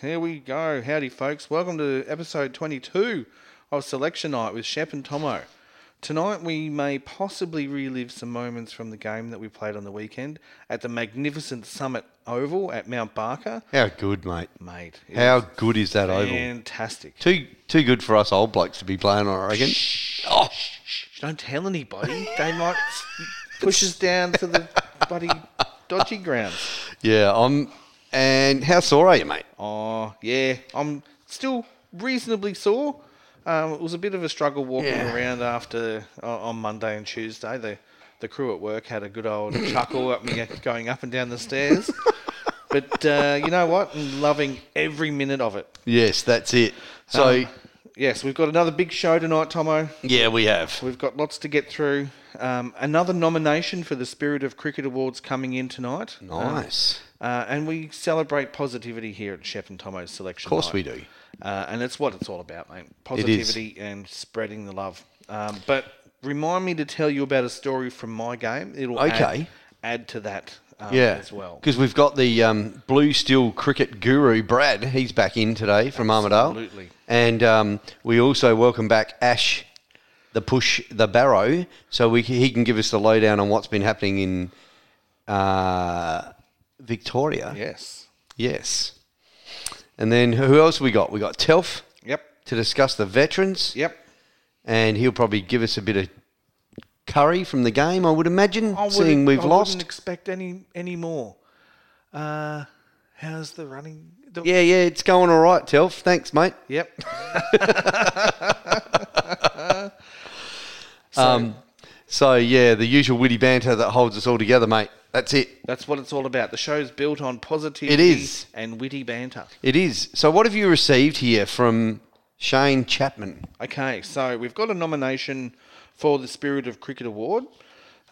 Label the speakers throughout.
Speaker 1: Here we go. Howdy, folks. Welcome to episode 22 of Selection Night with Shep and Tomo. Tonight, we may possibly relive some moments from the game that we played on the weekend at the magnificent Summit Oval at Mount Barker.
Speaker 2: How good, mate.
Speaker 1: Mate, it
Speaker 2: How
Speaker 1: was
Speaker 2: good is that oval?
Speaker 1: fantastic.
Speaker 2: Too too good for us old blokes to be playing on, I reckon. Oh,
Speaker 1: Don't tell anybody. They might push us down to the bloody dodgy grounds.
Speaker 2: yeah. I'm. And how sore are you, mate?
Speaker 1: Oh, yeah. I'm still reasonably sore. Um, it was a bit of a struggle walking
Speaker 2: Yeah.
Speaker 1: around after o- on Monday and Tuesday. The the crew at work had a good old chuckle at me going up and down the stairs. but uh, you know what? I'm loving every minute of it.
Speaker 2: Yes, that's it. So
Speaker 1: Um, yes, we've got another big show tonight, Tomo.
Speaker 2: yeah, we have.
Speaker 1: We've got lots to get through. Um, another nomination for the Spirit of Cricket Awards coming in tonight.
Speaker 2: Nice.
Speaker 1: Um, uh, and we celebrate positivity here at Chef and Tomo's selection.
Speaker 2: of course we do.
Speaker 1: Uh, and that's what it's all about, mate.
Speaker 2: is.
Speaker 1: Positivity and spreading the love. Um, but remind me to tell you about a story from my game. It'll add-
Speaker 2: Okay.
Speaker 1: add, to that um,
Speaker 2: yeah,
Speaker 1: as well.
Speaker 2: Because we've got the um, blue steel cricket guru Brad. He's back in today from Armidale.
Speaker 1: Absolutely.
Speaker 2: And um, we also welcome back Ash, the push the barrow, so we he can give us the lowdown on what's been happening in uh, Victoria.
Speaker 1: Yes.
Speaker 2: Yes. And then who else we got? We got Telf
Speaker 1: Yep.
Speaker 2: to discuss the veterans.
Speaker 1: Yep.
Speaker 2: And he'll probably give us a bit of curry from the game, I would imagine,
Speaker 1: I
Speaker 2: seeing
Speaker 1: wouldn't-
Speaker 2: we've
Speaker 1: I
Speaker 2: lost.
Speaker 1: wouldn't expect any any more. Uh, how's the running? The,
Speaker 2: Yeah, yeah, it's going all right, Telf. Thanks, mate.
Speaker 1: Yep.
Speaker 2: Um, so yeah, the usual witty banter that holds us all together, mate. That's it.
Speaker 1: That's what it's all about. The show's built on positivity
Speaker 2: It is.
Speaker 1: and witty banter.
Speaker 2: It is. So what have you received here from Shane Chapman?
Speaker 1: Okay, so we've got a nomination for the Spirit of Cricket Award,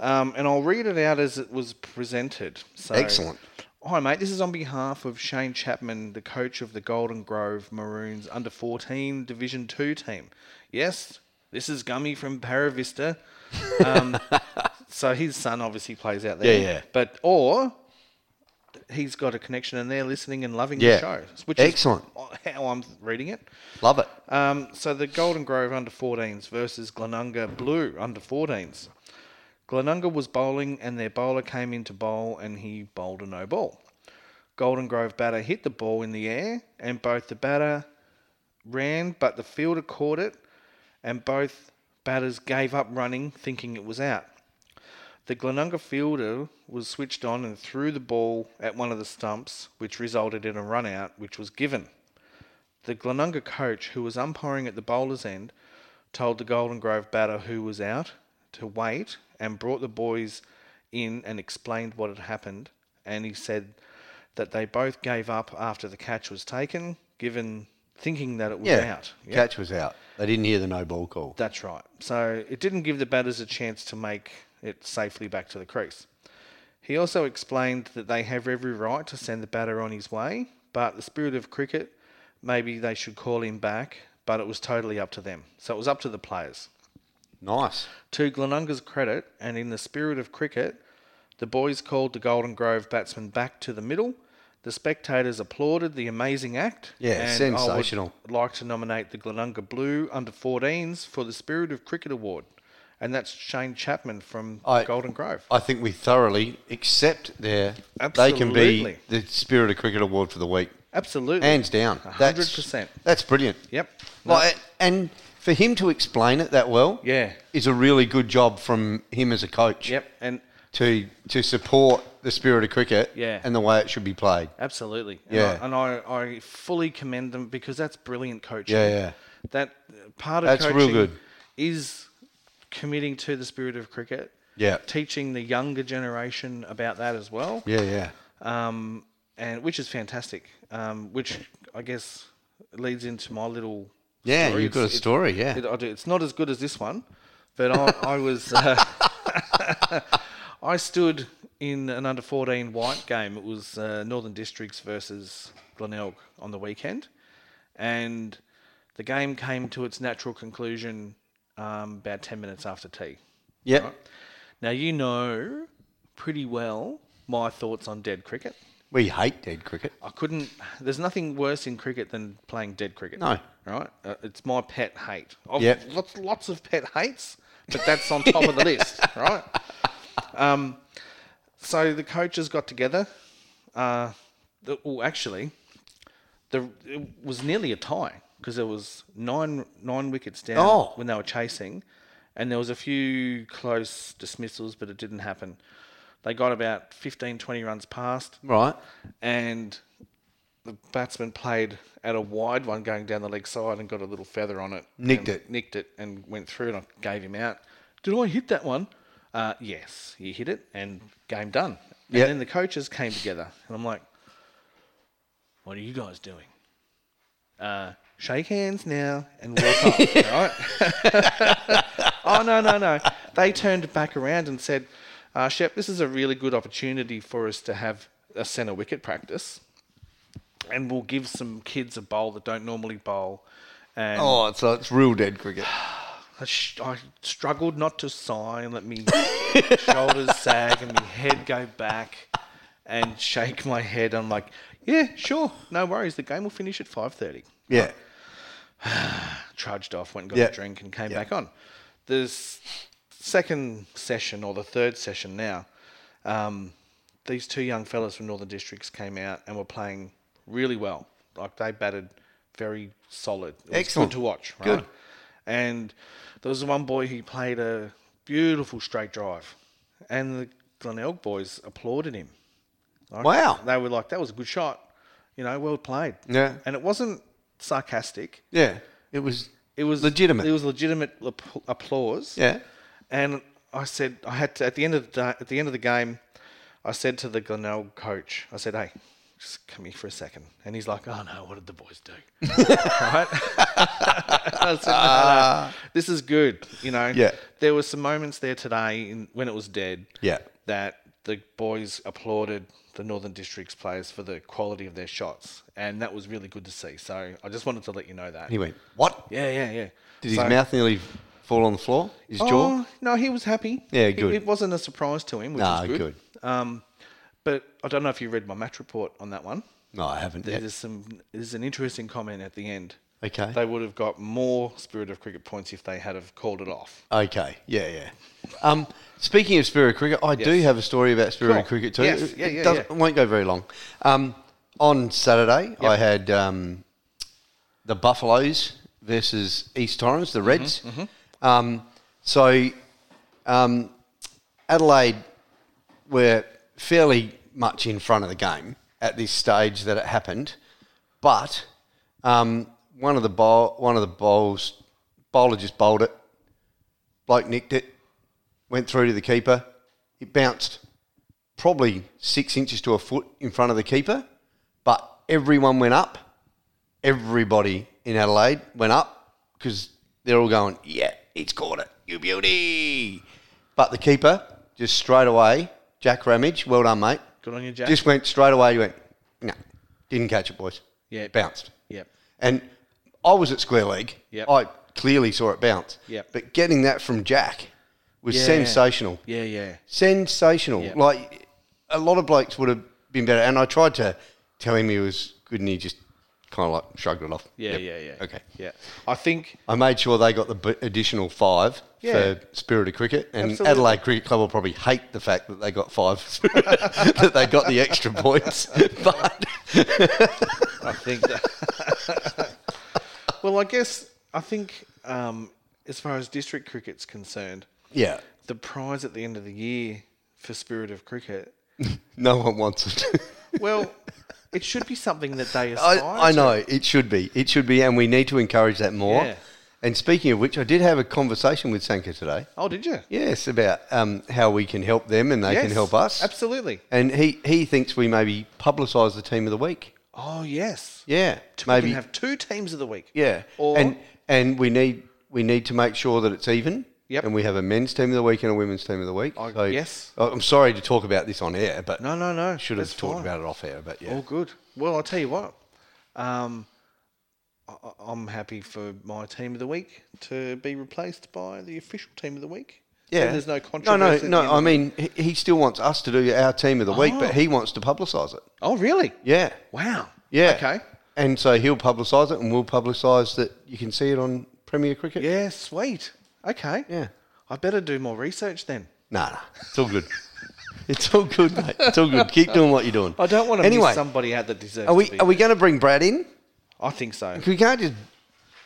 Speaker 1: um, and I'll read it out as it was presented. So,
Speaker 2: Excellent.
Speaker 1: Hi, mate. This is on behalf of Shane Chapman, the coach of the Golden Grove Maroons under 14 Division 2 team. Yes, this is Gummy from Para Vista. Um, so his son obviously plays out there.
Speaker 2: Yeah, yeah.
Speaker 1: But, or he's got a connection and they're listening and loving
Speaker 2: Yeah.
Speaker 1: the show, which
Speaker 2: Excellent.
Speaker 1: is how I'm reading it.
Speaker 2: Love it.
Speaker 1: Um, so the Golden Grove under 14s versus Glenunga Blue under 14s. Glenunga was bowling and their bowler came in to bowl and he bowled a no ball. Golden Grove batter hit the ball in the air and both the batter ran but the fielder caught it and both batters gave up running thinking it was out. The Glenunga fielder was switched on and threw the ball at one of the stumps which resulted in a run out which was given. The Glenunga coach, who was umpiring at the bowler's end, told the Golden Grove batter who was out to wait and brought the boys in and explained what had happened. And he said that they both gave up after the catch was taken, given thinking that it was
Speaker 2: Yeah.
Speaker 1: out. Yep.
Speaker 2: Catch was out. They didn't hear the no ball call.
Speaker 1: That's right. So it didn't give the batters a chance to make it safely back to the crease. He also explained that they have every right to send the batter on his way, but the spirit of cricket, maybe they should call him back, but it was totally up to them. So it was up to the players.
Speaker 2: Nice.
Speaker 1: To Glenunga's credit, and in the spirit of cricket, the boys called the Golden Grove batsman back to the middle. The spectators applauded the amazing act.
Speaker 2: Yeah,
Speaker 1: and I would
Speaker 2: sensational.
Speaker 1: like to nominate the Glenunga Blue under 14s for the Spirit of Cricket Award. And that's Shane Chapman from
Speaker 2: I-
Speaker 1: Golden Grove.
Speaker 2: I think we thoroughly accept their. They
Speaker 1: Absolutely.
Speaker 2: can be the Spirit of Cricket Award for the week.
Speaker 1: Absolutely.
Speaker 2: Hands down.
Speaker 1: A
Speaker 2: That's-
Speaker 1: 100%.
Speaker 2: That's brilliant.
Speaker 1: Yep.
Speaker 2: Like, and for him to explain it that well
Speaker 1: Yeah.
Speaker 2: is a really good job from him as a coach.
Speaker 1: Yep. And
Speaker 2: to to support the spirit of cricket
Speaker 1: Yeah.
Speaker 2: and the way it should be played.
Speaker 1: absolutely. And
Speaker 2: Yeah.
Speaker 1: I, and I, I fully commend them because that's brilliant coaching.
Speaker 2: Yeah, yeah.
Speaker 1: That part of
Speaker 2: That's real
Speaker 1: coaching
Speaker 2: good.
Speaker 1: is committing to the spirit of cricket.
Speaker 2: Yeah.
Speaker 1: Teaching the younger generation about that as well.
Speaker 2: Yeah, yeah.
Speaker 1: um, and which is fantastic. Um, which I guess leads into my little
Speaker 2: Yeah, you've got a
Speaker 1: It's- it-
Speaker 2: story, yeah.
Speaker 1: it- I do. It's not as good as this one, but I, I was uh, I stood in an under fourteen white game. It was uh, Northern Districts versus Glenelg on the weekend, and the game came to its natural conclusion um, about ten minutes after tea.
Speaker 2: Yep.
Speaker 1: Now you know pretty well my thoughts on dead cricket.
Speaker 2: We hate dead cricket.
Speaker 1: I couldn't. There's nothing worse in cricket than playing dead cricket.
Speaker 2: No.
Speaker 1: Right? Uh, it's my pet hate. I've
Speaker 2: Yep.
Speaker 1: lots, lots of pet hates, but that's on top of the list, right? Um, so the coaches got together. Uh, the, well, actually, the, it was nearly a tie because there was nine nine wickets down
Speaker 2: Oh.
Speaker 1: when they were chasing, and there was a few close dismissals, but it didn't happen. They got about 15, 20 runs past
Speaker 2: Right.
Speaker 1: and the batsman played at a wide one going down the leg side and got a little feather on it.
Speaker 2: Nicked
Speaker 1: and
Speaker 2: it.
Speaker 1: Nicked it and went through and I gave him out. Did I hit that one? Uh, yes, you hit it and game done. And
Speaker 2: Yep.
Speaker 1: then the coaches came together and I'm like, what are you guys doing? Uh, shake hands now and walk off, right? oh, no, no, no. They turned back around and said, uh, Shep, this is a really good opportunity for us to have a centre wicket practice. And we'll give some kids a bowl that don't normally bowl. And
Speaker 2: Oh, it's, it's real dead cricket.
Speaker 1: I, sh- I struggled not to sigh and let me shoulders sag and my head go back and shake my head. I'm like, yeah, sure, no worries. The game will finish at 5.30.
Speaker 2: Yeah.
Speaker 1: trudged off, went and got
Speaker 2: Yeah.
Speaker 1: a drink, and came
Speaker 2: Yeah.
Speaker 1: back on. The s- second session or the third session now, um, these two young fellas from Northern Districts came out and were playing really well. Like they batted very solid. It was
Speaker 2: Excellent.
Speaker 1: good to watch. Right?
Speaker 2: Good.
Speaker 1: And there was one boy who played a beautiful straight drive, and the Glenelg boys applauded him. Like,
Speaker 2: Wow.
Speaker 1: They were like, "That was a good shot." You know, well played.
Speaker 2: Yeah.
Speaker 1: And it wasn't sarcastic.
Speaker 2: Yeah. It was.
Speaker 1: It was
Speaker 2: Legitimate.
Speaker 1: It was legitimate lap- applause.
Speaker 2: Yeah.
Speaker 1: And I said, I had to at the end of the day, at the end of the game, I said to the Glenelg coach, I said, "Hey, just come here for a second. And he's like, "Oh no, what did the boys do?" right? I said, "No, no, "This is good." You know.
Speaker 2: Ah. Yeah.
Speaker 1: There were some moments there today in, when it was dead.
Speaker 2: Yeah.
Speaker 1: That the boys applauded the Northern Districts players for the quality of their shots, and that was really good to see. So I just wanted to let you know that.
Speaker 2: He went, what?
Speaker 1: Yeah, yeah, yeah.
Speaker 2: Did his
Speaker 1: So-
Speaker 2: mouth nearly fall on the floor? His jaw?
Speaker 1: Oh, no, he was happy.
Speaker 2: Yeah,
Speaker 1: It-
Speaker 2: good.
Speaker 1: It, wasn't a surprise to him, which
Speaker 2: Nah,
Speaker 1: is good.
Speaker 2: good.
Speaker 1: Um, but I don't know if you read my match report on that one.
Speaker 2: No, I haven't yet.
Speaker 1: There's some. There's an interesting comment at the end.
Speaker 2: Okay.
Speaker 1: They would have got more spirit of cricket points if they had have called it off.
Speaker 2: Okay. Yeah, yeah. Um, speaking of Spirit of Cricket, I do
Speaker 1: Yes.
Speaker 2: have a story about Spirit of
Speaker 1: Sure.
Speaker 2: Cricket too.
Speaker 1: Yes.
Speaker 2: It-
Speaker 1: Yeah,
Speaker 2: it
Speaker 1: yeah,
Speaker 2: doesn't-
Speaker 1: yeah.
Speaker 2: won't go very long. Um, on Saturday, I had um, the Buffaloes versus East Torrens, the Reds.
Speaker 1: Mm-hmm,
Speaker 2: Um, so um, Adelaide were fairly much in front of the game at this stage that it happened, but um, one of the bowl, one of the bowls bowler just bowled it. Bloke nicked it, went through to the keeper. It bounced probably six inches to a foot in front of the keeper, but everyone went up. Everybody in Adelaide went up because they're all going, yeah, it's caught it, you beauty. But the keeper just straight away, Jack Ramage, well done, mate.
Speaker 1: Good on you, Jack.
Speaker 2: Just went straight away. He went, no, didn't catch it, boys.
Speaker 1: Yeah.
Speaker 2: bounced.
Speaker 1: Yep.
Speaker 2: And I was at square leg.
Speaker 1: Yep.
Speaker 2: I clearly saw it bounce.
Speaker 1: Yep.
Speaker 2: But getting that from Jack was
Speaker 1: Yeah.
Speaker 2: sensational.
Speaker 1: Yeah, yeah.
Speaker 2: Sensational.
Speaker 1: Yep.
Speaker 2: Like a lot of blokes would have been better. And I tried to tell him he was good, and he just kind of like shrugged it off.
Speaker 1: Yeah,
Speaker 2: Yep.
Speaker 1: yeah, yeah.
Speaker 2: Okay.
Speaker 1: Yeah. I think
Speaker 2: I made sure they got the b- additional five
Speaker 1: Yeah.
Speaker 2: for Spirit of Cricket, and
Speaker 1: Absolutely.
Speaker 2: Adelaide Cricket Club will probably hate the fact that they got five, that they got the extra points. But
Speaker 1: I think that. well, I guess I think um, as far as district cricket's concerned,
Speaker 2: yeah,
Speaker 1: the prize at the end of the year for Spirit of Cricket
Speaker 2: no one wants it.
Speaker 1: Well, it should be something that they aspire.
Speaker 2: I, I
Speaker 1: to.
Speaker 2: know it should be. It should be, and we need to encourage that more.
Speaker 1: Yeah.
Speaker 2: And speaking of which, I did have a conversation with Sanka today.
Speaker 1: Oh, did you?
Speaker 2: Yes, about um, how we can help them and they can
Speaker 1: Yes,
Speaker 2: help us.
Speaker 1: Absolutely.
Speaker 2: And he, he thinks we maybe publicise the team of the week.
Speaker 1: Oh, yes.
Speaker 2: Yeah,
Speaker 1: We
Speaker 2: maybe.
Speaker 1: can have two teams of the week.
Speaker 2: yeah,
Speaker 1: Or-
Speaker 2: and and we need we need to make sure that it's even.
Speaker 1: Yep.
Speaker 2: And we have a men's team of the week and a women's team of the week.
Speaker 1: I- yes.
Speaker 2: I- I'm sorry to talk about this on air, but
Speaker 1: No, no, no.
Speaker 2: should have
Speaker 1: that's
Speaker 2: talked
Speaker 1: fine.
Speaker 2: about it off air. But yeah,
Speaker 1: All good. Well, I'll tell you what. Um, I- I- I'm happy for my team of the week to be replaced by the official team of the week.
Speaker 2: Yeah.
Speaker 1: Then there's no
Speaker 2: No, no,
Speaker 1: controversy. at the
Speaker 2: no.
Speaker 1: end
Speaker 2: I
Speaker 1: of it.
Speaker 2: mean, he, he still wants us to do our team of the week,
Speaker 1: Oh.
Speaker 2: but he wants to publicise it.
Speaker 1: Oh, really?
Speaker 2: Yeah.
Speaker 1: Wow.
Speaker 2: Yeah.
Speaker 1: Okay.
Speaker 2: And so he'll publicise it, and we'll publicise that you can see it on Premier Cricket.
Speaker 1: Yeah, sweet. Okay.
Speaker 2: Yeah.
Speaker 1: I better do more research then.
Speaker 2: Nah, nah. It's all good. it's all good, mate. It's all good. Keep doing what you're doing.
Speaker 1: I don't want to
Speaker 2: Anyway,
Speaker 1: miss somebody out that deserves
Speaker 2: are
Speaker 1: to
Speaker 2: we
Speaker 1: be
Speaker 2: are we going to bring Brad in?
Speaker 1: I think so.
Speaker 2: 'Cause We can't just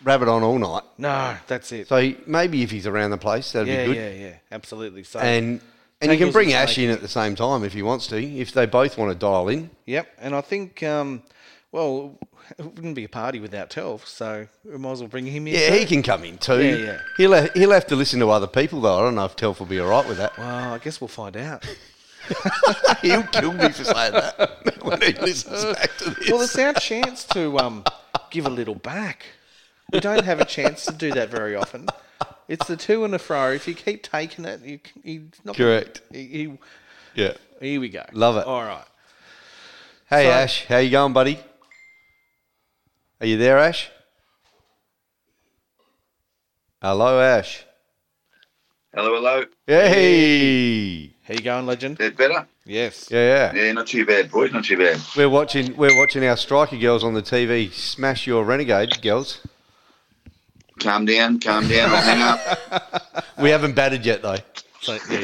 Speaker 2: rabbit on all night.
Speaker 1: No, that's it.
Speaker 2: So maybe if he's around the place, that'd
Speaker 1: yeah,
Speaker 2: be good.
Speaker 1: yeah, yeah. Absolutely. So
Speaker 2: And and you can
Speaker 1: Tangles
Speaker 2: bring
Speaker 1: and
Speaker 2: Ash
Speaker 1: Snake.
Speaker 2: in at the same time if he wants to, if they both want to dial in.
Speaker 1: Yep, and I think, um, well, it wouldn't be a party without Telf, so we might as well bring him in.
Speaker 2: Yeah,
Speaker 1: too.
Speaker 2: he can come in too.
Speaker 1: Yeah, yeah.
Speaker 2: He'll ha- he'll have to listen to other people though. I don't know if Telf will be all right with that.
Speaker 1: Well, I guess we'll find out.
Speaker 2: he'll kill me for saying that when he listens back to this.
Speaker 1: well, it's our chance to um, give a little back. We don't have a chance to do that very often. It's the two and a fro. If you keep taking it, you, c- you not
Speaker 2: Correct.
Speaker 1: You,
Speaker 2: yeah.
Speaker 1: you- here we go.
Speaker 2: Love it.
Speaker 1: All right.
Speaker 2: Hey
Speaker 1: So-
Speaker 2: Ash, how you going, buddy? Are you there, Ash? Hello, Ash.
Speaker 3: Hello, hello.
Speaker 2: Hey.
Speaker 1: How you going, legend?
Speaker 3: Is it better?
Speaker 1: Yes.
Speaker 2: Yeah, yeah.
Speaker 3: Yeah, not too bad, boys. Not too bad.
Speaker 2: We're watching. We're watching our striker girls on the TV smash your renegade girls.
Speaker 3: Calm down, calm down. I'll hang up.
Speaker 2: We haven't batted yet though.
Speaker 1: So, yeah,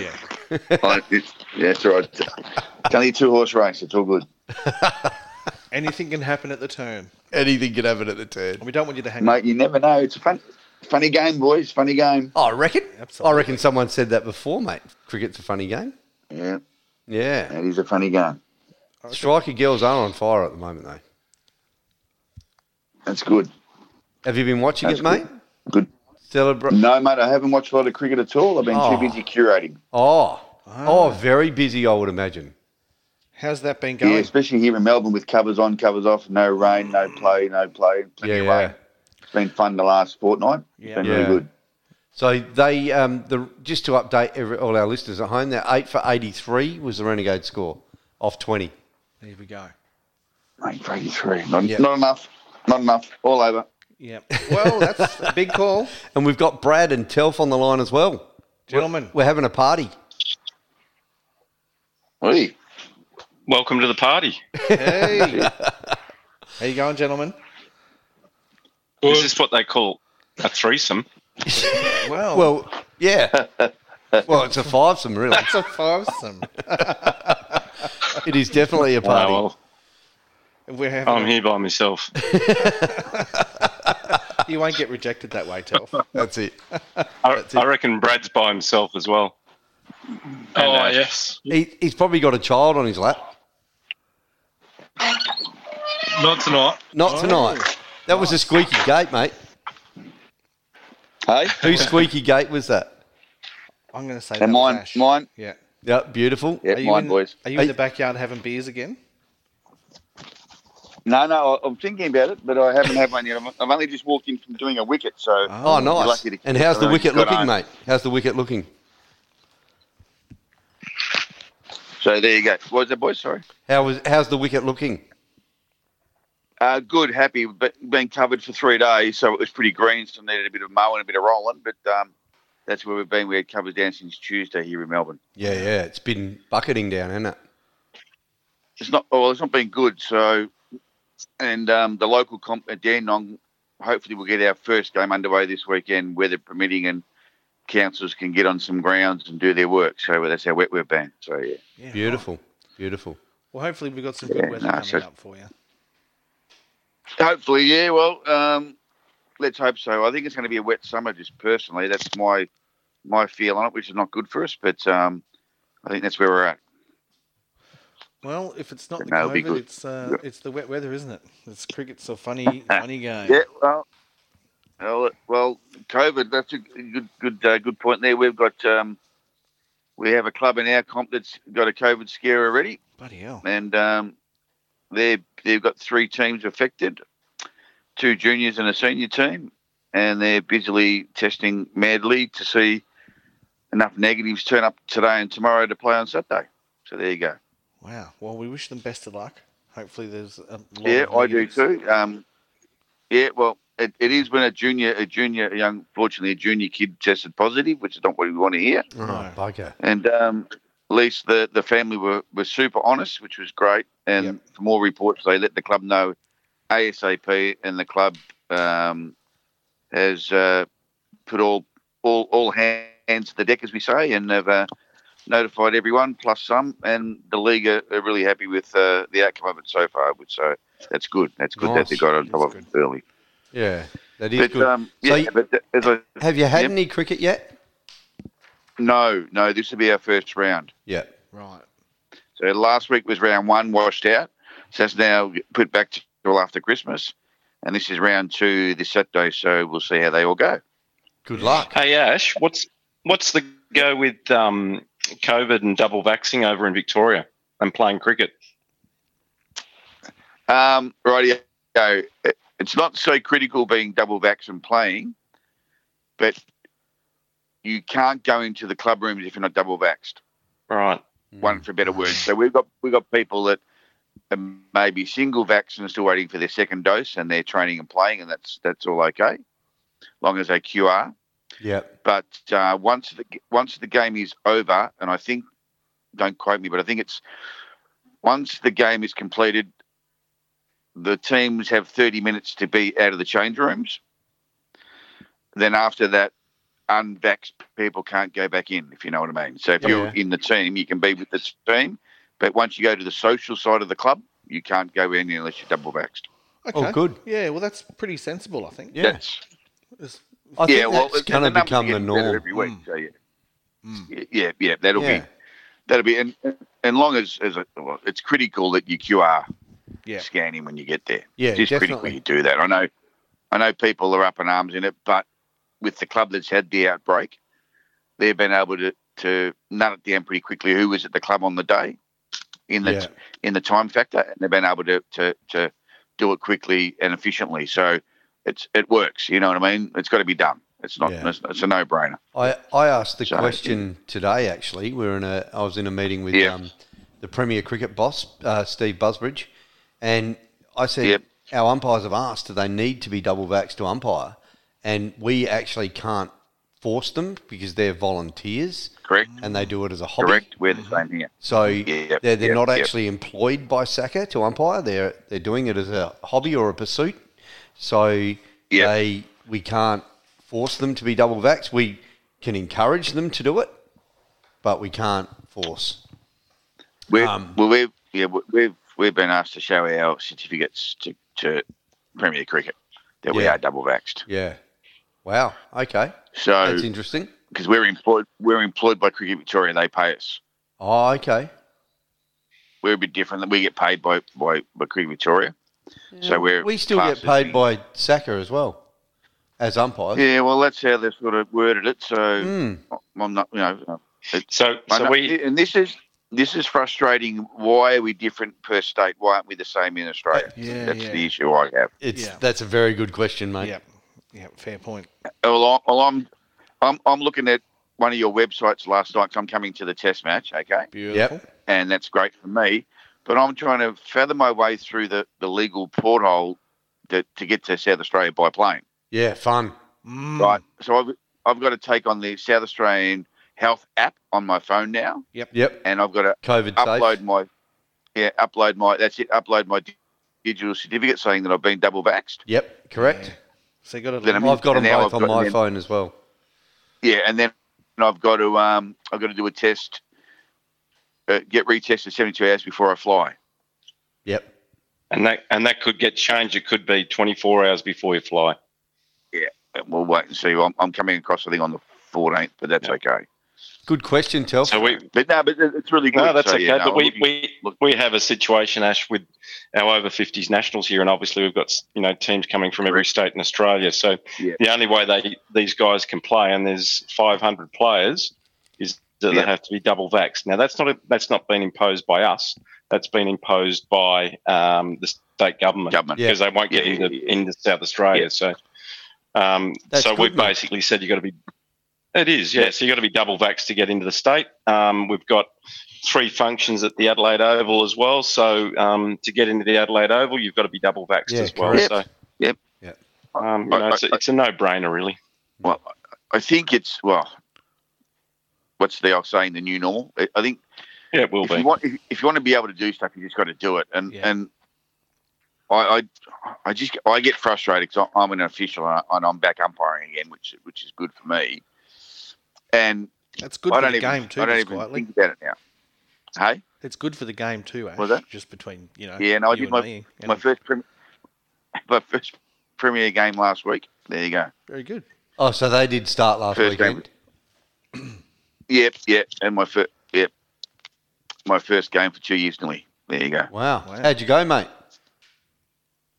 Speaker 1: yeah.
Speaker 3: I, it, yeah, it's all right. It's only a two horse race. It's all good.
Speaker 1: Anything can happen at the turn.
Speaker 2: Anything could happen at the turn.
Speaker 1: And we don't want you to hang
Speaker 3: Mate, you never know. It's a fun, funny game, boys. Funny game.
Speaker 2: Oh, I reckon.
Speaker 1: Absolutely.
Speaker 2: I reckon someone said that before, mate. Cricket's a funny game.
Speaker 3: Yeah,
Speaker 2: Yeah.
Speaker 3: it is a funny game.
Speaker 2: Striker girls are on fire at the moment, though.
Speaker 3: That's good.
Speaker 2: Have you been watching
Speaker 3: That's
Speaker 2: it,
Speaker 3: good.
Speaker 2: mate?
Speaker 3: Good.
Speaker 2: Celebrate.
Speaker 3: No, mate, I haven't watched a lot of cricket at all. I've been
Speaker 2: Oh.
Speaker 3: too busy curating.
Speaker 2: Oh. Oh, very busy, I would imagine.
Speaker 1: How's that been
Speaker 3: Yeah,
Speaker 1: going?
Speaker 3: especially here in Melbourne with covers on, covers off, no rain, no play, no play. Plenty
Speaker 2: Yeah,
Speaker 3: of
Speaker 2: yeah.
Speaker 3: rain. It's been fun the last fortnight.
Speaker 1: Yeah.
Speaker 3: It's been
Speaker 2: Yeah.
Speaker 3: really good.
Speaker 2: So they, um, the just to update every, all our listeners at home, they're eight for eighty-three was the renegade score off twenty.
Speaker 1: Here we go.
Speaker 3: Mate, 83. Not,
Speaker 2: Yeah.
Speaker 3: not enough. Not enough. All over.
Speaker 1: Yeah. Well, that's a big call.
Speaker 2: And we've got Brad and Telf on the line as well.
Speaker 1: Gentlemen,
Speaker 2: We're having a party.
Speaker 3: Hey.
Speaker 4: Welcome to the party.
Speaker 1: hey. How you going, gentlemen?
Speaker 4: Is this what they call a threesome?
Speaker 1: Well,
Speaker 2: Well, yeah. well, it's a fivesome, really.
Speaker 1: it's a fivesome.
Speaker 2: It is definitely a
Speaker 4: Wow,
Speaker 2: party.
Speaker 4: well,
Speaker 1: We're having
Speaker 4: I'm here by myself.
Speaker 1: You won't get rejected that way, Telf.
Speaker 2: That's it.
Speaker 4: I, I reckon Brad's by himself as well.
Speaker 5: Oh
Speaker 4: uh,
Speaker 5: yes,
Speaker 2: He, he's probably got a child on his lap.
Speaker 5: not tonight.
Speaker 2: Not tonight. That was a squeaky gate, mate.
Speaker 3: Hey.
Speaker 2: Whose squeaky gate was that?
Speaker 1: I'm going to say that
Speaker 3: And
Speaker 1: was
Speaker 3: mine,
Speaker 1: Ash.
Speaker 3: mine,
Speaker 1: Yeah.
Speaker 2: Yeah, beautiful.
Speaker 3: yeah,
Speaker 1: Are you,
Speaker 3: mine,
Speaker 1: in,
Speaker 3: boys.
Speaker 1: are you
Speaker 2: Are
Speaker 1: in
Speaker 2: you-
Speaker 1: the backyard having beers again?
Speaker 3: No, no, I- I'm thinking about it, but I haven't had one yet. I'm- I've only just walked in from doing a wicket, so
Speaker 2: Oh, nice.
Speaker 3: lucky to-
Speaker 2: And how's the
Speaker 3: I've
Speaker 2: wicket
Speaker 3: got
Speaker 2: looking,
Speaker 3: on.
Speaker 2: mate? How's the wicket looking?
Speaker 3: so there you go. What was that, boys? Sorry.
Speaker 2: How was how's the wicket looking?
Speaker 3: Uh, good, happy, but been covered for three days, so it was pretty green. Still needed a bit of mowing, a bit of rolling, but um, that's where we've been. We had covers down since Tuesday here in Melbourne.
Speaker 2: Yeah, yeah. It's been bucketing down, hasn't it?
Speaker 3: It's not well, it's not been good. So, and um, the local comp at Dandenong, hopefully we'll get our first game underway this weekend, weather permitting, and councils can get on some grounds and do their work. So that's how wet we've been. So yeah.
Speaker 1: Yeah.
Speaker 2: Beautiful. Beautiful.
Speaker 1: Well, hopefully we've got some good
Speaker 3: Yeah,
Speaker 1: weather
Speaker 3: no,
Speaker 1: coming
Speaker 3: so-
Speaker 1: up for you.
Speaker 3: Hopefully, yeah. Well, um, let's hope so. I think it's going to be a wet summer. Just personally, that's my my feel on it, which is not good for us. But um, I think that's where we're at.
Speaker 1: Well, if it's not the
Speaker 3: That'll be
Speaker 1: COVID,
Speaker 3: good.
Speaker 1: it's uh, it's the wet weather, isn't it? It's cricket's a funny, funny game.
Speaker 3: Yeah. Well, well, well COVID. That's a good good uh, good point there. We've got um, we have a club in our comp that's got a COVID scare already,
Speaker 1: Bloody hell.
Speaker 3: and um, they they've got three teams affected, two juniors and a senior team, and they're busily testing madly to see enough negatives turn up today and tomorrow to play on Saturday. So there you go.
Speaker 1: Wow. Well, we wish them best of luck. Hopefully there's a lot
Speaker 3: yeah,
Speaker 1: of
Speaker 3: I do
Speaker 1: negatives.
Speaker 3: too. Um, yeah, well, it, it is when a junior, a junior, a young, fortunately, a junior kid tested positive, which is not what we want to hear.
Speaker 2: Oh, bugger.
Speaker 3: And um, at least the, the family were, were super honest, which was great. And for more reports, they let the club know ASAP, and the club um, has uh, put all, all all hands to the deck, as we say, and have uh, notified everyone, plus some. And the league are, are really happy with uh, the outcome of it so far. Which so that's good. That's good that they
Speaker 2: Nice.
Speaker 3: got on top
Speaker 1: That's
Speaker 3: of it early.
Speaker 2: Yeah, that is
Speaker 3: But
Speaker 2: good.
Speaker 3: um, yeah,
Speaker 2: So you-
Speaker 3: but th- as I
Speaker 2: Have you had
Speaker 3: yep.
Speaker 2: any cricket yet?
Speaker 3: no, no, this will be our first round.
Speaker 2: Yeah.
Speaker 1: Right.
Speaker 3: So last week was round one, washed out. So that's now put back till after Christmas. And this is round two this Saturday, so we'll see how they all go.
Speaker 2: Good luck.
Speaker 4: Hey Ash, what's what's the go with um, COVID and double vaxing over in Victoria and playing cricket?
Speaker 3: Um, right, so it's not so critical being double vax and playing, but you can't go into the club rooms if you're not double vaxxed.
Speaker 4: Right.
Speaker 2: Mm.
Speaker 3: one for better words. So we've got we've got people that are maybe single vaccine and still waiting for their second dose, and they're training and playing, and that's that's all okay, long as they QR.
Speaker 2: Yep.
Speaker 3: But uh, once the once the game is over, and I think, don't quote me, but I think it's once the game is completed, the teams have thirty minutes to be out of the change rooms. Then after that, unvaxxed people can't go back in, if you know what I mean. So if you're
Speaker 2: Yeah.
Speaker 3: in the team, you can be with the team, but once you go to the social side of the club, you can't go in unless you're double vaxxed.
Speaker 1: Okay.
Speaker 2: Oh, good.
Speaker 1: Yeah, well, that's pretty sensible, I think.
Speaker 2: Yeah.
Speaker 3: That's
Speaker 1: It's-
Speaker 2: I think
Speaker 3: yeah, well,
Speaker 2: that's
Speaker 3: the
Speaker 2: going to
Speaker 3: numbers
Speaker 2: become
Speaker 3: are
Speaker 2: the
Speaker 3: getting better
Speaker 2: norm.
Speaker 3: every week.
Speaker 1: Mm.
Speaker 3: So yeah.
Speaker 1: Mm.
Speaker 3: Y- yeah, yeah, that'll
Speaker 2: Yeah.
Speaker 3: be that'll be, and and long as as a, well, it's critical that you QR
Speaker 1: Yeah.
Speaker 3: scanning when you get there.
Speaker 2: Yeah,
Speaker 3: it is critical
Speaker 2: definitely.
Speaker 3: you do that. I know, I know people are up in arms in it, but with the club that's had the outbreak, they've been able to to nut it down pretty quickly. Who was at the club on the day, in the
Speaker 2: Yeah.
Speaker 3: in the time factor, and they've been able to to to do it quickly and efficiently. So it's it works. You know what I mean? It's got to be done. It's not.
Speaker 2: Yeah.
Speaker 3: It's, it's a no brainer.
Speaker 2: I, I asked the
Speaker 3: So-
Speaker 2: question today. Actually, we were in a. I was in a meeting with
Speaker 3: Yeah.
Speaker 2: um, the Premier Cricket boss, uh, Steve Busbridge, and I said
Speaker 3: Yep.
Speaker 2: our umpires have asked, do they need to be double vaxxed to umpire? And we actually can't force them because they're volunteers
Speaker 3: Correct.
Speaker 2: and they do it as a hobby.
Speaker 3: Correct. We're
Speaker 2: Mm-hmm.
Speaker 3: the same here.
Speaker 2: So
Speaker 3: Yep,
Speaker 2: they're, they're
Speaker 3: yep,
Speaker 2: not
Speaker 3: yep.
Speaker 2: actually employed by SACA to umpire. They're they're doing it as a hobby or a pursuit. So they we can't force them to be double vax. We can encourage them to do it, but we can't force.
Speaker 3: We've,
Speaker 2: Um,
Speaker 3: well, we've yeah, we- we've we've been asked to show our certificates to, to Premier Cricket that we
Speaker 2: Yeah.
Speaker 3: are double vaxxed.
Speaker 2: Yeah. Wow. Okay.
Speaker 3: So
Speaker 2: That's interesting.
Speaker 3: because we're employed, we're employed by Cricket Victoria, they pay us.
Speaker 2: Oh, okay.
Speaker 3: We're a bit different. We get paid by by, by Cricket Victoria. So we're
Speaker 2: we still
Speaker 3: classed
Speaker 2: get
Speaker 3: as
Speaker 2: paid
Speaker 3: being-
Speaker 2: by SACA as well as umpires.
Speaker 3: Yeah, well, that's how they sort of worded it. So
Speaker 2: Mm.
Speaker 3: I'm not, you know,
Speaker 4: So
Speaker 3: I
Speaker 4: so
Speaker 3: know-
Speaker 4: we
Speaker 3: and this is this is frustrating. Why are we different per state? Why aren't we the same in Australia?
Speaker 1: Yeah,
Speaker 3: that's
Speaker 1: yeah.
Speaker 3: the issue I have.
Speaker 2: It's
Speaker 1: Yeah.
Speaker 2: that's a very good question, mate.
Speaker 1: Yeah. Yeah, fair point.
Speaker 3: Oh, Well, I'm, well, I'm, I'm, I'm looking at one of your websites last night. 'cause I'm coming to the test match, okay,
Speaker 1: Beautiful.
Speaker 3: and that's great for me. But I'm trying to fathom my way through the, the legal porthole to, to get to South Australia by plane,
Speaker 2: Yeah, fun.
Speaker 1: Mm.
Speaker 3: right? So I've, I've got to take on the South Australian health app on my phone now,
Speaker 2: Yep.
Speaker 3: and I've got to
Speaker 2: COVID
Speaker 3: upload
Speaker 2: safe.
Speaker 3: my, yeah, upload my. That's it. Upload my di- digital certificate saying that I've been double vaxxed.
Speaker 2: Yep. Correct.
Speaker 1: So you got to.
Speaker 3: Then I'm-
Speaker 2: I've got them
Speaker 3: and now
Speaker 2: both
Speaker 3: I've
Speaker 2: on
Speaker 3: got
Speaker 2: my
Speaker 3: them-
Speaker 2: phone as well.
Speaker 3: Yeah, and then I've got to um, I've got to do a test, uh, get retested seventy two hours before I fly.
Speaker 2: Yep.
Speaker 4: and that and that could get changed. It could be twenty four hours before you fly.
Speaker 3: And We'll wait and see. I'm, I'm coming across I think on the fourteenth, but that's
Speaker 4: Yeah.
Speaker 3: okay.
Speaker 2: Good question, Telf.
Speaker 4: So we
Speaker 3: But no, but it- it's really good.
Speaker 4: No, that's
Speaker 3: So,
Speaker 4: okay.
Speaker 3: yeah, no,
Speaker 4: but
Speaker 3: I'm
Speaker 4: we,
Speaker 3: looking-
Speaker 4: we
Speaker 3: look-
Speaker 4: we have a situation, Ash, with our over fifties nationals here, and obviously we've got you know teams coming from every state in Australia. So
Speaker 3: Yeah.
Speaker 4: the only way they these guys can play, and there's five hundred players, is that
Speaker 3: Yeah.
Speaker 4: they have to be double vaxxed. Now that's not a, that's not been imposed by us. That's been imposed by um, the state government
Speaker 3: government.
Speaker 2: Yeah.
Speaker 4: because they won't get
Speaker 3: Yeah,
Speaker 4: into,
Speaker 3: yeah, yeah.
Speaker 4: into South Australia.
Speaker 3: Yeah.
Speaker 4: So, um,
Speaker 2: That's
Speaker 4: so
Speaker 2: good,
Speaker 4: we've
Speaker 2: mate.
Speaker 4: basically said you've got to be. It is, yeah. So you've got to be double vaxxed to get into the state. Um, we've got three functions at the Adelaide Oval as well. So um, to get into the Adelaide Oval, you've got to be double vaxxed
Speaker 2: Yeah,
Speaker 4: as well.
Speaker 2: correct.
Speaker 4: So
Speaker 3: Yep.
Speaker 2: Yep.
Speaker 4: Um, you know, it's, a, it's a no-brainer, really.
Speaker 3: Well, I think it's well. What's the old saying? The new normal. I- I think
Speaker 4: Yeah, it will
Speaker 3: if
Speaker 4: be.
Speaker 3: you want if, if you want to be able to do stuff, you just got to do it. And
Speaker 1: Yeah.
Speaker 3: and I, I I just I get frustrated because I'm an official and I- and I'm back umpiring again, which which is good for me. And
Speaker 1: It's good
Speaker 3: I
Speaker 1: for
Speaker 3: don't
Speaker 1: the
Speaker 3: even
Speaker 1: game too,
Speaker 3: I don't
Speaker 1: just
Speaker 3: even
Speaker 1: quietly.
Speaker 3: think about it now. Hey,
Speaker 1: It's good for the game too, Ash.
Speaker 3: Was that?
Speaker 1: Just between, you know.
Speaker 3: Yeah, no, I
Speaker 1: you
Speaker 3: did
Speaker 1: and
Speaker 3: my-
Speaker 1: me, and
Speaker 3: my first prem- my first premiere game last week. There you go.
Speaker 1: Very good.
Speaker 2: Oh, so they did start last
Speaker 3: First game.
Speaker 2: weekend.
Speaker 3: Yep, yep. And my first yep, my first game for two years nearly. There you go.
Speaker 2: Wow.
Speaker 1: Wow.
Speaker 2: How'd you go, mate?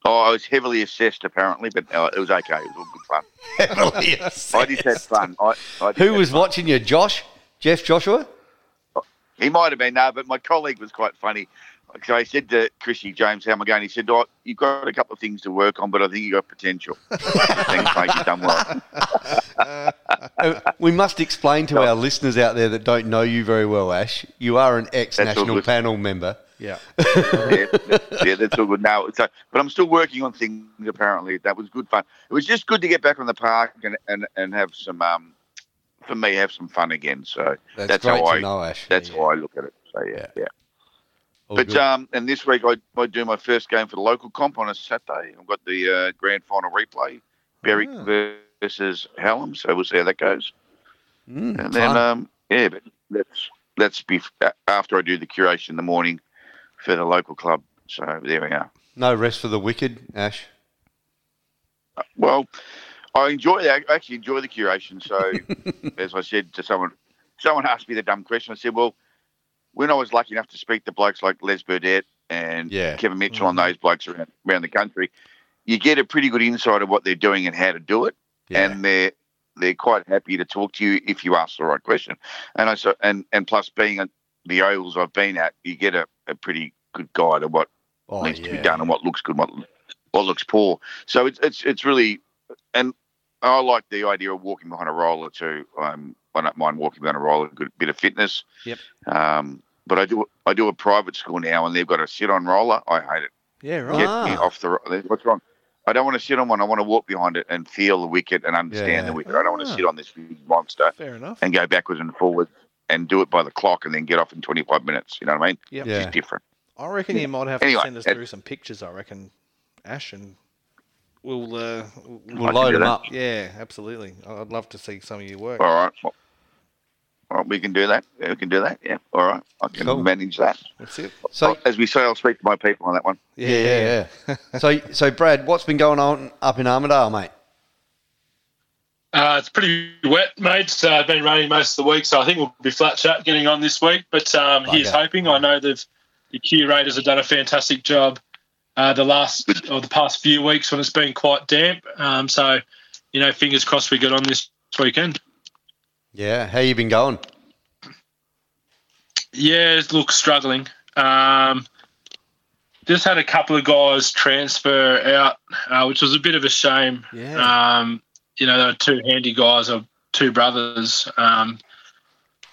Speaker 3: Oh, I was heavily assessed apparently, but uh, it was okay. It was all good fun. I just had fun. I, I just
Speaker 2: Who
Speaker 3: had
Speaker 2: was watching you, Josh? Jeff Joshua?
Speaker 3: He might have been no, but my colleague was quite funny. So I said to Chrissy James, "How am I going?" He said, oh, "You've got a couple of things to work on, but I think you've got potential. Thanks, mate. You've done well."
Speaker 2: Uh, we must explain to
Speaker 3: No.
Speaker 2: our listeners out there that don't know you very well, Ash. You are an ex-national
Speaker 3: good.
Speaker 2: panel member.
Speaker 1: Yeah.
Speaker 3: yeah, yeah, that's all good now. So, but I'm still working on things. Apparently, that was good fun. It was just good to get back on the park and and, and have some um, for me, have some fun again. So
Speaker 2: That's,
Speaker 3: That's
Speaker 2: great
Speaker 3: how
Speaker 2: to
Speaker 3: I-
Speaker 2: know, Ash.
Speaker 3: that's
Speaker 1: Yeah,
Speaker 3: how I look at it. So yeah,
Speaker 2: Yeah.
Speaker 3: yeah.
Speaker 2: All
Speaker 3: but
Speaker 2: good.
Speaker 3: um, and this week I, I do my first game for the local comp on a Saturday. I've got the uh, grand final replay, Berwick
Speaker 1: Ah.
Speaker 3: versus Hallam. So we'll see how that goes.
Speaker 2: Mm,
Speaker 3: And then
Speaker 2: fun.
Speaker 3: um, yeah, but that's that's bef- uh, after I do the curation in the morning for the local club. So there we are.
Speaker 2: no rest for the wicked, Ash.
Speaker 3: Well, I enjoy that. I actually enjoy the curation. So, as I said to someone, someone asked me the dumb question. I said, "Well, when I was lucky enough to speak to blokes like Les Burdett and
Speaker 2: Yeah. Mm-hmm.
Speaker 3: Kevin Mitchell and those blokes around, around the country, you get a pretty good insight of what they're doing and how to do it,
Speaker 2: Yeah.
Speaker 3: and they're they're quite happy to talk to you if you ask the right question. And I so and and plus being at the ovals I've been at, you get a, a pretty good guide of what
Speaker 2: oh,
Speaker 3: needs to be
Speaker 2: yeah.
Speaker 3: done and what looks good, what what looks poor. So it's it's it's really, and I like the idea of walking behind a roller too. Um, I don't mind walking behind a roller, a good bit of fitness.
Speaker 1: Yep.
Speaker 3: Um, but I do I do a private school now, and they've got a sit on roller. I hate it.
Speaker 1: Yeah, right.
Speaker 3: Get
Speaker 2: Ah.
Speaker 3: me off the ro- what's wrong? I don't want to sit on one. I want to walk behind it and feel the wicket and understand
Speaker 2: Yeah.
Speaker 3: the wicket. I don't want to
Speaker 1: Ah.
Speaker 3: sit on this big monster
Speaker 1: Fair enough.
Speaker 3: and go backwards and forwards and do it by the clock and then get off in 25 minutes. You know what I mean?
Speaker 1: Yep.
Speaker 2: Yeah.
Speaker 3: It's different.
Speaker 1: I reckon you might have
Speaker 3: Anyway,
Speaker 1: to send us
Speaker 3: it-
Speaker 1: through some pictures, I reckon, Ash, and we'll. Uh, we'll
Speaker 2: We'll
Speaker 3: I can
Speaker 2: load
Speaker 3: do
Speaker 2: them
Speaker 3: that.
Speaker 2: up.
Speaker 1: yeah, absolutely. I- I'd love to see some of your work.
Speaker 3: All right. Well, all right, we can do that. Yeah, We can do that. Yeah. All right. I can
Speaker 2: Cool.
Speaker 3: manage that.
Speaker 1: That's it.
Speaker 2: So
Speaker 3: As we say, I'll speak to my people on that one.
Speaker 2: yeah, yeah, yeah. so so Brad, what's been going on up in Armidale, mate?
Speaker 5: Uh, it's pretty wet, mate. It's uh, been raining most of the week, so I think we'll be flat shut getting on this week. But um, here's
Speaker 2: Bugger.
Speaker 5: hoping. I know that the curators have done a fantastic job uh, the last or the past few weeks when it's been quite damp. Um, so, you know, fingers crossed we get on this weekend.
Speaker 2: Yeah, how you been going?
Speaker 5: Yeah, it looks struggling. Um, just had a couple of guys transfer out, uh, which was a bit of a shame.
Speaker 1: Yeah.
Speaker 5: Um, you know, they were two handy guys, or two brothers. Um,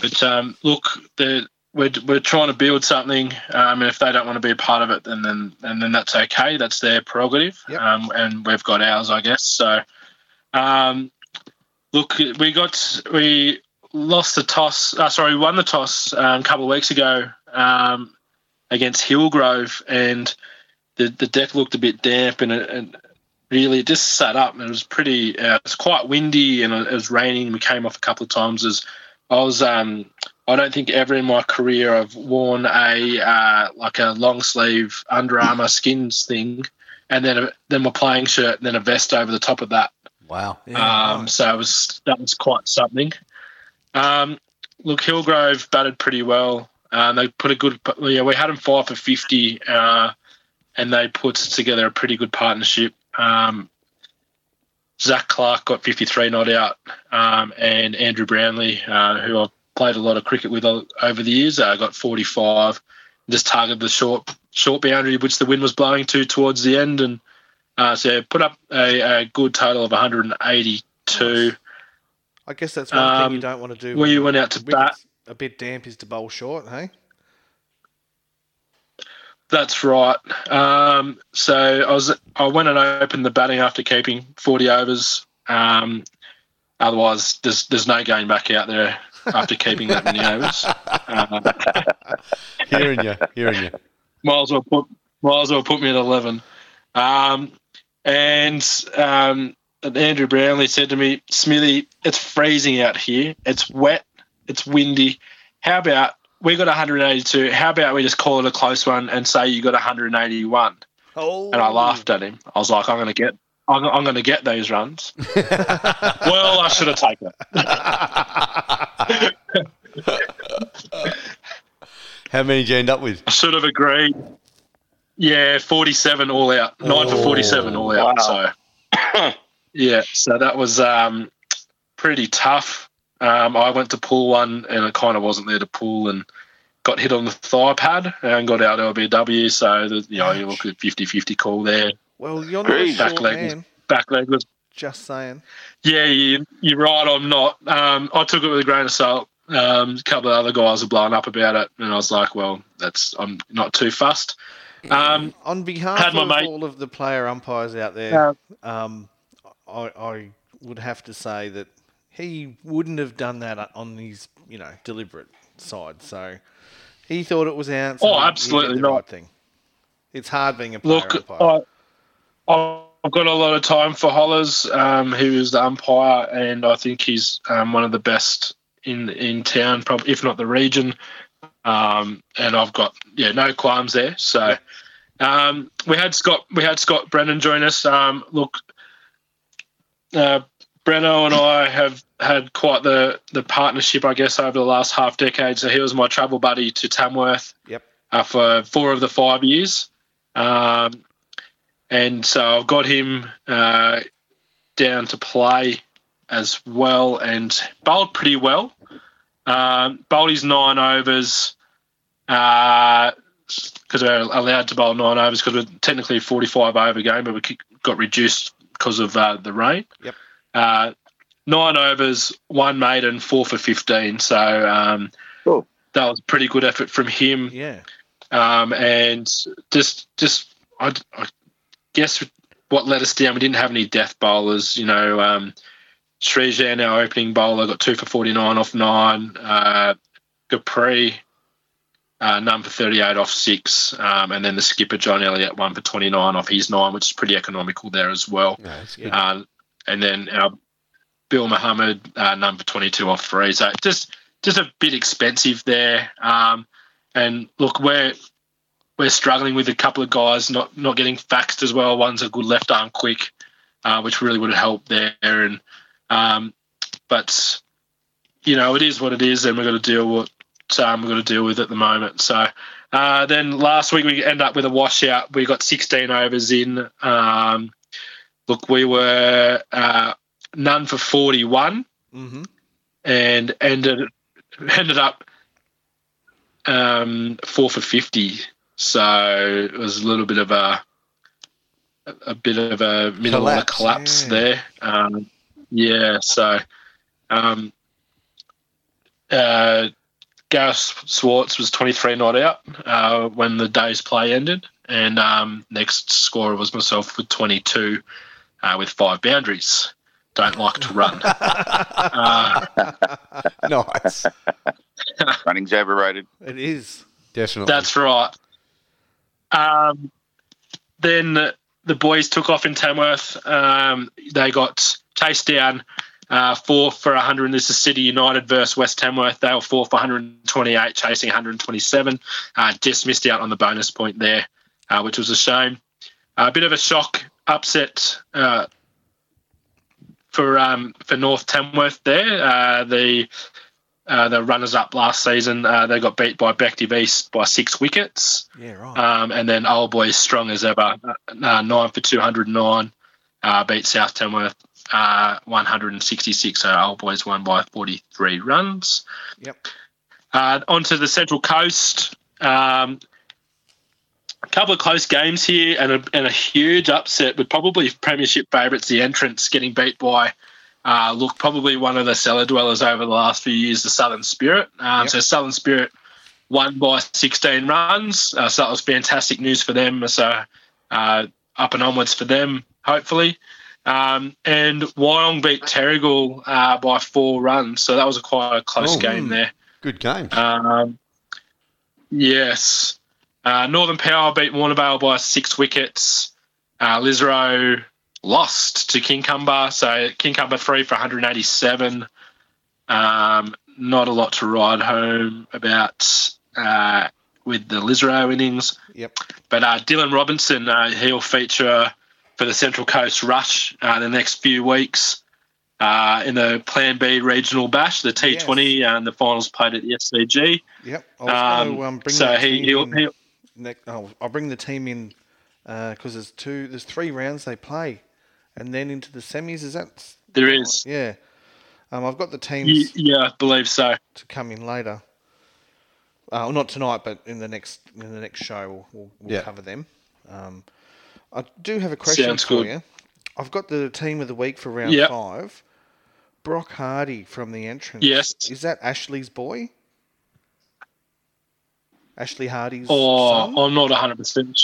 Speaker 5: but um, look, the we're, we're trying to build something, um, and if they don't want to be a part of it, then then and then that's okay. That's their prerogative,
Speaker 1: Yep.
Speaker 5: um, and we've got ours, I guess. So, um, look, we got we lost the toss. Uh, sorry, we won the toss um, a couple of weeks ago um, against Hillgrove, and the the deck looked a bit damp, and, it- and really it just sat up and it was pretty uh, it was quite windy and it was raining and we came off a couple of times as i was um i don't think ever in my career i've worn a uh, like a long sleeve under armor skins thing and then a, then my playing shirt and then a vest over the top of that
Speaker 2: Wow.
Speaker 1: Yeah,
Speaker 5: um,
Speaker 1: right.
Speaker 5: so it was that was quite something. Um, look, Hillgrove batted pretty well. Um, they put a good. Yeah, we had them five for fifty, uh, and they put together a pretty good partnership. Um, Zach Clark got fifty three not out, um, and Andrew Brownlee, uh, who I've played a lot of cricket with o- over the years, uh, got forty five. Just targeted the short short boundary, which the wind was blowing to towards the end, and uh, so put up a, a good total of 182.
Speaker 1: I guess that's one thing you
Speaker 5: um,
Speaker 1: don't want to do.
Speaker 5: We went out to
Speaker 1: when
Speaker 5: bat.
Speaker 1: it's a bit damp is to bowl short, hey?
Speaker 5: That's right. Um, so I was I went and opened the batting after keeping forty overs. Um, otherwise, there's there's no going back out there after keeping that many overs. Uh,
Speaker 2: Hearing you, hearing you.
Speaker 5: might as well put might as well put me at eleven. Um, and um, Andrew Brownlee said to me, Smithy, it's freezing out here. It's wet. It's windy. How about we got 182? How about we just call it a close one and say you got 181?
Speaker 1: Oh,
Speaker 5: And I laughed at him. I was like, I'm gonna get. I'm, I'm going to get those runs. well, I should have taken it.
Speaker 2: How many did you end up with?
Speaker 5: I should have agreed. Yeah, 47 all out. Nine for 47 all out. So, yeah, so that was um, pretty tough. Um, I went to pull one and I kind of wasn't there to pull and got hit on the thigh pad and got out LBW. So, the, you know, you look at 50 50 call there.
Speaker 1: Well, you're not a
Speaker 3: Great.
Speaker 1: short
Speaker 5: Back leg.
Speaker 1: man.
Speaker 5: Back leg was
Speaker 1: Just saying.
Speaker 5: Yeah, you, you're right. I'm not. Um, I took it with a grain of salt. Um, a couple of other guys were blowing up about it, and I was like, "Well, that's I'm not too fussed." Um,
Speaker 1: On behalf
Speaker 5: Had my
Speaker 1: of
Speaker 5: mate-
Speaker 1: all of the player umpires out there, um, I, I would have to say that he wouldn't have done that on his, you know, deliberate side. So he thought it was out. so
Speaker 5: Oh,
Speaker 1: he- he did
Speaker 5: absolutely
Speaker 1: the right
Speaker 5: not.
Speaker 1: thing. It's hard being a player
Speaker 5: look,
Speaker 1: umpire.
Speaker 5: I, I've got a lot of time for Hollers. Um, he was the umpire, and I think he's um, one of the best in in town, probably if not the region. Um, and I've got yeah, no qualms there. So um, we had Scott, we had Scott Brennan join us. Um, look, uh, Breno and I have had quite the the partnership, I guess, over the last half decade. So he was my travel buddy to Tamworth.
Speaker 1: Yep.
Speaker 5: Uh, for four of the five years, um, and so I've got him uh, down to play as well and bowled pretty well. Um, bowled his nine overs because we're allowed to bowl nine overs because we're technically a 45 over game, but we ki- got reduced because of uh, the rain.
Speaker 1: Yep.
Speaker 5: Uh, nine overs, one maiden, four for 15. So um,
Speaker 3: Cool.
Speaker 5: that was a pretty good effort from him
Speaker 1: yeah.
Speaker 5: um, and just just I, I guess what let us down we didn't have any death bowlers you know um, Srijan our opening bowler got two for 49 off nine uh, Capri uh, none for 38 off six um, and then the skipper John Elliott one for 29 off his nine which is pretty economical there as well
Speaker 2: No, it's good.
Speaker 1: Yeah.
Speaker 5: uh, and then our Bill Muhammad, uh, number 22 off three. So just just a bit expensive there. Um, and look, we're we're struggling with a couple of guys not not getting faxed as well. One's a good left arm quick, uh, which really would have helped there. And um, but you know, it is what it is, and we've got to deal with um, we've got to deal with at the moment. So uh, then last week we end up with a washout. We got 16 overs in. Um, look, we were uh, none for 41
Speaker 1: Mm-hmm.
Speaker 5: and ended ended up um, four for 50. So it was a little bit of a a bit of a middle of
Speaker 2: Collapse,
Speaker 5: a collapse
Speaker 1: yeah.
Speaker 5: there. Um, yeah, so um, uh, Gareth Swartz was 23 not out uh, when the day's play ended, and um, next scorer was myself with 22 uh, with five boundaries. Don't like to run. uh,
Speaker 2: nice.
Speaker 3: Running's overrated.
Speaker 1: It is.
Speaker 2: Definitely.
Speaker 5: That's right. Um, then the boys took off in Tamworth. Um, they got chased down uh, four for 100. This is City United versus West Tamworth. They were four for 128, chasing 127. Uh, just missed out on the bonus point there, uh, which was a shame. A bit of a shock upset uh, for um, for North Tamworth there. Uh, the uh, the runners up last season. Uh, they got beat by Bective East by six wickets.
Speaker 1: Yeah, right.
Speaker 5: Um, and then Old Boys, strong as ever, uh, nine for 209, uh, beat South Tamworth uh, 166. So Old Boys won by 43 runs.
Speaker 1: Yep.
Speaker 5: Uh, onto the Central Coast. Um, a couple of close games here and a, and a huge upset with probably Premiership favourites, the entrants, getting beat by. Uh, look, probably one of the cellar dwellers over the last few years, the Southern Spirit. Um,
Speaker 1: Yep.
Speaker 5: So Southern Spirit won by 16 runs. Uh, so that was fantastic news for them. So uh, up and onwards for them, hopefully. Um, and Wyong beat Terrigal uh, by four runs. So that was a quite a close
Speaker 2: Oh,
Speaker 5: game
Speaker 2: hmm.
Speaker 5: there.
Speaker 2: Good game.
Speaker 5: Um, yes. Uh, Northern Power beat Warnervale by six wickets. Uh, Lizzo lost to Kingcumber, so Kingcumber three for 187. Um, not a lot to ride home about uh, with the Lizzo innings.
Speaker 1: Yep.
Speaker 5: But uh, Dylan Robinson, uh, he'll feature for the Central Coast Rush uh, the next few weeks uh, in the Plan B regional bash, the T20, and the finals played at the SCG.
Speaker 1: Yep. I was
Speaker 5: Um,
Speaker 1: gonna, um, bring
Speaker 5: so
Speaker 1: that
Speaker 5: he,
Speaker 1: team
Speaker 5: he'll,
Speaker 1: in
Speaker 5: he'll-
Speaker 1: next- oh, I'll bring the team in because there's two, there's three rounds they play, and then into the semis. Is that
Speaker 5: there is,
Speaker 1: yeah? Um, I've got the teams
Speaker 5: y- yeah, I believe so.
Speaker 1: to come in later. Uh, well, not tonight, but in the next in the next show we'll, we'll, we'll
Speaker 2: Yeah.
Speaker 1: cover them. Um, I do have a question
Speaker 5: Sounds
Speaker 1: for
Speaker 5: good.
Speaker 1: you. I've got the team of the week for round
Speaker 5: Yep.
Speaker 1: five. Brock Hardy from the entrance.
Speaker 5: Yes.
Speaker 1: Is that Ashley's boy? Ashley Hardy's
Speaker 5: Or
Speaker 1: son.
Speaker 5: I'm not 100 percent.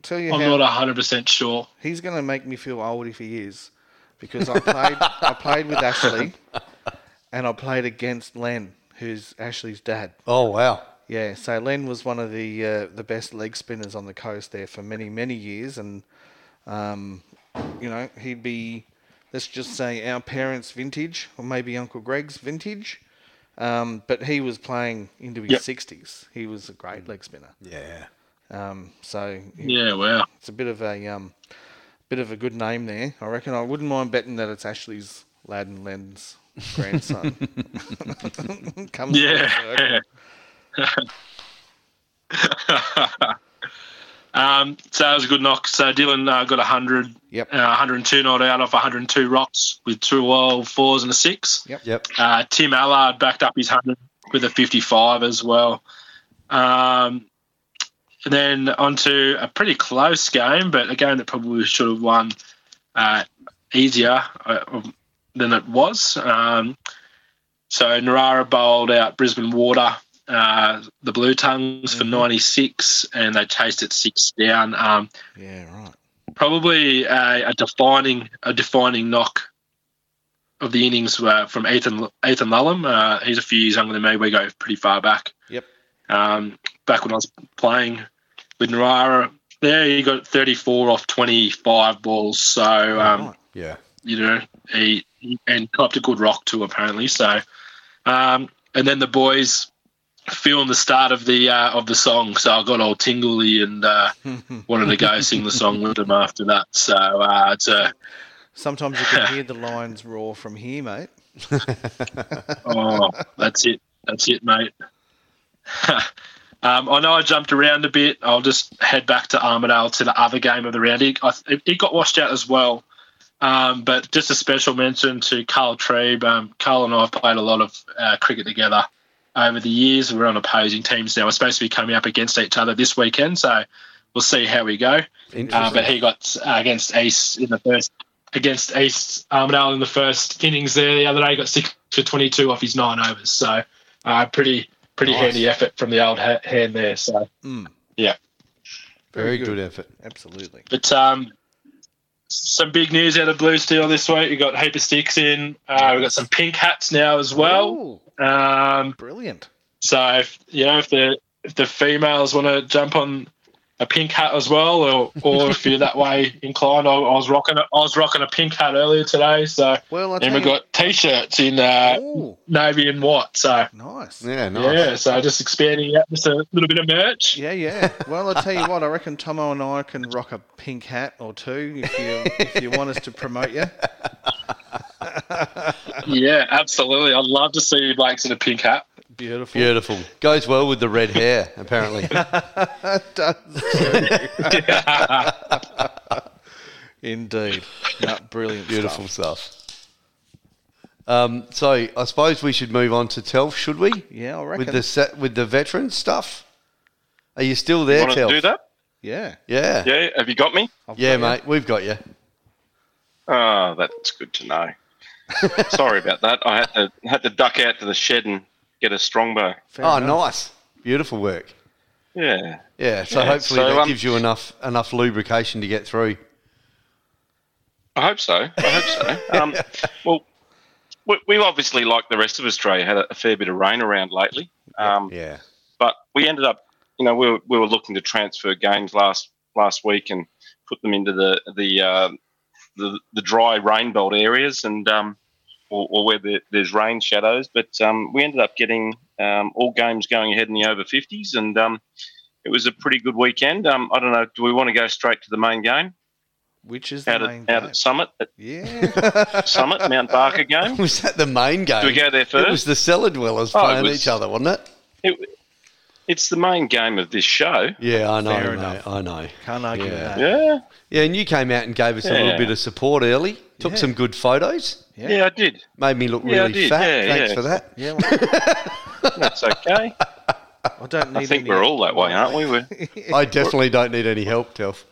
Speaker 1: Tell you
Speaker 5: Oh, I'm
Speaker 1: how
Speaker 5: not 100 percent sure.
Speaker 1: He's going to make me feel old if he is, because I played I played with Ashley, and I played against Len, who's Ashley's dad.
Speaker 2: Oh wow.
Speaker 1: Yeah, so Len was one of the uh, the best leg spinners on the coast there for many many years, and um, you know he'd be let's just say our parents' vintage or maybe Uncle Greg's vintage, um, but he was playing into his
Speaker 5: Yep.
Speaker 1: sixties. He was a great leg spinner.
Speaker 2: Yeah.
Speaker 1: Um, so
Speaker 5: Yeah, wow.
Speaker 1: it's a bit of a um, bit of a good name there. I reckon I wouldn't mind betting that it's Ashley's lad and Len's grandson. Comes full circle.
Speaker 5: Yeah. um, so that was a good knock. So Dylan uh, got 100,
Speaker 1: Yep.
Speaker 5: uh, 102 not out off 102 rocks with two wild fours and a six.
Speaker 2: Yep.
Speaker 5: Uh, Tim Allard backed up his 100 with a 55 as well. Um, and then onto a pretty close game, but a game that probably should have won uh, easier uh, than it was. Um, so Narara bowled out Brisbane Water, uh, the Blue Tongues for 96, and they chased it six down. Um,
Speaker 1: Yeah, right.
Speaker 5: probably a, a defining a defining knock of the innings were from Ethan Ethan Lullum. Uh, he's a few years younger than me. We go pretty far back.
Speaker 1: Yep.
Speaker 5: Um, back when I was playing with Narara, there he got 34 off 25 balls. So um,
Speaker 1: Right.
Speaker 2: Yeah.
Speaker 5: you know, he, he- and copped a good rock too, apparently. So, um, and then the boys film the start of the uh, of the song, so I got all tingly and uh, wanted to go sing the song with them after that. So uh, it's a
Speaker 1: Sometimes you can hear the lions roar from here, mate.
Speaker 5: oh, that's it, that's it, mate. um, I know I jumped around a bit. I'll just head back to Armadale to the other game of the round. It, I, it got washed out as well. Um, but just a special mention to Carl Trebe. Um, Carl and I have played a lot of uh, cricket together over the years. We're on opposing teams now. We're supposed to be coming up against each other this weekend, so we'll see how we go. Uh, but
Speaker 2: Interesting.
Speaker 5: he got uh, against Ace in the first against Ace Armadale in the first innings there the other day. He got six for twenty-two off his nine overs, so uh, pretty pretty
Speaker 2: Nice.
Speaker 5: handy effort from the old ha- hand there. So.
Speaker 1: Mm.
Speaker 2: Very
Speaker 1: good.
Speaker 2: good effort.
Speaker 1: Absolutely.
Speaker 5: But um, some big news out of Blue Steel this week. We got a heap of sticks in. Uh, we got some pink hats now as well.
Speaker 1: Ooh,
Speaker 5: Um,
Speaker 1: brilliant.
Speaker 5: so if, you know if the if the females want to jump on a pink hat as well, or or if you're that way inclined, I, I was rocking a, I was rocking a pink hat earlier today. So
Speaker 1: Well, I
Speaker 5: and
Speaker 1: tell
Speaker 5: we
Speaker 1: you-
Speaker 5: got t-shirts in uh,
Speaker 1: Ooh,
Speaker 5: navy and white. So.
Speaker 1: nice.
Speaker 2: Yeah. Nice.
Speaker 5: Yeah, so just expanding out just a little bit of merch.
Speaker 1: Yeah, yeah. Well, I tell you what, I reckon Tomo and I can rock a pink hat or two if you if you want us to promote you.
Speaker 5: Yeah, absolutely. I'd love to see Blake's in a pink hat.
Speaker 1: Beautiful.
Speaker 2: Beautiful. Goes well with the red hair, apparently.
Speaker 1: That does. Indeed. No, brilliant.
Speaker 2: Beautiful
Speaker 1: Stuff.
Speaker 2: stuff. Um, so I suppose we should move on to Telf, should we?
Speaker 1: Yeah, I reckon.
Speaker 2: With the se- with the veteran stuff. Are you still there,
Speaker 4: Want to
Speaker 2: Telf?
Speaker 4: do that?
Speaker 1: Yeah.
Speaker 2: Yeah. Yeah,
Speaker 4: Yeah, have you got me?
Speaker 1: I've got you.
Speaker 2: mate. We've got you.
Speaker 4: Oh, that's good to know. Sorry about that. I had to had to duck out to the shed and get a strongbow.
Speaker 1: Fair
Speaker 2: oh,
Speaker 1: enough.
Speaker 2: nice. Beautiful work.
Speaker 4: Yeah.
Speaker 2: Yeah. So
Speaker 4: Yeah,
Speaker 2: hopefully
Speaker 4: so,
Speaker 2: that
Speaker 4: um,
Speaker 2: gives you enough enough lubrication to get through.
Speaker 4: I hope so. I hope so. Um, well, we, we obviously, like the rest of Australia, had a, a fair bit of rain around lately. Um,
Speaker 2: Yeah.
Speaker 4: But we ended up, you know, we were, we were looking to transfer games last last week and put them into the the uh, the, the dry rain belt areas and um, or, or where the, there's rain shadows. But um, we ended up getting um, all games going ahead in the over 50s, and um, it was a pretty good weekend. Um, I don't know. Do we want to go straight to the main game
Speaker 1: Which is the
Speaker 4: out
Speaker 1: main
Speaker 4: at out
Speaker 1: game.
Speaker 4: at Summit at
Speaker 1: Yeah.
Speaker 4: Summit Mount Barker game?
Speaker 2: Was that the main game?
Speaker 4: Do we go there
Speaker 2: It was
Speaker 4: first?
Speaker 2: the cellar dwellers
Speaker 4: Oh, it
Speaker 2: playing
Speaker 4: was-
Speaker 2: each other, wasn't it?
Speaker 4: It- it's the main game of this show.
Speaker 2: Yeah, I know.
Speaker 1: Fair
Speaker 2: mate,
Speaker 1: enough.
Speaker 2: I know.
Speaker 1: Can't argue with
Speaker 2: Yeah.
Speaker 1: that.
Speaker 4: Yeah,
Speaker 2: Yeah, and you came out and gave us a
Speaker 4: Yeah.
Speaker 2: little bit of support early. Took
Speaker 1: Yeah.
Speaker 2: some good photos.
Speaker 1: Yeah.
Speaker 4: yeah, I did.
Speaker 2: Made me look
Speaker 4: Yeah, I
Speaker 2: really
Speaker 4: did.
Speaker 2: fat.
Speaker 4: Yeah,
Speaker 2: Thanks
Speaker 4: yeah.
Speaker 2: for that.
Speaker 1: Yeah, well,
Speaker 4: That's okay.
Speaker 1: I don't need
Speaker 4: I think
Speaker 1: any-
Speaker 4: we're all that way, aren't we? We're,
Speaker 2: I definitely don't need any help, Telf.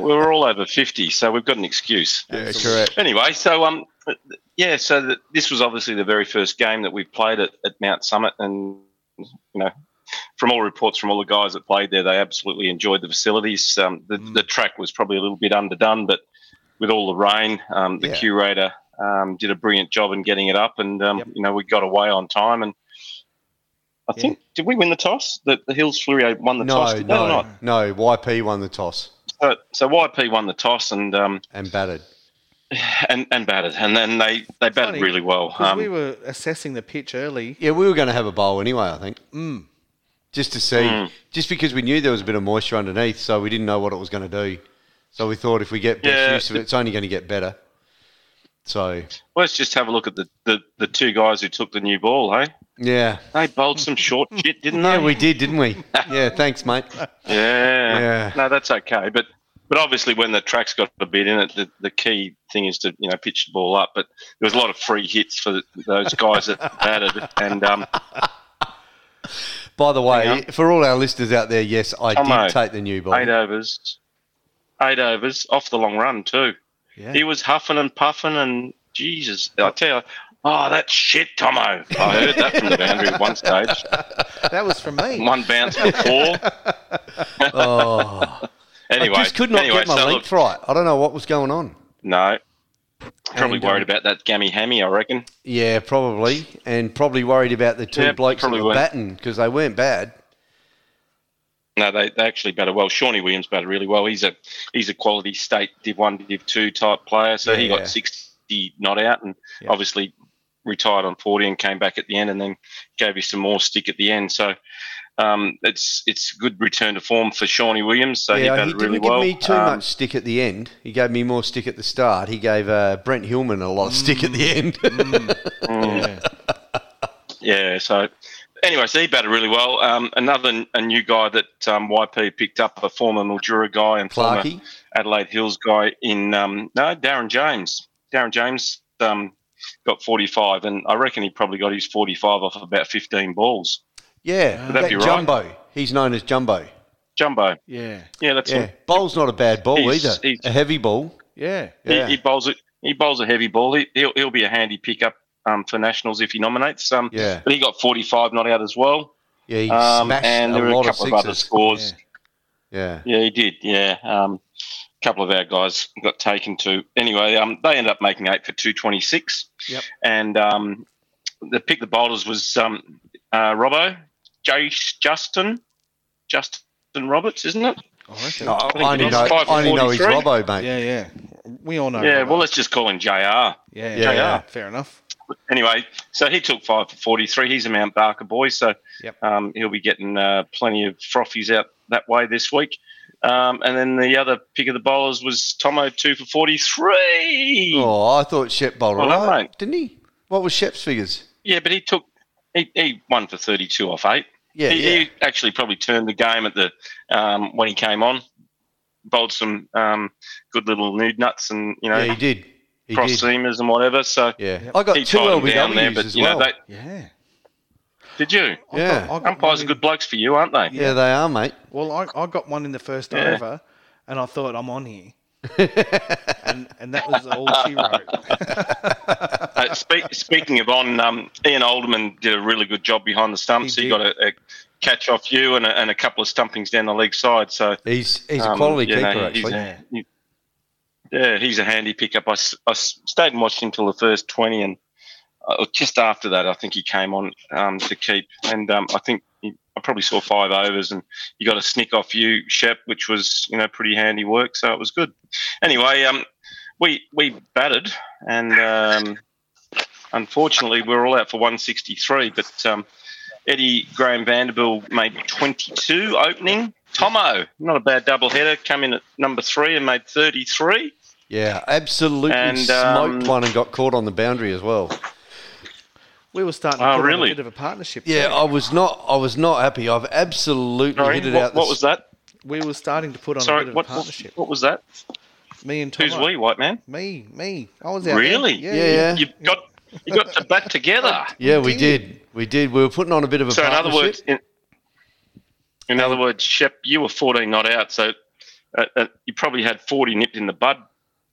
Speaker 4: we're all over 50, so we've got an excuse.
Speaker 2: Yeah, correct.
Speaker 4: Anyway, so um, yeah, so th this was obviously the very first game that we played at, at Mount Summit, and you know, from all reports from all the guys that played there, they absolutely enjoyed the facilities. Um, the,
Speaker 1: Mm.
Speaker 4: the track was probably a little bit underdone, but with all the rain, um, the
Speaker 2: Yeah.
Speaker 4: curator um, did a brilliant job in getting it up, and um,
Speaker 1: Yep.
Speaker 4: you know, we got away on time. And I
Speaker 1: Yeah.
Speaker 4: think did we win the toss? The, the Hills Fleury won the
Speaker 2: No,
Speaker 4: toss, did they
Speaker 2: no,
Speaker 4: or not?
Speaker 2: no. YP won the toss
Speaker 4: So, so YP won the toss, and um,
Speaker 2: and batted.
Speaker 4: and, and batted, and then they, they batted
Speaker 1: Funny,
Speaker 4: really well.
Speaker 1: 'Cause
Speaker 4: Um,
Speaker 1: we were assessing the pitch early.
Speaker 2: Yeah, we were going to have a bowl anyway. I think
Speaker 1: Mm.
Speaker 2: just to see,
Speaker 4: Mm.
Speaker 2: just because we knew there was a bit of moisture underneath, so we didn't know what it was going to do. So we thought if we get best
Speaker 4: Yeah.
Speaker 2: use of it, it's only going to get better. So
Speaker 4: Let's just have a look at the, the, the two guys who took the new ball, hey?
Speaker 2: yeah,
Speaker 4: They bowled some short shit, didn't they?
Speaker 2: yeah, we did, didn't we? Yeah, thanks, mate.
Speaker 4: yeah.
Speaker 2: Yeah.
Speaker 4: No, that's okay. But but obviously when the track's got a bit in it, the, the key thing is to, you know, pitch the ball up. But there was a lot of free hits for those guys that batted. And um,
Speaker 2: By the way,
Speaker 4: Hang
Speaker 2: for all our listeners out there, yes, I
Speaker 4: Tomo.
Speaker 2: did take the new ball.
Speaker 4: eight overs. Eight overs off the long run too.
Speaker 1: Yeah.
Speaker 4: He was huffing and puffing and Jesus, I tell you, oh that's shit, Tomo. I heard that from the boundary at one stage.
Speaker 1: That was from me.
Speaker 4: One bounce before.
Speaker 2: Oh,
Speaker 4: Anyway,
Speaker 2: I just could not
Speaker 4: anyway,
Speaker 2: get my
Speaker 4: so look,
Speaker 2: length right. I don't know what was going on.
Speaker 4: No. Probably
Speaker 2: And, um,
Speaker 4: worried about that gammy hammy, I reckon.
Speaker 2: Yeah, probably, and probably worried about the two
Speaker 4: Yeah,
Speaker 2: blokes that
Speaker 4: probably
Speaker 2: were
Speaker 4: weren't.
Speaker 2: batting because they weren't bad.
Speaker 4: No, they, they actually batted well. Shawnee Williams batted really well. He's a he's a quality state Div One, Div Two type player. So he
Speaker 2: Yeah.
Speaker 4: got sixty not out, and
Speaker 1: Yeah.
Speaker 4: obviously retired on forty and came back at the end, and then gave you some more stick at the end. So um, it's it's a good return to form for Shawnee Williams. So he
Speaker 2: yeah,
Speaker 4: batted
Speaker 2: he didn't
Speaker 4: really
Speaker 2: give
Speaker 4: well.
Speaker 2: me too
Speaker 4: Um,
Speaker 2: much stick at the end. He gave me more stick at the start. He gave uh, Brent Hillman a lot of stick at the end.
Speaker 4: mm.
Speaker 1: Yeah.
Speaker 4: Yeah. So anyway, so he batted really well. Um, another a new guy that um, YP picked up, a former Mildura guy and former
Speaker 2: Clarkey.
Speaker 4: Adelaide Hills guy in um, no Darren James. Darren James um, got 45, and I reckon he probably got his 45 off about 15 balls.
Speaker 2: Yeah,
Speaker 1: Would
Speaker 4: that
Speaker 2: that
Speaker 4: be right?
Speaker 2: Jumbo. He's known as Jumbo.
Speaker 4: Jumbo,
Speaker 1: Yeah.
Speaker 4: yeah, that's
Speaker 2: Yeah,
Speaker 4: him.
Speaker 2: bowl's not a bad ball
Speaker 4: He's-
Speaker 2: either.
Speaker 4: he's-
Speaker 2: a heavy ball.
Speaker 1: Yeah.
Speaker 2: Yeah.
Speaker 4: He, he bowls it. He bowls a heavy ball. He, he'll, he'll be a handy pickup um, for nationals if he nominates. Um,
Speaker 2: Yeah.
Speaker 4: but he got 45 not out as well.
Speaker 2: yeah, he
Speaker 4: Um,
Speaker 2: smashed
Speaker 4: and
Speaker 2: a
Speaker 4: there were a
Speaker 2: lot of
Speaker 4: couple of, other
Speaker 2: sixes.
Speaker 4: scores.
Speaker 2: yeah,
Speaker 4: Yeah, he did. Yeah, um, a couple of our guys got taken to. Anyway, um, they ended up making eight for two twenty six.
Speaker 1: Yep.
Speaker 4: And um, the pick the bowlers was um, uh, Robbo, Jace Justin, Justin Roberts, isn't it?
Speaker 1: I reckon.
Speaker 2: I,
Speaker 4: think
Speaker 2: only
Speaker 4: he
Speaker 2: know,
Speaker 4: lost five for
Speaker 2: I only know he's
Speaker 4: 43.
Speaker 2: Robbo, mate.
Speaker 1: Yeah, yeah. We all know.
Speaker 4: yeah.
Speaker 1: Robbo.
Speaker 4: Well, let's just call him Jr.
Speaker 1: yeah,
Speaker 2: Yeah,
Speaker 1: yeah,
Speaker 2: yeah.
Speaker 1: Fair enough.
Speaker 4: Anyway, so he took five for forty three. He's a Mount Barker boy, so
Speaker 1: Yep.
Speaker 4: um, he'll be getting uh, plenty of frothies out that way this week. Um, and then the other pick of the bowlers was Tomo, two for forty three.
Speaker 2: Oh, I thought Shep bowled
Speaker 4: Well
Speaker 2: all
Speaker 4: done,
Speaker 2: right,
Speaker 4: mate.
Speaker 2: didn't he? What was Shep's figures?
Speaker 4: Yeah, but he took he, he won for thirty two off eight.
Speaker 2: Yeah,
Speaker 4: he,
Speaker 2: yeah.
Speaker 4: he actually probably turned the game at the um, when he came on, bowled some um, good little nude nuts and you know
Speaker 2: yeah, he did. He
Speaker 4: cross
Speaker 2: did.
Speaker 4: seamers and whatever. So
Speaker 2: Yeah,
Speaker 1: Yep.
Speaker 2: I got
Speaker 4: he
Speaker 2: two
Speaker 4: tied him
Speaker 2: LBWs
Speaker 4: down there, but
Speaker 2: as
Speaker 4: you
Speaker 2: well.
Speaker 4: know they,
Speaker 1: Yeah.
Speaker 4: did you?
Speaker 1: I
Speaker 2: Yeah.
Speaker 1: got- I got
Speaker 4: Umpires
Speaker 1: one
Speaker 4: are
Speaker 1: in-
Speaker 4: good blokes for you, aren't they?
Speaker 2: yeah. they are, mate.
Speaker 1: Well, I, I got one in the first
Speaker 4: Yeah.
Speaker 1: over, and I thought I'm on here, and and that was all she wrote.
Speaker 4: Uh, But spe- speaking of on, um, Ian Alderman did a really good job behind the stumps.
Speaker 1: He
Speaker 4: He,
Speaker 1: did.
Speaker 4: got a, a catch off you and a, and a couple of stumpings down the leg side. So
Speaker 2: He's he's a
Speaker 4: Um,
Speaker 2: quality
Speaker 4: yeah,
Speaker 2: keeper
Speaker 4: no, he's
Speaker 2: actually.
Speaker 4: a- yeah, he's a handy pickup. I, s- I s- stayed and watched him till the first twenty, and uh, just after that, I think he came on um, to keep. And um, I think he, I probably saw five overs, and he got a snick off you, Shep, which was you know pretty handy work. So it was good. Anyway, um, we we batted, and um, unfortunately, we were all out for one sixty three. But um, Eddie Graham Vanderbilt made 22 opening. Tomo, not a bad double header, come in at number three and made 33.
Speaker 2: Yeah, absolutely
Speaker 4: And,
Speaker 2: smoked
Speaker 4: um,
Speaker 2: one and got caught on the boundary as well.
Speaker 1: We were starting to
Speaker 4: Oh,
Speaker 1: put on
Speaker 4: really?
Speaker 1: a bit of a partnership.
Speaker 2: Yeah,
Speaker 1: there.
Speaker 2: I was not I was not happy. I've absolutely
Speaker 4: Sorry,
Speaker 2: hit it out.
Speaker 4: what,
Speaker 2: the
Speaker 4: what was that?
Speaker 1: we were starting to put on a
Speaker 4: Sorry,
Speaker 1: bit of
Speaker 4: what,
Speaker 1: a partnership.
Speaker 4: what was that?
Speaker 1: me and Tom.
Speaker 4: Who's we, white man?
Speaker 1: Me, me. I was out.
Speaker 4: Really?
Speaker 1: There.
Speaker 2: Yeah, yeah.
Speaker 4: You got you got the bat together.
Speaker 2: Yeah, we did. We did. We were putting on a bit of a
Speaker 4: So in other
Speaker 2: partnership.
Speaker 4: words, in, in other words, Shep, you were 14 not out, so uh, uh, you probably had 40 nipped in the bud.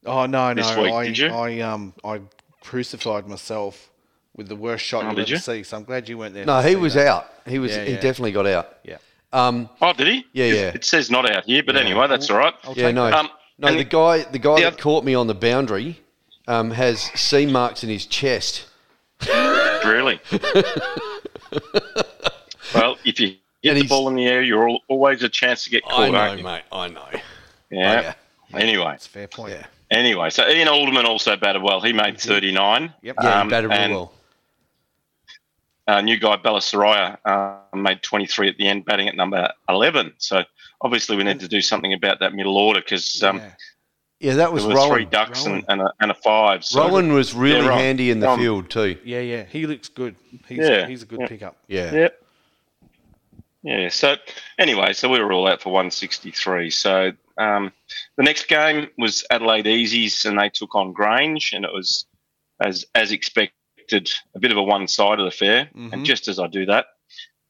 Speaker 1: Oh no, no.
Speaker 4: This week,
Speaker 1: I,
Speaker 4: did you?
Speaker 1: I um I crucified myself with the worst shot
Speaker 4: Oh,
Speaker 1: you'll
Speaker 4: did
Speaker 1: ever
Speaker 4: you?
Speaker 1: see. So I'm glad you weren't there.
Speaker 2: no,
Speaker 1: to
Speaker 2: he
Speaker 1: see
Speaker 2: was
Speaker 1: that.
Speaker 2: out. He was.
Speaker 1: Yeah,
Speaker 2: He
Speaker 1: yeah.
Speaker 2: definitely got out.
Speaker 1: Yeah.
Speaker 2: Um.
Speaker 4: Oh, did he?
Speaker 2: Yeah,
Speaker 4: It-
Speaker 2: yeah.
Speaker 4: It says not out here, but anyway, that's all right.
Speaker 1: I'll
Speaker 2: Yeah.
Speaker 1: take
Speaker 2: No.
Speaker 1: that.
Speaker 4: Um,
Speaker 2: no.
Speaker 4: and-
Speaker 2: The guy. The guy
Speaker 4: The
Speaker 2: that
Speaker 4: oth-
Speaker 2: caught me on the boundary, um, has C marks in his chest.
Speaker 4: Really? well, if you
Speaker 2: And
Speaker 4: hit the
Speaker 2: he's-
Speaker 4: ball in the air, you're al always a chance to get caught, aren't you?
Speaker 2: mate. I Oh, know.
Speaker 4: Yeah. Anyway,
Speaker 1: That's a fair point.
Speaker 2: Yeah.
Speaker 4: anyway, so Ian Alderman also batted well. He made 39.
Speaker 1: Yep.
Speaker 2: Yeah.
Speaker 4: Um,
Speaker 2: he batted really
Speaker 4: and-
Speaker 2: well.
Speaker 4: Uh, new guy Belisaraya uh, made 23 at the end, batting at number 11. So obviously we need to do something about that middle order because um,
Speaker 1: Yeah.
Speaker 2: Yeah, that was
Speaker 4: there were three
Speaker 2: Rowan.
Speaker 4: ducks
Speaker 1: Rowan.
Speaker 4: and, and, a, and a five. So
Speaker 2: Rowan was really
Speaker 4: Rowan.
Speaker 2: handy in the
Speaker 4: Rowan.
Speaker 2: field too.
Speaker 1: yeah, yeah. He looks good. He's,
Speaker 4: Yeah.
Speaker 1: he's a good
Speaker 4: Yeah.
Speaker 1: pickup.
Speaker 2: Yeah.
Speaker 4: Yep. Yeah. So anyway, so we were all out for 163. So um, the next game was Adelaide Easies, and they took on Grange, and it was as as expected a bit of a one sided affair.
Speaker 1: Mhm.
Speaker 4: And just as I do that,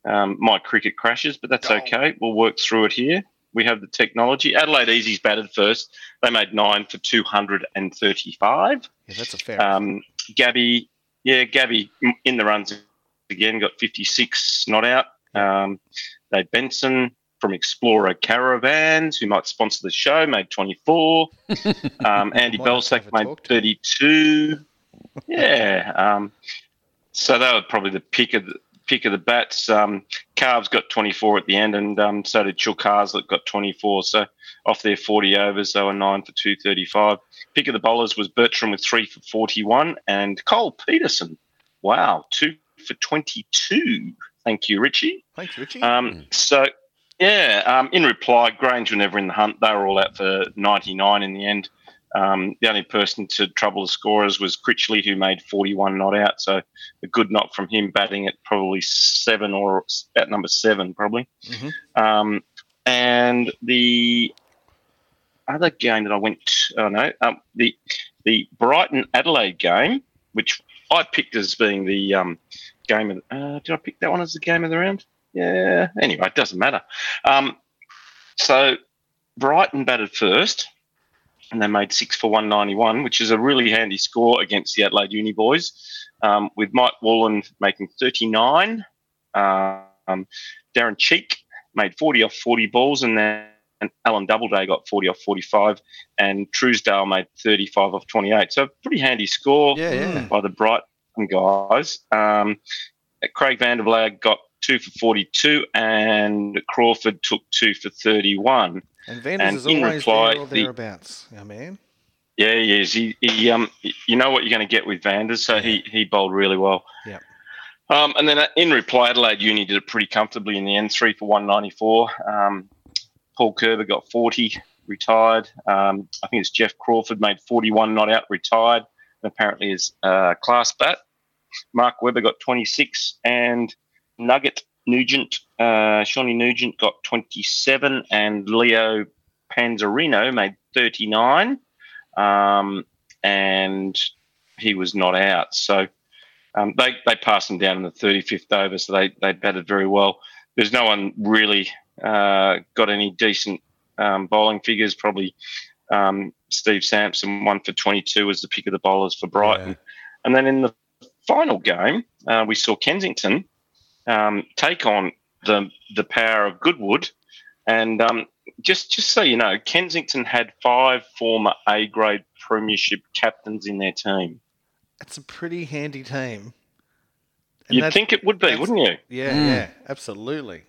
Speaker 4: um, my cricket crashes, but that's
Speaker 1: Oh.
Speaker 4: okay. We'll work through it here. We have the technology. Adelaide Easies batted first. They made nine for 235.
Speaker 1: Yeah, that's a fair.
Speaker 4: Um, Gabby, yeah, Gabby m- in the runs again, got 56 not out. Um, they had Benson from Explorer Caravans, who might sponsor the show, made 24. Um,
Speaker 1: Might
Speaker 4: Andy
Speaker 1: have to have
Speaker 4: Belsack
Speaker 1: a
Speaker 4: made
Speaker 1: talk to him.
Speaker 4: 32. Yeah. Um, so they were probably the pick of the pick of the bats. Um, Carves got 24 at the end, and um, so did Chil Carslet got 24. So off their 40 overs, they were nine for 235. Pick of the bowlers was Bertram with three for 41, and Cole Peterson. Wow, two for 22. Thank you, Richie.
Speaker 1: Thanks, Richie.
Speaker 4: Um, so, yeah, um, in reply, Grange were never in the hunt. They were all out for 99 in the end. Um, the only person to trouble the scorers was Critchley, who made 41 not out. So, a good knock from him, batting at probably seven or s- at number seven, probably.
Speaker 1: Mhm.
Speaker 4: Um, and the other game that I went, oh no, um, the the Brighton Adelaide game, which I picked as being the um, game of. Uh, did I pick that one as the game of the round? Yeah. Anyway, it doesn't matter. Um, so Brighton batted first, and they made six for one ninety one, which is a really handy score against the Adelaide Uni boys, um, with Mike Walland making thirty nine. Um, Darren Cheek made forty off forty balls, and then. And Alan Doubleday got 40 off 45, and Truesdale made 35 off 28. So, pretty handy score
Speaker 2: Yeah, yeah.
Speaker 4: by the Brighton guys. Um, Craig Vanderblad got two for 42, and Crawford took two for 31.
Speaker 1: and Vanders
Speaker 4: and
Speaker 1: is
Speaker 4: in
Speaker 1: always
Speaker 4: reply,
Speaker 1: there or
Speaker 4: the-
Speaker 1: thereabouts. Yeah, man.
Speaker 4: Yeah, he is. He, he um, you know what you're going to get with Vanders, so he he bowled really well.
Speaker 1: Yep.
Speaker 4: Um, and then in reply, Adelaide Uni did it pretty comfortably in the end, three for 194. Um, Paul Kerber got 40, retired. Um, I think it's Jeff Crawford made 41 not out, retired, and apparently is uh, class bat. Mark Webber got 26, and Nugget Nugent, uh, Shawnee Nugent got 27, and Leo Panzerino made 39 um, and he was not out. So um, they they passed him down in the 35th over, so they they batted very well. There's no one really uh, got any decent um, bowling figures. Probably um, Steve Sampson, one for 22, was the pick of the bowlers for Brighton. And then in the final game, uh, we saw Kensington um, take on the the power of Goodwood, and um, just just so you know, Kensington had five former A grade premiership captains in their team.
Speaker 1: It's a pretty handy team. And
Speaker 4: You'd
Speaker 1: that's-
Speaker 4: think it would be,
Speaker 1: that's-
Speaker 4: wouldn't you?
Speaker 1: Yeah,
Speaker 2: Mm.
Speaker 1: yeah, absolutely.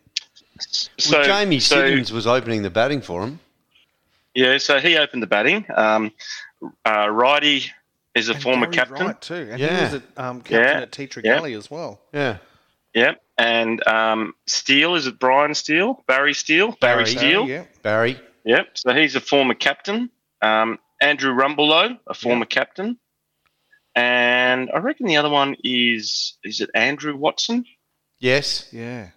Speaker 4: So
Speaker 2: well, Jamie
Speaker 4: so-
Speaker 2: Siddons was opening the batting for him.
Speaker 4: Yeah, so he opened the batting. Um, uh, Righty is a
Speaker 1: And
Speaker 4: former
Speaker 1: Gary
Speaker 4: captain.
Speaker 1: Wright too, and he
Speaker 2: Yeah.
Speaker 1: was a um, captain
Speaker 4: Yeah,
Speaker 1: at Teeter
Speaker 4: yeah.
Speaker 1: Gully as well.
Speaker 2: Yeah.
Speaker 4: Yep. And um, Steele, is it Brian Steele? Barry Steele? Barry,
Speaker 2: Barry,
Speaker 4: Steele.
Speaker 1: yeah,
Speaker 2: Barry.
Speaker 4: Yep. So he's a former captain. Um, Andrew Rumbelow, a former captain. And I reckon the other one is, is it Andrew Watson?
Speaker 2: Yes.
Speaker 1: yeah.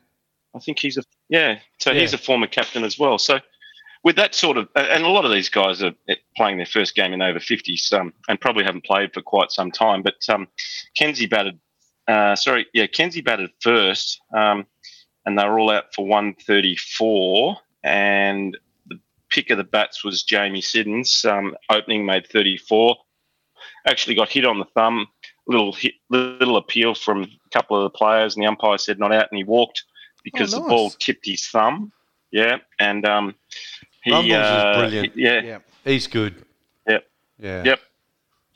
Speaker 4: I think he's a, yeah. So he's
Speaker 2: Yeah.
Speaker 4: a former captain as well. So with that sort of, and a lot of these guys are playing their first game in over 50s um, and probably haven't played for quite some time. But um, Kenzie batted, uh, sorry, yeah, Kenzie batted first, um, and they were all out for 134. And the pick of the bats was Jamie Siddons. Um, opening made 34. Actually got hit on the thumb. Little hit, little appeal from a couple of the players, and the umpire said not out, and he walked because
Speaker 1: nice.
Speaker 4: the ball tipped his thumb. Yeah, and um, he
Speaker 2: Rumbles is
Speaker 4: uh,
Speaker 2: brilliant.
Speaker 4: Yeah,
Speaker 1: yeah.
Speaker 2: He's good.
Speaker 4: Yep.
Speaker 2: Yeah.
Speaker 4: Yep.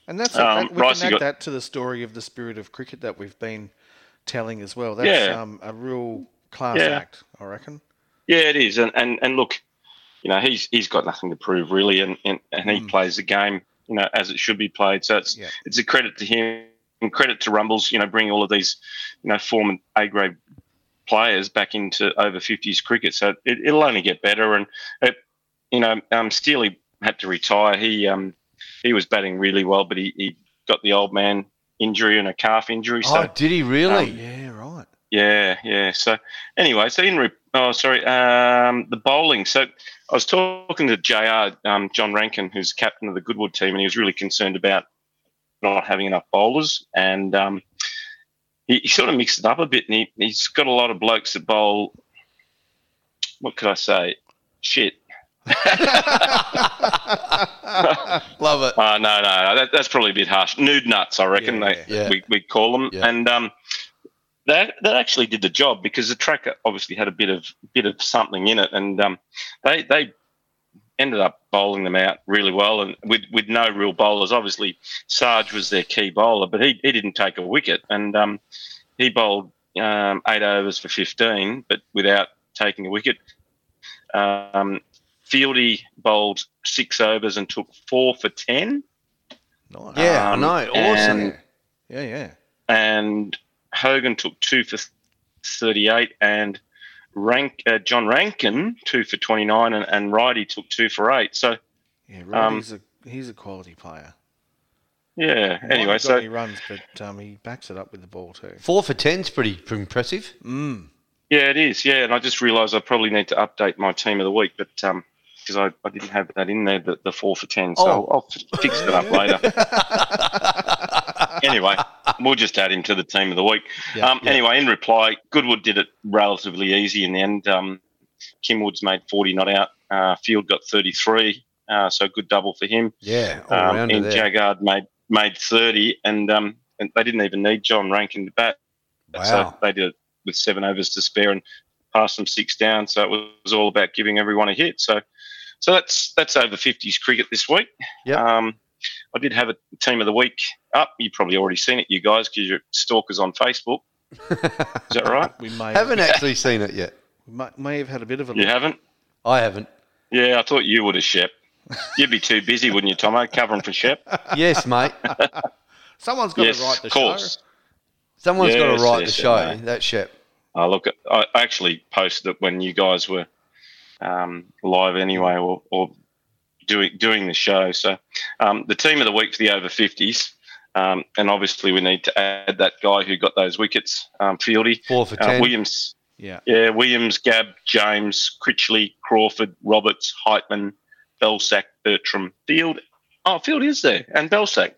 Speaker 1: And that's
Speaker 4: Um,
Speaker 1: that, we
Speaker 4: Ricey
Speaker 1: can add
Speaker 4: got-
Speaker 1: that to the story of the spirit of cricket that we've been telling as well. That's
Speaker 4: Yeah.
Speaker 1: um, a real class
Speaker 4: Yeah.
Speaker 1: act, I reckon.
Speaker 4: Yeah, it is, and and, and look, you know, he's he's got nothing to prove really, and and, and he
Speaker 2: Hmm.
Speaker 1: Mm.
Speaker 4: plays the game, you know, as it should be played. So it's
Speaker 1: Yeah.
Speaker 4: it's a credit to him and credit to Rumbles, you know, bringing all of these, you know, former A grade players back into over fifties cricket. So it, it'll only get better, and it, you know, um, Steely had to retire. He um he was batting really well, but he, he got the old man injury and a calf injury. So
Speaker 2: oh, did he really?
Speaker 1: Yeah, right.
Speaker 4: yeah, yeah. So anyway, so in re- oh sorry, um, the bowling. So I was talking to Jr. Um, John Rankin, who's captain of the Goodwood team, and he was really concerned about not having enough bowlers, and um, he, he sort of mixed it up a bit, and he, he's got a lot of blokes that bowl. What could I say? Shit. Um,
Speaker 2: Love it.
Speaker 4: Uh, no, no, no, that, that's probably a bit harsh. Nude nuts, I reckon
Speaker 1: Yeah,
Speaker 4: they
Speaker 2: yeah.
Speaker 4: We, we call them,
Speaker 2: Yeah.
Speaker 4: and um, that that actually did the job because the tracker obviously had a bit of bit of something in it, and um, they they ended up bowling them out really well, and with with no real bowlers. Obviously, Sarge was their key bowler, but he he didn't take a wicket, and um, he bowled um, eight overs for fifteen, but without taking a wicket. Um, Fieldy bowled six overs and took four for ten.
Speaker 1: Nice.
Speaker 2: Yeah,
Speaker 4: Um,
Speaker 2: I know. Awesome.
Speaker 4: and-
Speaker 1: Yeah, yeah.
Speaker 4: and Hogan took two for 38, and Rank uh, John Rankin two for 29, and, and Righty took two for eight. So
Speaker 1: Yeah,
Speaker 4: Um,
Speaker 1: Roddy's a he's a quality player.
Speaker 4: yeah,
Speaker 1: He hasn't
Speaker 4: anyway,
Speaker 1: got
Speaker 4: so
Speaker 1: any runs, but um, he backs it up with the ball too.
Speaker 2: Four for ten's pretty impressive.
Speaker 1: Mm.
Speaker 4: yeah, it is. Yeah, and I just realised I probably need to update my team of the week, but um. Because I, I didn't have that in there, the, the four for 10. So
Speaker 2: Oh.
Speaker 4: I'll, I'll f- fix that up later. anyway, we'll just add him to the team of the week.
Speaker 2: Yeah,
Speaker 4: um,
Speaker 2: yeah.
Speaker 4: Anyway, in reply, Goodwood did it relatively easy in the end. Um, Kim Woods made 40 not out. Uh, Field got 33, uh, so good double for him.
Speaker 2: Yeah, all
Speaker 4: Um,
Speaker 2: rounder
Speaker 4: and
Speaker 2: there.
Speaker 4: Jagard made made 30, and, um, and they didn't even need John Rankin to bat.
Speaker 2: wow.
Speaker 4: So they did it with seven overs to spare and passed them six down. So it was, all about giving everyone a hit. So so that's that's over 50s cricket this week.
Speaker 2: Yep.
Speaker 4: Um, I did have a team of the week up. You've probably already seen it, you guys, because you're stalkers on Facebook. Is that right?
Speaker 1: We may
Speaker 2: haven't actually seen it yet.
Speaker 1: we may, may have had a bit of a
Speaker 4: You
Speaker 1: look.
Speaker 4: haven't?
Speaker 2: I haven't.
Speaker 4: Yeah, I thought you would have, Shep. You'd be too busy, wouldn't you, Tomo, covering for Shep?
Speaker 2: Yes, mate.
Speaker 1: Someone's got
Speaker 4: yes,
Speaker 1: to write the
Speaker 4: of course.
Speaker 1: show.
Speaker 2: Someone's got
Speaker 4: Yes,
Speaker 2: to write
Speaker 4: yes,
Speaker 2: the show.
Speaker 4: mate.
Speaker 2: That ship.
Speaker 4: Uh, look, I I actually posted it when you guys were um, live anyway, or, or doing doing the show. So um, the team of the week for the over fifties, um, and obviously we need to add that guy who got those wickets, um, Fieldy,
Speaker 2: Four for
Speaker 4: uh,
Speaker 2: ten.
Speaker 4: Williams.
Speaker 1: Yeah.
Speaker 4: Yeah, Williams, Gabb, James, Critchley, Crawford, Roberts, Heitman, Belsack, Bertram, Field. Oh, Field is there, and Belsack.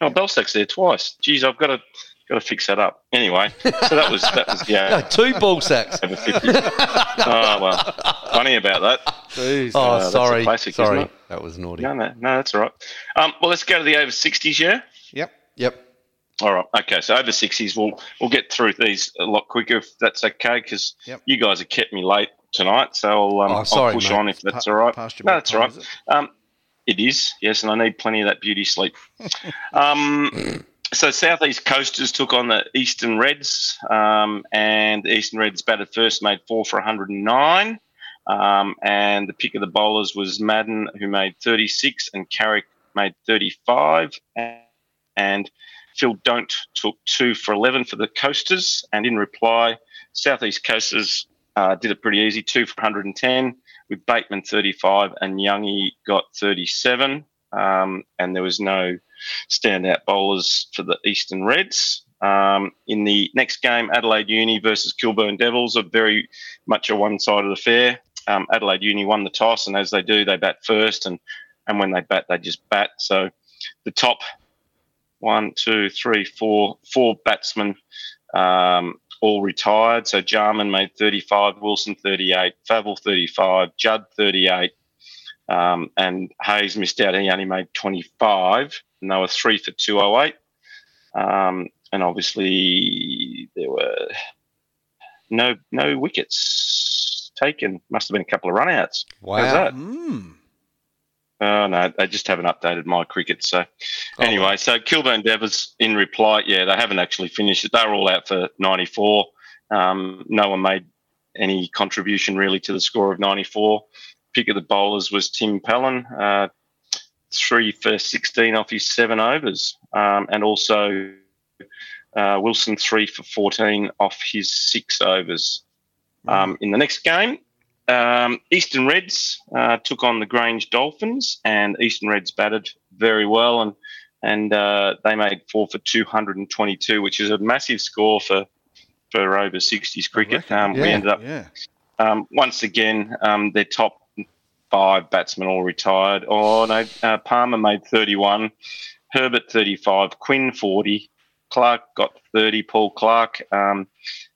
Speaker 4: Oh, Belsack's there twice. Geez, I've got to got to fix that up. Anyway, so that was that was yeah
Speaker 2: no, two ball sacks.
Speaker 4: over 50. oh, well, funny about that.
Speaker 1: Jeez.
Speaker 2: Oh,
Speaker 4: uh, that's a
Speaker 2: sorry.
Speaker 4: classic, isn't
Speaker 2: sorry.
Speaker 4: it?
Speaker 2: That was naughty.
Speaker 4: No, no, no, that's all right. Um, well, let's go to the over 60s, yeah?
Speaker 1: Yep.
Speaker 2: Yep.
Speaker 4: All right. Okay. So over sixties, we'll we'll get through these a lot quicker if that's okay, because
Speaker 1: Yep.
Speaker 4: you guys have kept me late tonight. So I'll, um,
Speaker 2: Oh, sorry,
Speaker 4: I'll push
Speaker 2: mate.
Speaker 4: on if that's
Speaker 1: Pa-
Speaker 4: all right.
Speaker 1: past your
Speaker 4: No, that's all
Speaker 1: bedtime,
Speaker 4: right.
Speaker 1: is it?
Speaker 4: Um, it is, yes, and I need plenty of that beauty sleep. um, so Southeast Coasters took on the Eastern Reds, um, and the Eastern Reds batted first, made four for 109. Um, and the pick of the bowlers was Madden, who made 36, and Carrick made 35. And, and Phil Don't took two for 11 for the Coasters. And in reply, Southeast Coasters uh, did it pretty easy, two for 110 with Bateman 35 and Youngie got 37. Um, and there was no standout bowlers for the Eastern Reds. Um, in the next game, Adelaide Uni versus Kilburn Devils, a very much a one side of the fair. Um, Adelaide Uni won the toss, and as they do, they bat first, and and when they bat, they just bat. So the top one, two, three, four, four batsmen um, all retired. So Jarman made 35, Wilson 38, Favel 35, Judd 38, um, and Hayes missed out. He only made 25, and they were three for 208. Um, and obviously there were no no wickets taken. Must have been a couple of runouts.
Speaker 2: Wow.
Speaker 4: How's that?
Speaker 1: Mm.
Speaker 4: Oh no, they just haven't updated my cricket. So
Speaker 2: Oh.
Speaker 4: anyway, so Kilburn Devers in reply, yeah, they haven't actually finished it. They were all out for 94. Um, no one made any contribution really to the score of 94. Pick of the bowlers was Tim Pellin, uh, three for 16 off his seven overs, um, and also uh, Wilson three for 14 off his six overs.
Speaker 1: Hmm.
Speaker 4: Um, in the next game, um, Eastern Reds uh, took on the Grange Dolphins, and Eastern Reds batted very well, and and uh, they made four for 222, which is a massive score for for over 60s cricket.
Speaker 1: reckon,
Speaker 4: Um, We
Speaker 2: yeah.
Speaker 4: ended up
Speaker 1: Yeah.
Speaker 4: um, once again, um, their top five batsmen all retired. Oh no, uh, Palmer made 31, Herbert 35, Quinn 40, Clark got 30. Paul Clark, um,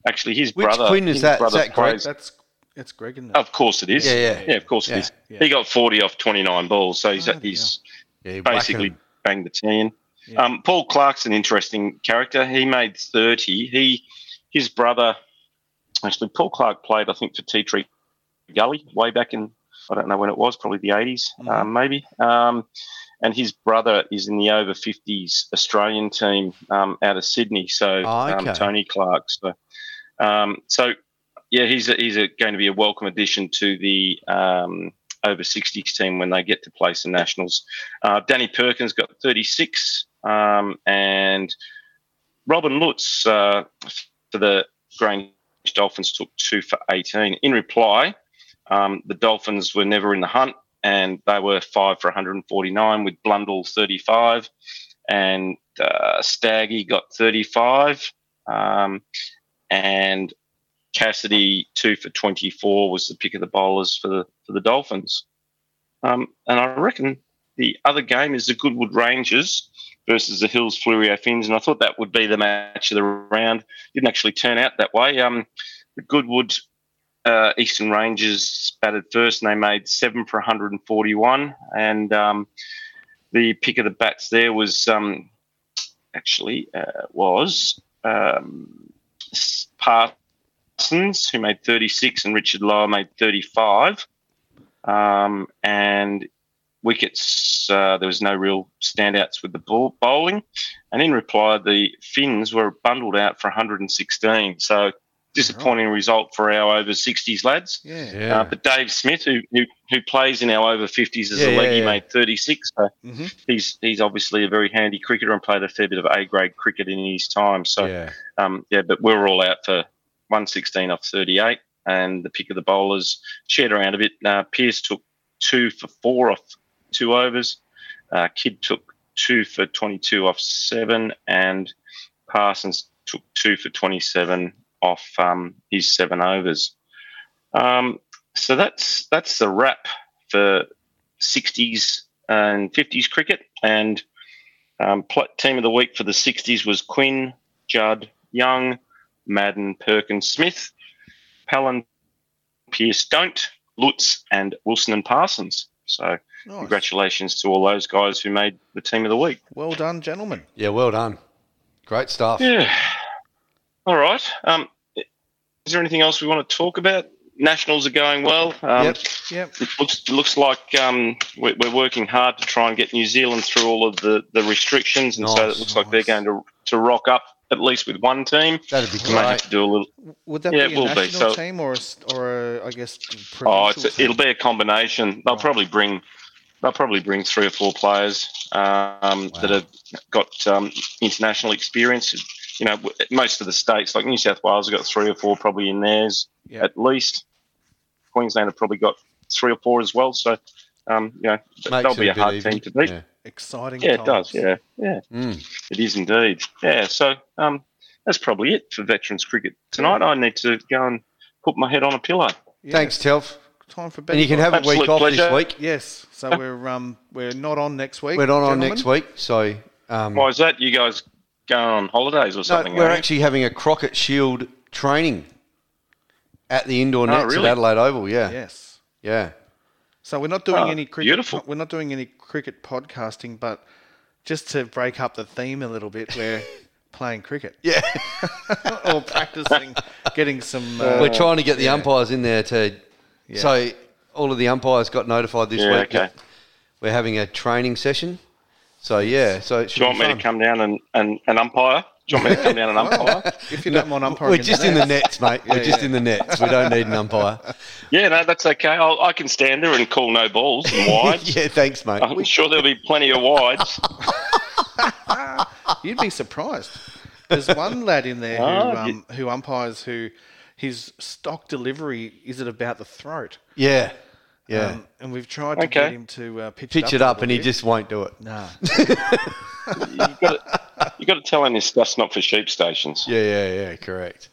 Speaker 4: actually his
Speaker 2: Which
Speaker 4: brother.
Speaker 2: Quinn is
Speaker 4: his
Speaker 2: that? Is
Speaker 4: brother
Speaker 2: that Greg?
Speaker 4: plays-
Speaker 1: That's it's Greg in
Speaker 4: Of course it is.
Speaker 2: Yeah, yeah.
Speaker 4: Yeah, of course
Speaker 2: Yeah, Oh,
Speaker 4: it is.
Speaker 1: yeah.
Speaker 4: He got 40 off 29 balls, so he's,
Speaker 1: Bloody
Speaker 4: he's
Speaker 2: Yeah, whack 'em.
Speaker 4: basically banged the 10.
Speaker 1: Yeah.
Speaker 4: Um, Paul Clark's an interesting character. He made 30. He, his brother, actually, Paul Clark played, I think, for Tea Tree Gully way back in, I don't know when it was, probably the 80s,
Speaker 2: Mm-hmm.
Speaker 1: Mhm.
Speaker 4: um, maybe. Um, and his brother is in the over 50s Australian team um, out of Sydney. So
Speaker 2: Oh, okay.
Speaker 4: um, Tony Clark. So, um, so yeah, he's a, he's a, going to be a welcome addition to the um, over 60s team when they get to play some nationals. Uh, Danny Perkins got 36, um, and Robin Lutz uh, for the Grange Dolphins took two for 18. In reply, um, the Dolphins were never in the hunt, and they were five for 149 with Blundell 35, and uh, Staggy got 35, um, and Cassidy two for 24 was the pick of the bowlers for the for the Dolphins. Um, and I reckon the other game is the Goodwood Rangers versus the Hills Fluorio Fins, and I thought that would be the match of the round. Didn't actually turn out that way. Um, the Goodwood uh, Eastern Rangers batted first, and they made seven for 141. And um, the pick of the bats there was um, actually uh, was um, S- Parsons, who made 36, and Richard Lower made 35. Um, and wickets, uh, there was no real standouts with the ball bowling. And in reply, the Finns were bundled out for 116. So disappointing result for our over 60s lads.
Speaker 1: yeah.
Speaker 2: Yeah.
Speaker 4: Uh, but Dave Smith, who, who who plays in our over 50s as
Speaker 2: Yeah,
Speaker 4: a
Speaker 2: yeah,
Speaker 4: leggy,
Speaker 2: yeah. Mm-hmm.
Speaker 4: made 36. So
Speaker 1: Mhm.
Speaker 4: he's he's obviously a very handy cricketer and played a fair bit of A grade cricket in his time. So
Speaker 2: yeah.
Speaker 4: um, yeah, but we were all out for 116 off 38, and the pick of the bowlers shared around a bit. Uh, Pierce took two for four off two overs. Uh, Kidd took two for 22 off seven, and Parsons took two for 27 off um, his seven overs. Um, so that's that's the wrap for 60s and 50s cricket. And um, pl- team of the week for the 60s was Quinn, Judd, Young, Madden, Perkins, Smith, Pallon, Pierce, Don't, Lutz, and Wilson and Parsons. So
Speaker 1: Nice.
Speaker 4: congratulations to all those guys who made the team of the week.
Speaker 1: Well done, gentlemen.
Speaker 2: Yeah, well done. Great stuff.
Speaker 4: Yeah. All right. Um, is there anything else we want to talk about? Nationals are going well. Um,
Speaker 2: Yep.
Speaker 1: Yep.
Speaker 4: It looks looks like um, we're, we're working hard to try and get New Zealand through all of the, the restrictions, and so it
Speaker 2: Nice,
Speaker 4: looks like they're
Speaker 1: nice.
Speaker 4: going to to rock up at least with one team.
Speaker 2: That'd be
Speaker 4: We might have
Speaker 2: great.
Speaker 4: to do a little.
Speaker 1: Would that
Speaker 4: Yeah,
Speaker 1: be
Speaker 4: it
Speaker 1: a
Speaker 4: will be,
Speaker 1: national
Speaker 4: so-
Speaker 1: team or a, s- or a, I guess
Speaker 4: Oh,
Speaker 1: provincial
Speaker 4: it's,
Speaker 1: team?
Speaker 4: it'll be a combination. They'll
Speaker 1: Right.
Speaker 4: probably bring they'll probably bring three or four players um, that have got um, international experience. You know, w- most of the states like New South Wales have got three or four probably in theirs
Speaker 1: Yeah.
Speaker 4: at least. Queensland have probably got three or four as well. So, um, you know,
Speaker 2: Makes
Speaker 4: they'll
Speaker 2: it
Speaker 4: be a
Speaker 2: bit
Speaker 4: hard
Speaker 2: even.
Speaker 4: team to beat.
Speaker 2: Yeah.
Speaker 1: exciting.
Speaker 4: Yeah, it
Speaker 1: times.
Speaker 4: does. Yeah, yeah,
Speaker 2: Mm.
Speaker 4: it is indeed. Yeah, so um, that's probably it for veterans cricket tonight. I need to go and put my head on a pillow.
Speaker 1: Yeah,
Speaker 2: Thanks, Telf.
Speaker 1: Time for bed.
Speaker 2: And you can have a
Speaker 4: Absolute
Speaker 2: week off this
Speaker 4: pleasure.
Speaker 2: week.
Speaker 1: yes. So we're um we're not on next week.
Speaker 2: We're not on
Speaker 1: gentlemen.
Speaker 2: next week, so um,
Speaker 4: Why is that? You guys going on holidays or
Speaker 2: no,
Speaker 4: something? eh?
Speaker 2: we're
Speaker 4: are you?
Speaker 2: actually having a Crockett Shield training at the indoor nets
Speaker 4: Oh, really?
Speaker 2: at Adelaide Oval. Yeah, yeah.
Speaker 1: Yes. So we're not doing
Speaker 4: Ah,
Speaker 1: any cricket.
Speaker 4: beautiful.
Speaker 1: We're not doing any cricket podcasting, but just to break up the theme a little bit, we're playing cricket.
Speaker 2: Yeah.
Speaker 1: or practicing getting some. Uh,
Speaker 2: we're trying to get the
Speaker 1: yeah.
Speaker 2: umpires in there to.
Speaker 1: Yeah.
Speaker 2: So all of the umpires got notified this
Speaker 4: Yeah,
Speaker 2: week. that
Speaker 4: okay.
Speaker 2: We're having a training session. So yeah, so it should
Speaker 4: Do you want
Speaker 2: be
Speaker 4: me
Speaker 2: fun.
Speaker 4: to come down and, and, and umpire? Do you want me to come down and umpire?
Speaker 1: if you don't mind umpiring,
Speaker 2: We're just in the nets, mate. We're just
Speaker 1: yeah.
Speaker 2: in the nets. We don't need an umpire.
Speaker 4: yeah, no, that's okay. I'll, I can stand there and call no balls and wides.
Speaker 2: yeah, thanks, mate.
Speaker 4: I'm sure there'll be plenty of wides.
Speaker 1: You'd be surprised. There's one lad in there who
Speaker 4: Oh,
Speaker 1: um, who umpires who his stock delivery is it about the throat.
Speaker 2: Yeah, yeah.
Speaker 1: Um, and we've tried to get
Speaker 4: Okay.
Speaker 1: him to uh, pitch,
Speaker 2: Pitch
Speaker 1: it
Speaker 2: it up,
Speaker 1: a
Speaker 2: and he
Speaker 1: little
Speaker 2: just won't do it.
Speaker 1: bit. nah.
Speaker 4: You've got to, you've got to tell him this stuff's not for sheep stations.
Speaker 2: Yeah, yeah, yeah. Correct,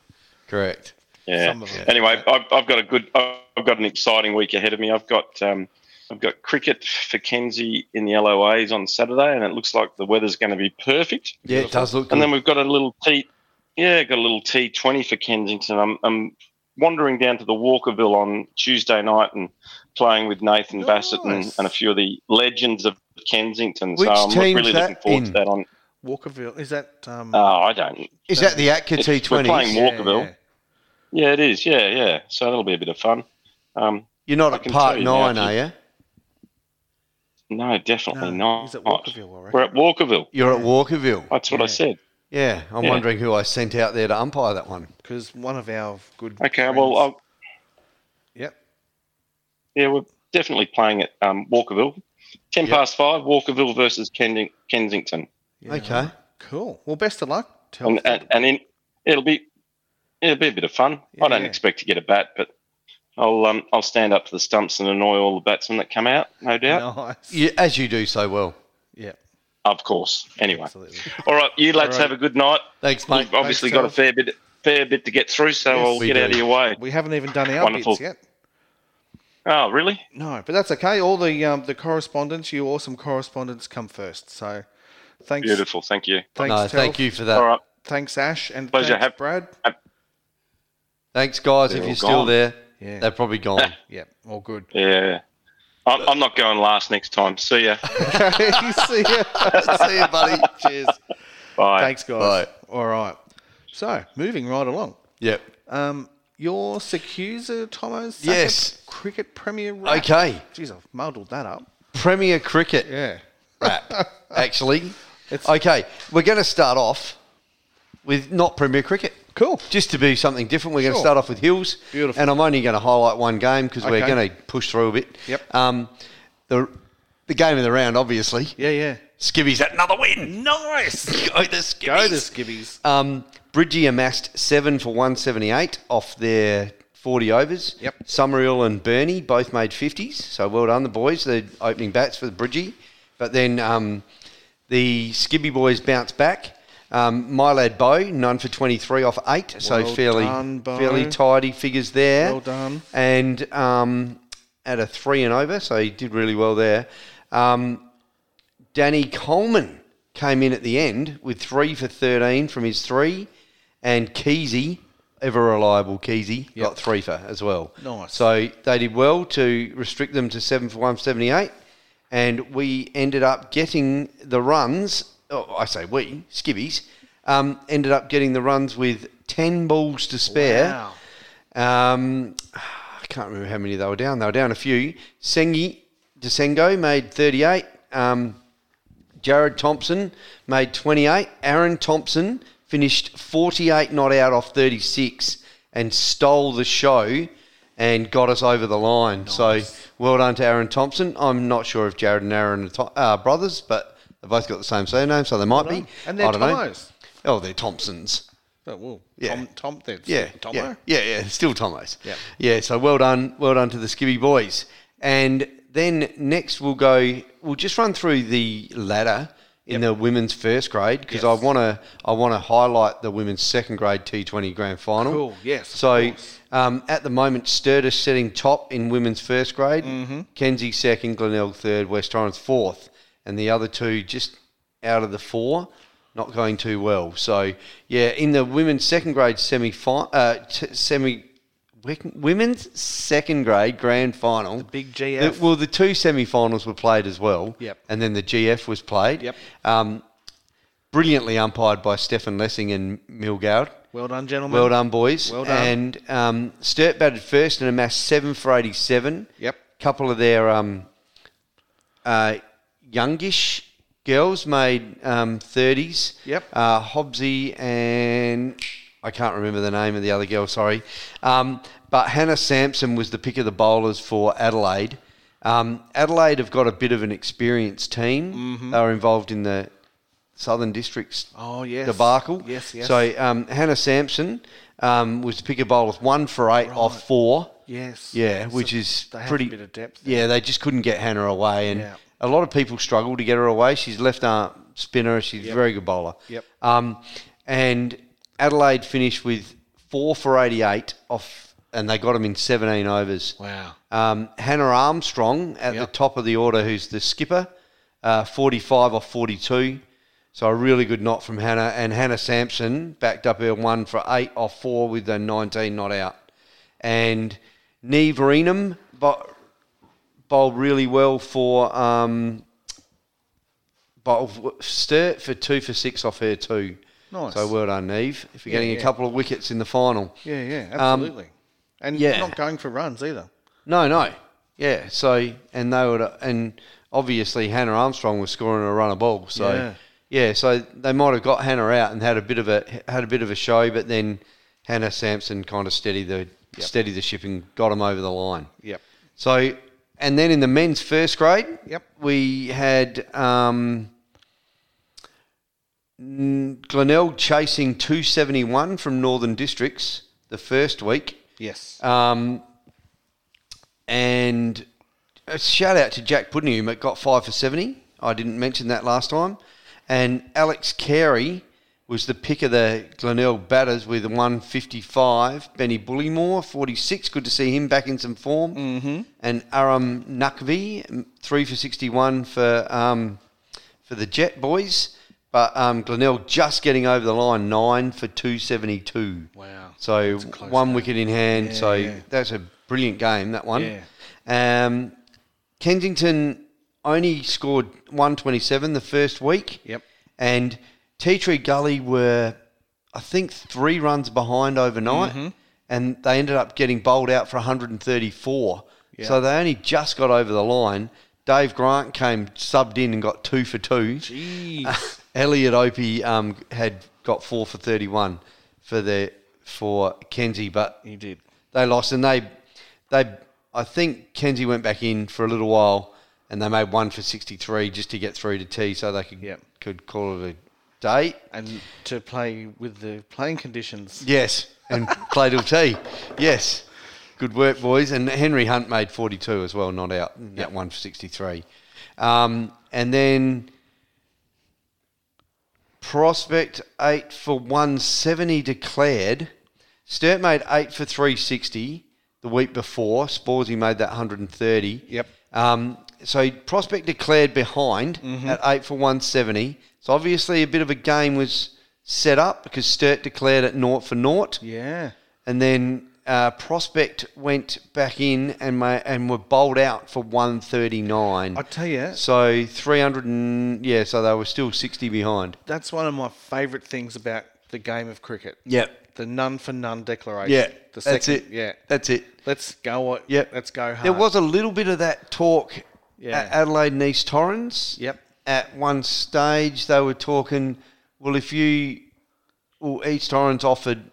Speaker 2: correct.
Speaker 4: Yeah.
Speaker 1: Some of it.
Speaker 4: Anyway, I've, I've got a good, I've got an exciting week ahead of me. I've got, um, I've got cricket for Kenzie in the LOAs on Saturday, and it looks like the weather's going to be perfect.
Speaker 2: Yeah, it does look.
Speaker 4: And then
Speaker 2: good.
Speaker 4: we've got a little T, yeah, got a little T twenty for Kensington. I'm, I'm wandering down to the Walkerville on Tuesday night and playing with Nathan Bassett and,
Speaker 1: Nice.
Speaker 4: and a few of the legends of Kensington.
Speaker 2: Which
Speaker 4: so I'm
Speaker 2: team's
Speaker 4: really looking
Speaker 2: that
Speaker 4: forward
Speaker 2: in?
Speaker 4: to that. On
Speaker 1: Walkerville is that um,
Speaker 4: oh, I don't.
Speaker 2: Is that the Atka
Speaker 4: It's-
Speaker 2: T
Speaker 4: we're playing
Speaker 2: twenty?
Speaker 4: more- Walkerville. Yeah, it is. Yeah, yeah. So that'll be a bit of fun. Um,
Speaker 2: You're not
Speaker 4: I
Speaker 2: at
Speaker 4: can
Speaker 2: part
Speaker 4: tell you now,
Speaker 2: nine, are you?
Speaker 4: no, definitely
Speaker 1: No,
Speaker 4: not.
Speaker 1: he's at Walkerville, I reckon.
Speaker 4: We're at Walkerville.
Speaker 2: You're at Walkerville.
Speaker 4: That's what
Speaker 1: Yeah.
Speaker 4: I said.
Speaker 2: Yeah, I'm
Speaker 4: Yeah.
Speaker 2: wondering who I sent out there to umpire that one.
Speaker 1: because one of our good.
Speaker 4: Okay. Well,
Speaker 1: friends-
Speaker 4: I'll,
Speaker 1: yep.
Speaker 4: yeah, we're definitely playing at um, Walkerville. Ten
Speaker 2: Yep.
Speaker 4: past five. Walkerville versus Kendi- Kensington.
Speaker 1: Yeah.
Speaker 2: Okay.
Speaker 1: Cool. Well, best of luck. Tell
Speaker 4: and, and, and in, it'll be it'll be a bit of fun. I don't
Speaker 1: Yeah.
Speaker 4: expect to get a bat, but I'll um, I'll stand up to the stumps and annoy all the batsmen that come out, no doubt.
Speaker 1: Nice.
Speaker 2: You, as you do so well.
Speaker 1: Yeah.
Speaker 4: Of course. Anyway,
Speaker 1: Absolutely.
Speaker 4: all right, you lads
Speaker 1: right.
Speaker 4: have a good night.
Speaker 2: Thanks, mate.
Speaker 4: You've obviously
Speaker 1: Thanks,
Speaker 4: got a fair bit fair bit to get through, so
Speaker 1: Yes,
Speaker 4: I'll
Speaker 2: we
Speaker 4: get
Speaker 2: do.
Speaker 4: out of your way.
Speaker 1: We haven't even done our
Speaker 4: Wonderful.
Speaker 1: bits yet.
Speaker 4: Oh, really?
Speaker 1: No, but that's okay. All the um, the correspondence, you awesome correspondence, come first. So, thanks.
Speaker 4: Beautiful. Thank you.
Speaker 1: Thanks,
Speaker 2: no,
Speaker 1: Telf.
Speaker 2: thank you for that.
Speaker 4: All right.
Speaker 1: Thanks, Ash, and
Speaker 4: Pleasure.
Speaker 1: thanks,
Speaker 4: Have-
Speaker 1: Brad.
Speaker 2: Thanks, guys.
Speaker 4: They're
Speaker 2: if
Speaker 4: all
Speaker 2: you're still
Speaker 4: gone.
Speaker 2: there,
Speaker 1: Yeah.
Speaker 2: they're probably gone.
Speaker 1: yeah. All good.
Speaker 4: Yeah. I'm, I'm not going last next time. See ya.
Speaker 1: Okay. See ya.
Speaker 2: See you, buddy. Cheers.
Speaker 4: Bye.
Speaker 1: Thanks, guys. All right. So, moving right along.
Speaker 2: Yep.
Speaker 1: Um, your Secusa, Tomo Saka
Speaker 2: Yes.
Speaker 1: Cricket Premier Wrap.
Speaker 2: Okay.
Speaker 1: Jeez, I've muddled that up.
Speaker 2: Premier cricket
Speaker 1: Yeah.
Speaker 2: wrap, actually.
Speaker 1: It's-
Speaker 2: okay, we're going to start off with not Premier cricket.
Speaker 1: Cool.
Speaker 2: Just to be something different, we're going
Speaker 1: Sure.
Speaker 2: to start off with Hills.
Speaker 1: Beautiful.
Speaker 2: And I'm only going to highlight one game because we're
Speaker 1: Okay.
Speaker 2: going to push through a bit.
Speaker 1: Yep.
Speaker 2: Um, the, the game of the round, obviously.
Speaker 1: Yeah, yeah.
Speaker 2: Skibby's at another win.
Speaker 1: Nice.
Speaker 2: Go the Skibbies.
Speaker 1: Go the Skibbies.
Speaker 2: Um, Bridgie amassed seven for 178 off their 40 overs.
Speaker 1: Yep.
Speaker 2: Summerill and Bernie both made 50s. So well done, the boys. The opening bats for the Bridgie. But then um, the Skibby boys bounced back. Um, my lad Bo, none for 23 off eight. so
Speaker 1: Well
Speaker 2: fairly
Speaker 1: done, Bo.
Speaker 2: fairly tidy figures there.
Speaker 1: Well done.
Speaker 2: And um, at a three and over, so he did really well there. Um, Danny Coleman came in at the end with three for 13 from his three, and Keezy, ever reliable Keezy, got three for as well.
Speaker 1: Nice.
Speaker 2: So they did well to restrict them to seven for 178, and we ended up getting the runs. Oh, I say we, Skibbies. um, ended up getting the runs with 10 balls to spare.
Speaker 1: Wow.
Speaker 2: Um, I can't remember how many they were down. They were down a few. Sengi Desengo made 38. Um, Jared Thompson made 28. Aaron Thompson finished 48 not out off 36 and stole the show and got us over the line. So well done to Aaron Thompson. I'm not sure if Jared and Aaron are to- uh, brothers, but they've both got the same surname, so they might be.
Speaker 1: And they're
Speaker 2: I don't know.
Speaker 1: Tomos.
Speaker 2: Oh, they're Thompsons.
Speaker 1: Oh, well,
Speaker 2: Yeah.
Speaker 1: Tom, Tom, then.
Speaker 2: Yeah,
Speaker 1: Tomo?
Speaker 2: yeah, yeah, yeah. Still Tomo's.
Speaker 1: Yep.
Speaker 2: yeah. So well done, well done to the Skibby boys. And then next we'll go. We'll just run through the ladder in the women's first grade because I
Speaker 1: Yes.
Speaker 2: want to. I want to highlight the women's second grade T20 grand final.
Speaker 1: Cool, yes, of
Speaker 2: So
Speaker 1: course.
Speaker 2: um, at the moment, Sturtis sitting top in women's first grade.
Speaker 1: Mm-hmm.
Speaker 2: Kenzie second, Glenelg third, West Torrens fourth, and the other two just out of the four, not going too well. So yeah, in the women's second grade semi uh, t- semi wec- women's second grade grand final. The
Speaker 1: big GF.
Speaker 2: well, the two semi-finals were played as well.
Speaker 1: Yep.
Speaker 2: And then the GF was played.
Speaker 1: Yep.
Speaker 2: Um, brilliantly umpired by Stefan Lessing and Milgaard.
Speaker 1: Well done, gentlemen.
Speaker 2: Well done, boys.
Speaker 1: Well done.
Speaker 2: And um, Sturt batted first and amassed seven for 87.
Speaker 1: Yep.
Speaker 2: couple of their um, uh, youngish girls made um, 30s.
Speaker 1: Yep.
Speaker 2: Uh, Hobbsy and I can't remember the name of the other girl, sorry. Um, but Hannah Sampson was the pick of the bowlers for Adelaide. Um, Adelaide have got a bit of an experienced team. They were involved in the Southern Districts
Speaker 1: Mm-hmm. Oh, yes.
Speaker 2: debacle.
Speaker 1: Yes, yes.
Speaker 2: So um, Hannah Sampson um, was to pick a bowl with one for eight off four.
Speaker 1: Yes. So
Speaker 2: Yeah, which is
Speaker 1: they have
Speaker 2: pretty
Speaker 1: a bit of depth.
Speaker 2: Yeah, they just couldn't get Hannah away, and
Speaker 1: Yeah.
Speaker 2: a lot of people struggle to get her away. She's left arm spinner. She's a very good bowler.
Speaker 1: Yep.
Speaker 2: Um, and Adelaide finished with four for eighty-eight off, and they got him in seventeen overs.
Speaker 1: Wow.
Speaker 2: Um, Hannah Armstrong at
Speaker 1: Yep.
Speaker 2: the top of the order, who's the skipper, uh, 45 off 42. So a really good knot from Hannah. And Hannah Sampson backed up her one for eight off four with a 19 not out. And Neve Renum bo- bowled really well for um, bowled Sturt for two for six off her two.
Speaker 1: Nice.
Speaker 2: So well done, Neve. If you're getting
Speaker 1: yeah.
Speaker 2: a couple of wickets in the final.
Speaker 1: Yeah, yeah, absolutely. and
Speaker 2: Um, yeah.
Speaker 1: not going for runs either.
Speaker 2: No, no. Yeah. So and they would and obviously Hannah Armstrong was scoring a run a ball. So
Speaker 1: Yeah.
Speaker 2: yeah. so they might have got Hannah out and had a bit of a had a bit of a show, but then Hannah Sampson kind of steadied the steadied the ship and got them over the line.
Speaker 1: Yep.
Speaker 2: So and then in the men's first grade,
Speaker 1: Yep.
Speaker 2: we had um, n- Glenelg chasing two seventy one from Northern Districts the first week.
Speaker 1: Yes.
Speaker 2: Um, and a shout out to Jack Putnam that got five for 70. I didn't mention that last time. And Alex Carey was the pick of the Glenelg batters with 155. Benny Bullymore, 46. Good to see him back in some form. Mm-hmm. And Aram Nakvi, three for 61 for, um, for the Jet Boys. But um, Glenelg just getting over the line, nine for 272.
Speaker 1: wow.
Speaker 2: So
Speaker 1: close
Speaker 2: one wicket in hand. so
Speaker 1: yeah.
Speaker 2: that's a brilliant game. That one.
Speaker 1: Yeah.
Speaker 2: Um, Kensington only scored 127 the first week.
Speaker 1: Yep.
Speaker 2: And Tea Tree Gully were, I think, three runs behind overnight,
Speaker 1: Mm-hmm.
Speaker 2: and they ended up getting bowled out for 134. So they only just got over the line. Dave Grant came subbed in and got two for two.
Speaker 1: Jeez.
Speaker 2: Elliot Opie um, had got four for 31 for the for Kenzie, but
Speaker 1: you did.
Speaker 2: they lost and they they I think Kenzie went back in for a little while and they made one for 63 just to get through to T so they could
Speaker 1: Yep.
Speaker 2: could call it a day.
Speaker 1: And to play with the playing conditions.
Speaker 2: Yes, and play till T. Yes. Good work, boys. And Henry Hunt made 42 as well, not out. That one for 63. Um, and then Prospect, 8 for 170 declared. Sturt made 8 for 360 the week before. Sporsy made that 130.
Speaker 1: Yep.
Speaker 2: Um, so Prospect declared behind
Speaker 1: Mm-hmm.
Speaker 2: at 8 for 170. So obviously a bit of a game was set up because Sturt declared at naught for naught.
Speaker 1: Yeah.
Speaker 2: And then uh, Prospect went back in and ma- and were bowled out for 139.
Speaker 1: I tell you,
Speaker 2: so 300 and yeah, so they were still 60 behind.
Speaker 1: that's one of my favourite things about the game of cricket.
Speaker 2: Yep.
Speaker 1: The none for none declaration.
Speaker 2: Yeah.
Speaker 1: the second,
Speaker 2: that's it.
Speaker 1: Yeah,
Speaker 2: That's it.
Speaker 1: let's go. uh,
Speaker 2: Yep.
Speaker 1: let's go hard.
Speaker 2: There was a little bit of that talk
Speaker 1: Yeah.
Speaker 2: at Adelaide and East Torrens.
Speaker 1: Yep.
Speaker 2: At one stage, they were talking, well, if you, well, East Torrens offered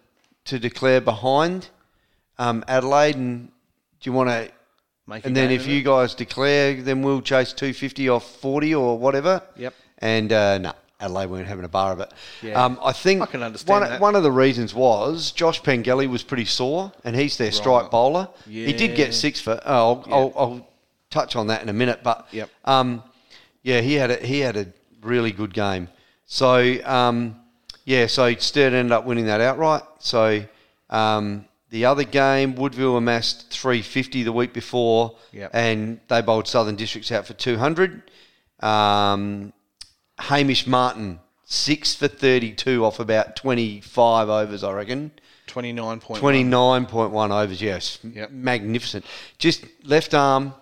Speaker 2: to declare behind um, Adelaide, and do you want to,
Speaker 1: Make a
Speaker 2: and then
Speaker 1: game
Speaker 2: if
Speaker 1: of
Speaker 2: you
Speaker 1: it.
Speaker 2: guys declare, then we'll chase 250 off 40 or whatever.
Speaker 1: Yep.
Speaker 2: And uh, no, Adelaide weren't having a bar of it.
Speaker 1: Yeah.
Speaker 2: Um, I think
Speaker 1: I can understand
Speaker 2: one,
Speaker 1: that.
Speaker 2: one of the reasons was Josh Pengelly was pretty sore, and he's their strike bowler. He did
Speaker 1: Yeah.
Speaker 2: get six for. Oh, I'll, I'll, I'll touch on that in a minute, but
Speaker 1: Yep.
Speaker 2: um, yeah, he had a, he had a really good game. So um, yeah, so Sturt ended up winning that outright. So um, the other game, Woodville amassed 350 the week before,
Speaker 1: Yep.
Speaker 2: and they bowled Southern Districts out for 200. Um, Hamish Martin, six for 32 off about 25 overs, I reckon.
Speaker 1: 29.1.
Speaker 2: 29.1 overs, yes.
Speaker 1: Yep.
Speaker 2: Magnificent. Just left arm,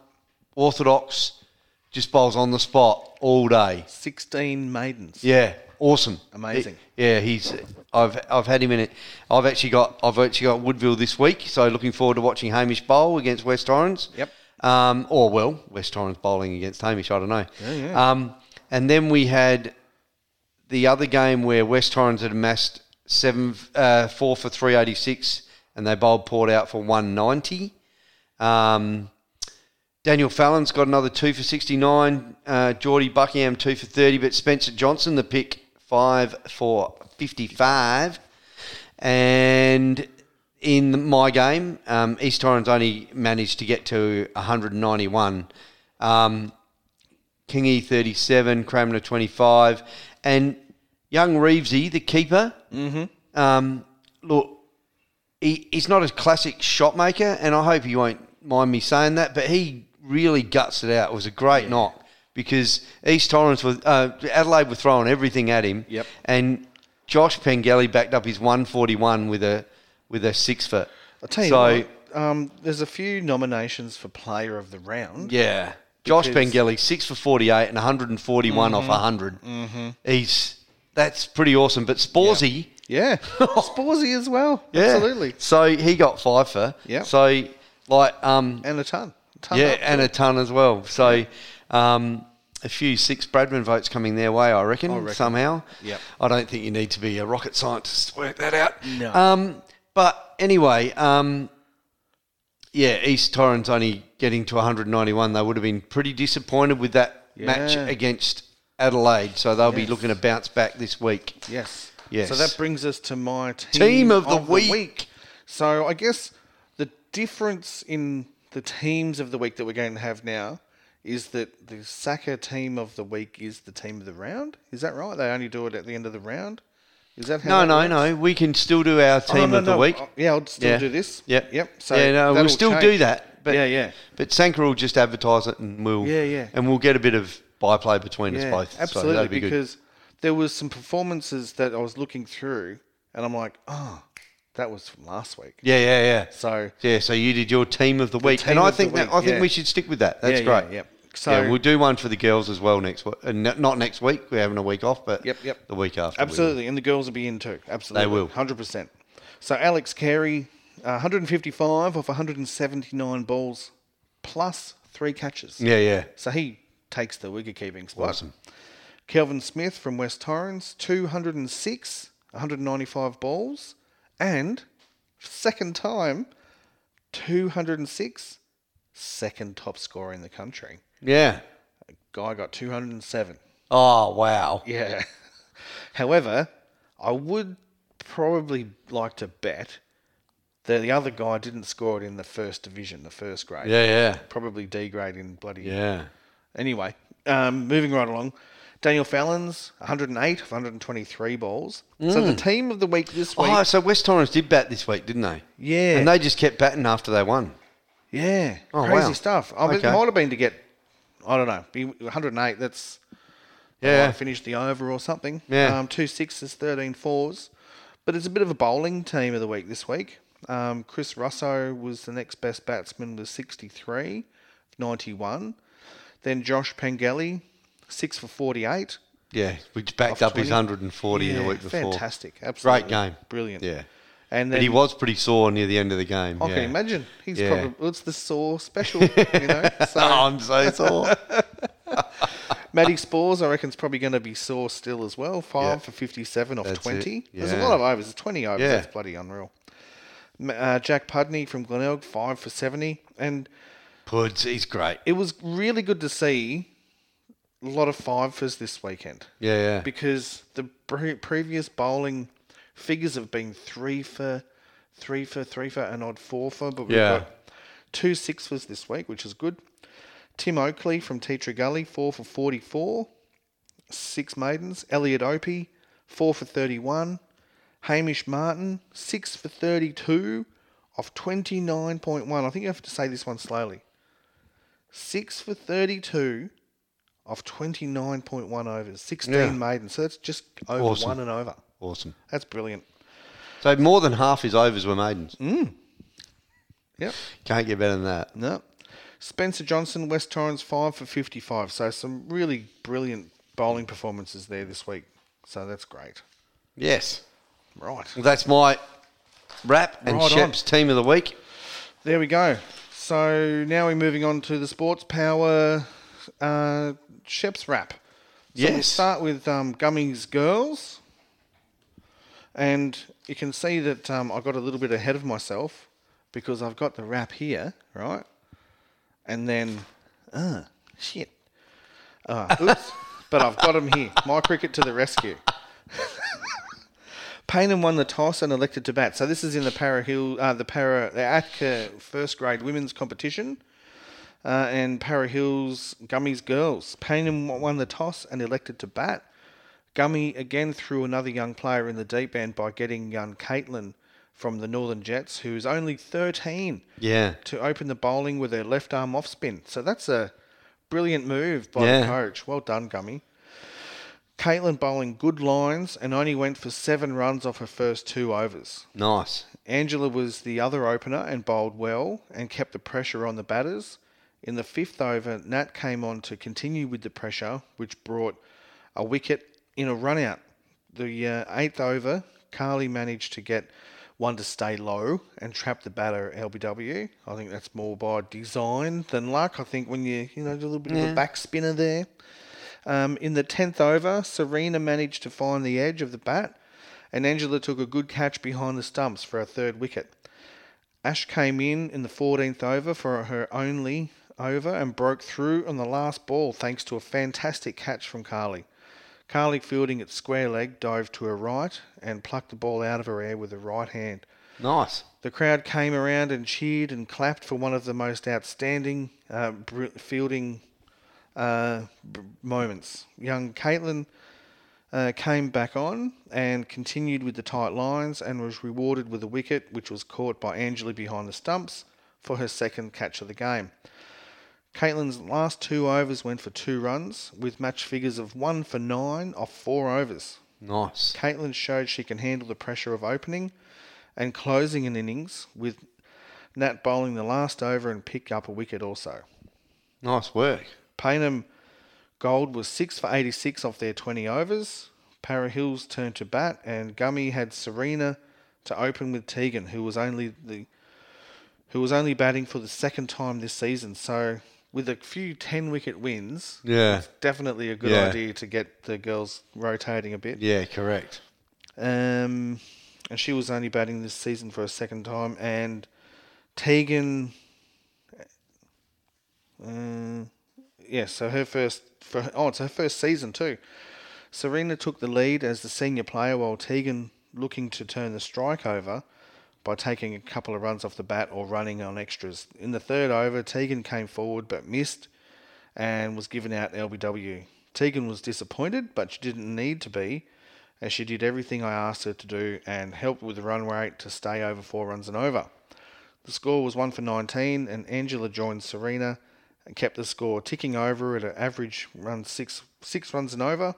Speaker 2: orthodox, just bowls on the spot all day.
Speaker 1: 16 maidens.
Speaker 2: Yeah, awesome.
Speaker 1: Amazing.
Speaker 2: He- yeah, he's. I've I've had him in it. I've actually got I've actually got Woodville this week, so looking forward to watching Hamish bowl against West Torrens.
Speaker 1: Yep.
Speaker 2: Um, or well, West Torrens bowling against Hamish. I don't know. Um, and then we had the other game where West Torrens had amassed seven uh, four for three eighty six, and they bowled Port out for one ninety. Um, Daniel Fallon's got another two for 69. Uh, Geordie Buckingham, two for 30. But Spencer Johnson, the pick, five for 55. And in my game, um, East Torrens only managed to get to 191. Um, Kingy, 37. Cramner, 25. And young Reevesy, the keeper, mm-hmm. um, look, he, he's not a classic shot maker, and I hope he won't mind me saying that, but he really guts it out. It was a great knock because East Torrens were uh, Adelaide were throwing everything at him.
Speaker 1: Yep.
Speaker 2: And Josh Pengelly backed up his 141 with a with a six foot.
Speaker 1: I tell you
Speaker 2: so
Speaker 1: what, um, there's a few nominations for player of the round.
Speaker 2: yeah, Josh
Speaker 1: Because-
Speaker 2: Pengelly six for 48 and 141 off 100. Mm-hmm. He's that's pretty awesome. But Sporsy.
Speaker 1: Yeah. Sporsy as well. Absolutely.
Speaker 2: So he got five for.
Speaker 1: Yeah.
Speaker 2: So like um
Speaker 1: And a ton. ton
Speaker 2: yeah,
Speaker 1: up.
Speaker 2: and a ton as well. So um, a few six Bradman votes coming their way, I reckon, somehow.
Speaker 1: Yep.
Speaker 2: I don't think you need to be a rocket scientist to work that out.
Speaker 1: No.
Speaker 2: Um, but anyway, um, yeah, East Torrens only getting to 191. They would have been pretty disappointed with that match
Speaker 1: Yeah.
Speaker 2: against Adelaide. So they'll be
Speaker 1: Yes.
Speaker 2: looking to bounce back this week.
Speaker 1: Yes.
Speaker 2: Yes.
Speaker 1: So that brings us to my team,
Speaker 2: Team of the week.
Speaker 1: So I guess the difference in the teams of the week that we're going to have now is that the Saka team of the week is the team of the round. Is that right? They only do it at the end of the round. Is that
Speaker 2: No,
Speaker 1: how? that
Speaker 2: no,
Speaker 1: works?
Speaker 2: no. We can still do our
Speaker 1: Oh,
Speaker 2: team
Speaker 1: no,
Speaker 2: of the
Speaker 1: no.
Speaker 2: week.
Speaker 1: Oh, Yeah, I'll still
Speaker 2: Yeah.
Speaker 1: do this.
Speaker 2: Yep.
Speaker 1: Yep. So
Speaker 2: yeah, no,
Speaker 1: that'll
Speaker 2: we'll still do
Speaker 1: change.
Speaker 2: that. But
Speaker 1: yeah, yeah.
Speaker 2: But Sanker will just advertise it, and we'll
Speaker 1: Yeah, yeah.
Speaker 2: and we'll get a bit of byplay between us both.
Speaker 1: Absolutely,
Speaker 2: so that'd be good.
Speaker 1: because there was some performances that I was looking through, and I'm like, oh, that was from last week.
Speaker 2: Yeah, yeah, yeah.
Speaker 1: So
Speaker 2: yeah, so you did your team of the week,
Speaker 1: team
Speaker 2: and I
Speaker 1: of the
Speaker 2: think that,
Speaker 1: week,
Speaker 2: I think
Speaker 1: yeah.
Speaker 2: we should stick with that. That's
Speaker 1: yeah,
Speaker 2: great.
Speaker 1: Yeah, yep. So
Speaker 2: Yeah, we'll do one for the girls as well next week. Uh, n- not next week. We're having a week off, but
Speaker 1: Yep, yep.
Speaker 2: the week after. we will.
Speaker 1: absolutely, and the girls will be in too. Absolutely,
Speaker 2: will.
Speaker 1: Hundred percent. So Alex Carey, uh, 155 off 179 balls, plus three catches.
Speaker 2: Yeah, yeah.
Speaker 1: So he takes the wicket keeping spot.
Speaker 2: Awesome.
Speaker 1: Kelvin Smith from West Torrens, 206, 195 balls, and second time, 206, second top scorer in the country.
Speaker 2: Yeah.
Speaker 1: Guy got 207.
Speaker 2: Oh wow.
Speaker 1: Yeah. However, I would probably like to bet that the other guy didn't score it in the first division, the first grade.
Speaker 2: Yeah, yeah,
Speaker 1: Probably D grade in bloody
Speaker 2: yeah.
Speaker 1: Anyway, um, moving right along. Daniel Fallon's 108 of 123 balls. So the team of the week this week.
Speaker 2: Mm. Oh, so West Torrens did bat this week, didn't they?
Speaker 1: yeah.
Speaker 2: And they just kept batting after they won.
Speaker 1: yeah.
Speaker 2: Oh,
Speaker 1: crazy
Speaker 2: wow.
Speaker 1: stuff. I mean,
Speaker 2: Okay.
Speaker 1: It might have been to get, I don't know, be 108. That's
Speaker 2: Yeah.
Speaker 1: might finish the over or something.
Speaker 2: Yeah.
Speaker 1: Um, two sixes, 13 fours. But it's a bit of a bowling team of the week this week. Um, Chris Russo was the next best batsman with 63, 91. Then Josh Pengelly, 6 for 48.
Speaker 2: Yeah, which backed
Speaker 1: Off
Speaker 2: up his
Speaker 1: 20.
Speaker 2: 140 in
Speaker 1: Yeah,
Speaker 2: the week before.
Speaker 1: Fantastic. Absolutely.
Speaker 2: game.
Speaker 1: Brilliant.
Speaker 2: Yeah.
Speaker 1: And then
Speaker 2: But he was pretty sore near the end of the game.
Speaker 1: I
Speaker 2: yeah.
Speaker 1: can imagine. He's
Speaker 2: Yeah.
Speaker 1: probably well, it's the sore special, you know. So
Speaker 2: Oh, I'm so sore.
Speaker 1: Matty Spores, I reckon, is probably going to be sore still as well. Five
Speaker 2: Yeah.
Speaker 1: for 57 off
Speaker 2: That's it.
Speaker 1: 20. There's a
Speaker 2: Yeah.
Speaker 1: lot of overs. There's 20 overs.
Speaker 2: Yeah.
Speaker 1: That's bloody unreal. M- Uh, Jack Pudney from Glenelg, five for 70. And
Speaker 2: Puds, he's great.
Speaker 1: it was really good to see a lot of five fivers this weekend
Speaker 2: Yeah, yeah.
Speaker 1: because the pre- previous bowling figures have been three for, three for, three for, and odd four for. But we've
Speaker 2: Yeah.
Speaker 1: got two six fors this week, which is good. Tim Oakley from Teacher Gully, four for 44, six maidens. Elliot Opie, four for 31. Hamish Martin, six for 32 off 29.1. I think I have to say this one slowly. Six for 32 off 29.1 overs, 16
Speaker 2: Yeah.
Speaker 1: maidens. So that's just over
Speaker 2: Awesome.
Speaker 1: one and over.
Speaker 2: Awesome.
Speaker 1: That's brilliant.
Speaker 2: So more than half his overs were maidens.
Speaker 1: Hmm? Yep.
Speaker 2: Can't get better than that.
Speaker 1: No. Spencer Johnson, West Torrens, 5 for 55. So some really brilliant bowling performances there this week. So that's great.
Speaker 2: Yes.
Speaker 1: Right.
Speaker 2: Well, that's my wrap and
Speaker 1: Right
Speaker 2: Shep's team of the week.
Speaker 1: There we go. So now we're moving on to the sports power uh, Shep's wrap. So We'll
Speaker 2: Yes.
Speaker 1: start with um, Gummy's Girls. And you can see that um, I got a little bit ahead of myself because I've got the wrap here, right? And then, uh, shit. Uh, oops. but I've got them here. My cricket to the rescue. Paynham won the toss and elected to bat. So this is in the Para Hill, uh, the Para the Atka first grade women's competition, uh, and Para Hills Gummies girls. Paynham won the toss and elected to bat. Gummy again threw another young player in the deep end by getting young Caitlin from the Northern Jets, who is only 13,
Speaker 2: Yeah.
Speaker 1: to open the bowling with her left arm off spin. So that's a brilliant move by the
Speaker 2: Yeah.
Speaker 1: coach. Well done, Gummy. Caitlin bowling good lines and only went for seven runs off her first two overs.
Speaker 2: Nice.
Speaker 1: Angela was the other opener and bowled well and kept the pressure on the batters. In the fifth over, Nat came on to continue with the pressure, which brought a wicket in a run out. The uh, eighth over, Carly managed to get one to stay low and trap the batter LBW. I think that's more by design than luck. I think when you, you know, do a little bit of a back spinner there. Um, in the 10th over, Serena managed to find the edge of the bat, and Angela took a good catch behind the stumps for a third wicket. Ash came in in the 14th over for her only over and broke through on the last ball thanks to a fantastic catch from Carly. Carly, fielding at square leg, dove to her right and plucked the ball out of her air with her right hand.
Speaker 2: Nice.
Speaker 1: The crowd came around and cheered and clapped for one of the most outstanding uh, br- fielding uh, b- moments. Young Caitlin uh, came back on and continued with the tight lines and was rewarded with a wicket, which was caught by Angela behind the stumps for her second catch of the game. Caitlin's last two overs went for two runs, with match figures of one for nine off four overs.
Speaker 2: Nice.
Speaker 1: Caitlin showed she can handle the pressure of opening and closing an innings with Nat bowling the last over and pick up a wicket also.
Speaker 2: Nice work.
Speaker 1: Paynham Gold was 6 for 86 off their 20 overs. Para Hills turned to bat and Gummy had Serena to open with Tegan who was only the who was only batting for the second time this season. So with a few 10 wicket wins,
Speaker 2: Yeah.
Speaker 1: definitely a good
Speaker 2: Yeah.
Speaker 1: idea to get the girls rotating a bit.
Speaker 2: Yeah, correct.
Speaker 1: Um, and she was only batting this season for a second time. And Tegan, uh, yeah, so her first for oh, it's her first season too. Serena took the lead as the senior player, while Tegan looking to turn the strike over by taking a couple of runs off the bat or running on extras. In the third over, Tegan came forward but missed and was given out LBW. Tegan was disappointed, but she didn't need to be, as she did everything I asked her to do and helped with the run rate to stay over four runs and over. The score was 1 for 19, and Angela joined Serena and kept the score ticking over at an average run six, six runs and over.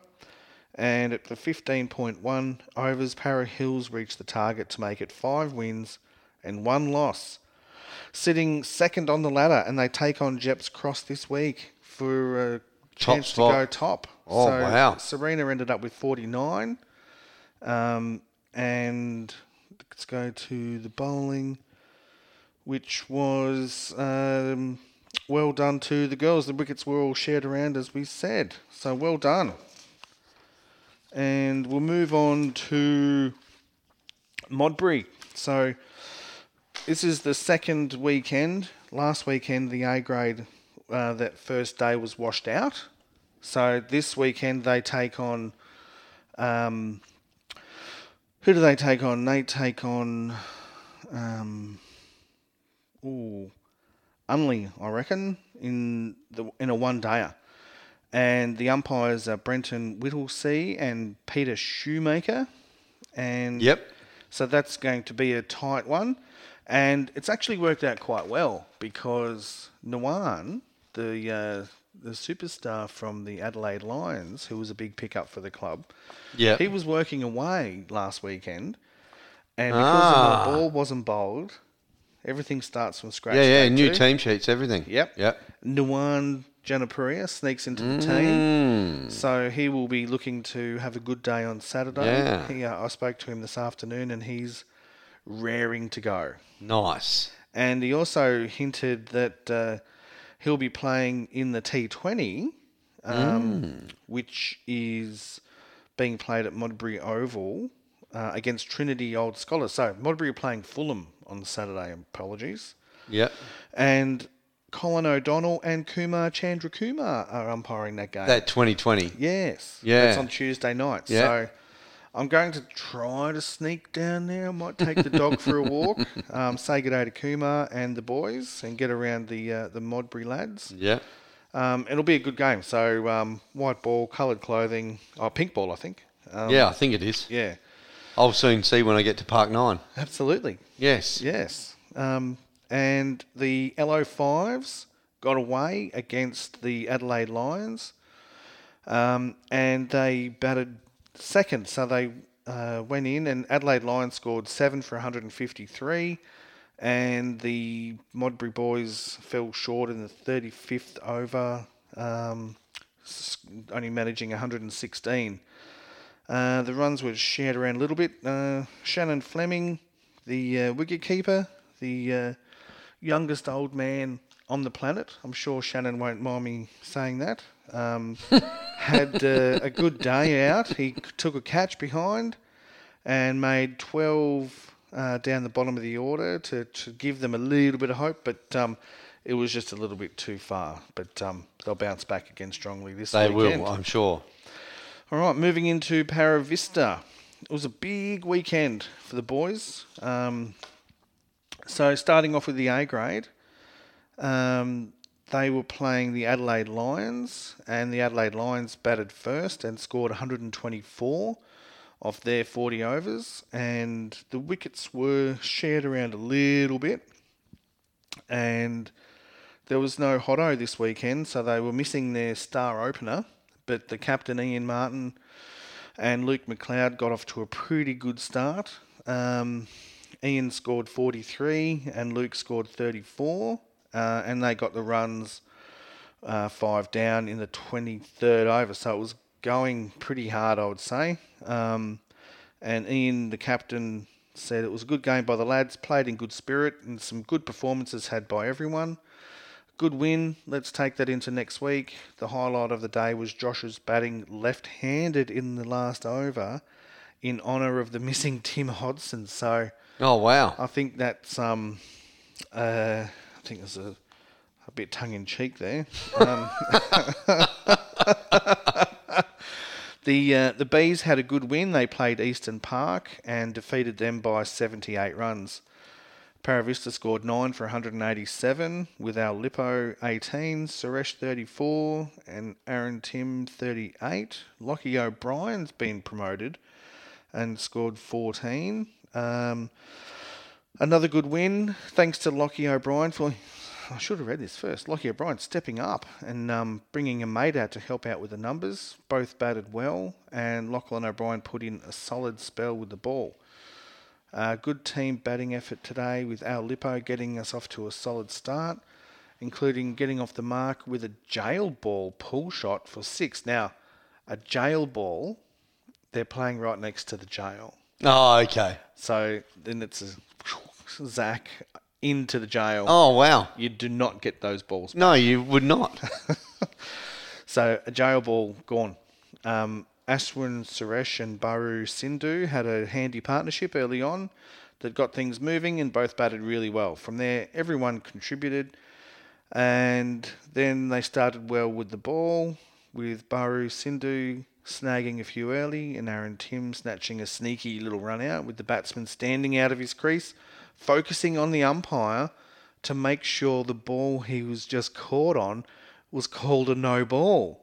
Speaker 1: And at the 15.1 overs, Para Hills reached the target to make it five wins and one loss. Sitting second on the ladder, and they take on Jeps Cross this week for a chance to
Speaker 2: spot.
Speaker 1: go top.
Speaker 2: Oh,
Speaker 1: so
Speaker 2: wow.
Speaker 1: Serena ended up with 49. Um, and let's go to the bowling, which was um, well done to the girls. The wickets were all shared around, as we said. So well done. And we'll move on to Modbury. So this is the second weekend. Last weekend, the A grade, uh, that first day was washed out. So this weekend they take on. Um, who do they take on? They take on. Um, ooh, Unley, I reckon, in the in a one dayer, and the umpires are Brenton Whittlesea and Peter Shoemaker, and
Speaker 2: Yep.
Speaker 1: so that's going to be a tight one. And it's actually worked out quite well because Nwan, the uh, the superstar from the Adelaide Lions, who was a big pickup for the club,
Speaker 2: Yeah.
Speaker 1: he was working away last weekend. And because the ball wasn't bowled, everything starts from scratch.
Speaker 2: Ah. Yeah, yeah.
Speaker 1: day
Speaker 2: New
Speaker 1: two.
Speaker 2: team sheets, everything.
Speaker 1: Yep.
Speaker 2: Yep.
Speaker 1: Nuan Janapuria sneaks into the
Speaker 2: Hmm. Mm.
Speaker 1: team. So he will be looking to have a good day on Saturday.
Speaker 2: Yeah.
Speaker 1: He, uh, I spoke to him this afternoon and he's raring to go.
Speaker 2: Nice.
Speaker 1: And he also hinted that uh, he'll be playing in the T20, um, which is being played at Modbury Oval uh, against Trinity Old Scholar. So Modbury are playing Fulham on Saturday, apologies.
Speaker 2: Yep.
Speaker 1: And Colin O'Donnell and Kumar Chandra Kumar are umpiring that game.
Speaker 2: That 2020.
Speaker 1: yes.
Speaker 2: Yeah.
Speaker 1: It's on Tuesday night.
Speaker 2: Yeah.
Speaker 1: So I'm going to try to sneak down there. I might take the dog for a walk, um, say good day to Kumar and the boys, and get around the uh, the Modbury lads.
Speaker 2: Yep.
Speaker 1: Um, it'll be a good game. So um, white ball, coloured clothing, oh, pink ball, I think. Um,
Speaker 2: yeah, I think it is.
Speaker 1: Yeah.
Speaker 2: I'll soon see when I get to Park Nine.
Speaker 1: Absolutely.
Speaker 2: Yes.
Speaker 1: Yes. Um, and the LO5s got away against the Adelaide Lions. Um, and they batted second. So they uh, went in, and Adelaide Lions scored seven for 153. And the Modbury Boys fell short in the 35th over, um, s- only managing 116. Uh, the runs were shared around a little bit. Uh, Shannon Fleming, the uh, wicket keeper, the uh, youngest old man on the planet. I'm sure Shannon won't mind me saying that. Um, had uh, a good day out. He took a catch behind and made 12 uh, down the bottom of the order to, to give them a little bit of hope, but um, it was just a little bit too far. But um, they'll bounce back again strongly this
Speaker 2: They
Speaker 1: weekend.
Speaker 2: will, I'm sure.
Speaker 1: All right, moving into Para Vista. It was a big weekend for the boys. Um, so, starting off with the A grade, um, they were playing the Adelaide Lions, and the Adelaide Lions batted first and scored 124 off their 40 overs. And the wickets were shared around a little bit. And there was no Hotto this weekend, so they were missing their star opener. But the captain Ian Martin and Luke McLeod got off to a pretty good start. Um, Ian scored 43 and Luke scored 34, uh, and they got the runs uh, five down in the 23rd over. So it was going pretty hard, I would say. Um, and Ian, the captain, said it was a good game by the lads, played in good spirit, and some good performances had by everyone. Good win. Let's take that into next week. The highlight of the day was Josh's batting left handed in the last over in honour of the missing Tim Hodson. So
Speaker 2: Oh, wow.
Speaker 1: I think that's um, uh, I think there's a, a bit tongue in cheek there. Um, the uh, the bees had a good win. They played Eastern Park and defeated them by 78 runs. Paravista scored 9 for 187 with our Lippo 18, Suresh 34, and Aaron Tim 38. Lockie O'Brien's been promoted and scored 14. Um, Another good win, thanks to Lockie O'Brien for. I should have read this first. Lockie O'Brien stepping up and um, bringing a mate out to help out with the numbers. Both batted well, and Lachlan O'Brien put in a solid spell with the ball. Uh, good team batting effort today with Al Lippo getting us off to a solid start, including getting off the mark with a jail ball pull shot for six. Now, a jail ball, they're playing right next to the jail.
Speaker 2: Oh, okay.
Speaker 1: So then it's a Zach into the jail.
Speaker 2: Oh, wow.
Speaker 1: You do not get those balls.
Speaker 2: No, you would not.
Speaker 1: So a jail ball gone. Um, Ashwin Suresh and Baru Sindhu had a handy partnership early on that got things moving and both batted really well. From there, everyone contributed and then they started well with the ball with Baru Sindhu snagging a few early and Aaron Tim snatching a sneaky little run out with the batsman standing out of his crease, focusing on the umpire to make sure the ball he was just caught on was called a no ball.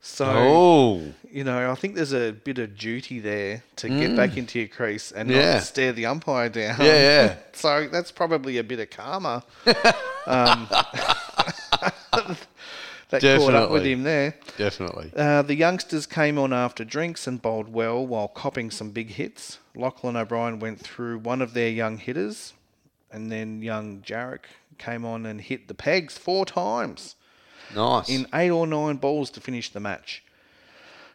Speaker 1: So
Speaker 2: oh,
Speaker 1: you know, I think there's a bit of duty there to get back into your crease and
Speaker 2: Mm. Yeah.
Speaker 1: not stare the umpire down.
Speaker 2: Yeah, yeah.
Speaker 1: so that's probably a bit of karma. um, that caught up with
Speaker 2: Definitely.
Speaker 1: him there.
Speaker 2: definitely.
Speaker 1: Uh, the youngsters came on after drinks and bowled well while copping some big hits. Lachlan O'Brien went through one of their young hitters, and then young Jarek came on and hit the pegs four times
Speaker 2: Nice.
Speaker 1: in eight or nine balls to finish the match.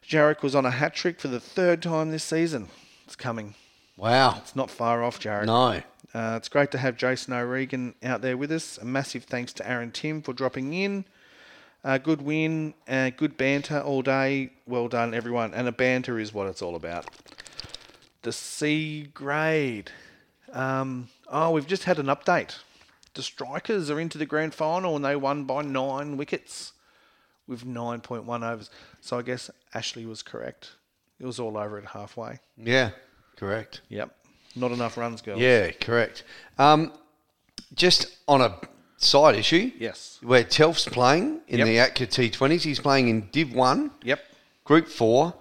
Speaker 1: Jarek was on a hat trick for the third time this season. It's coming.
Speaker 2: wow.
Speaker 1: It's not far off, Jarek.
Speaker 2: No.
Speaker 1: Uh, it's great to have Jason O'Regan out there with us. A massive thanks to Aaron Tim for dropping in. Uh, good win, uh, good banter all day. Well done, everyone. And a banter is what it's all about. The C grade. Um, oh, we've just had an update. The Strikers are into the grand final and they won by nine wickets with 9.1 overs. So I guess Ashley was correct. It was all over at halfway.
Speaker 2: Yeah. Correct.
Speaker 1: Yep. Not enough runs, girls.
Speaker 2: Yeah, correct. Um, just on a side issue,
Speaker 1: Yes.
Speaker 2: where Telf's playing in
Speaker 1: Yep.
Speaker 2: the ATCA T20s, he's playing in Div 1,
Speaker 1: Yep.
Speaker 2: Group 4.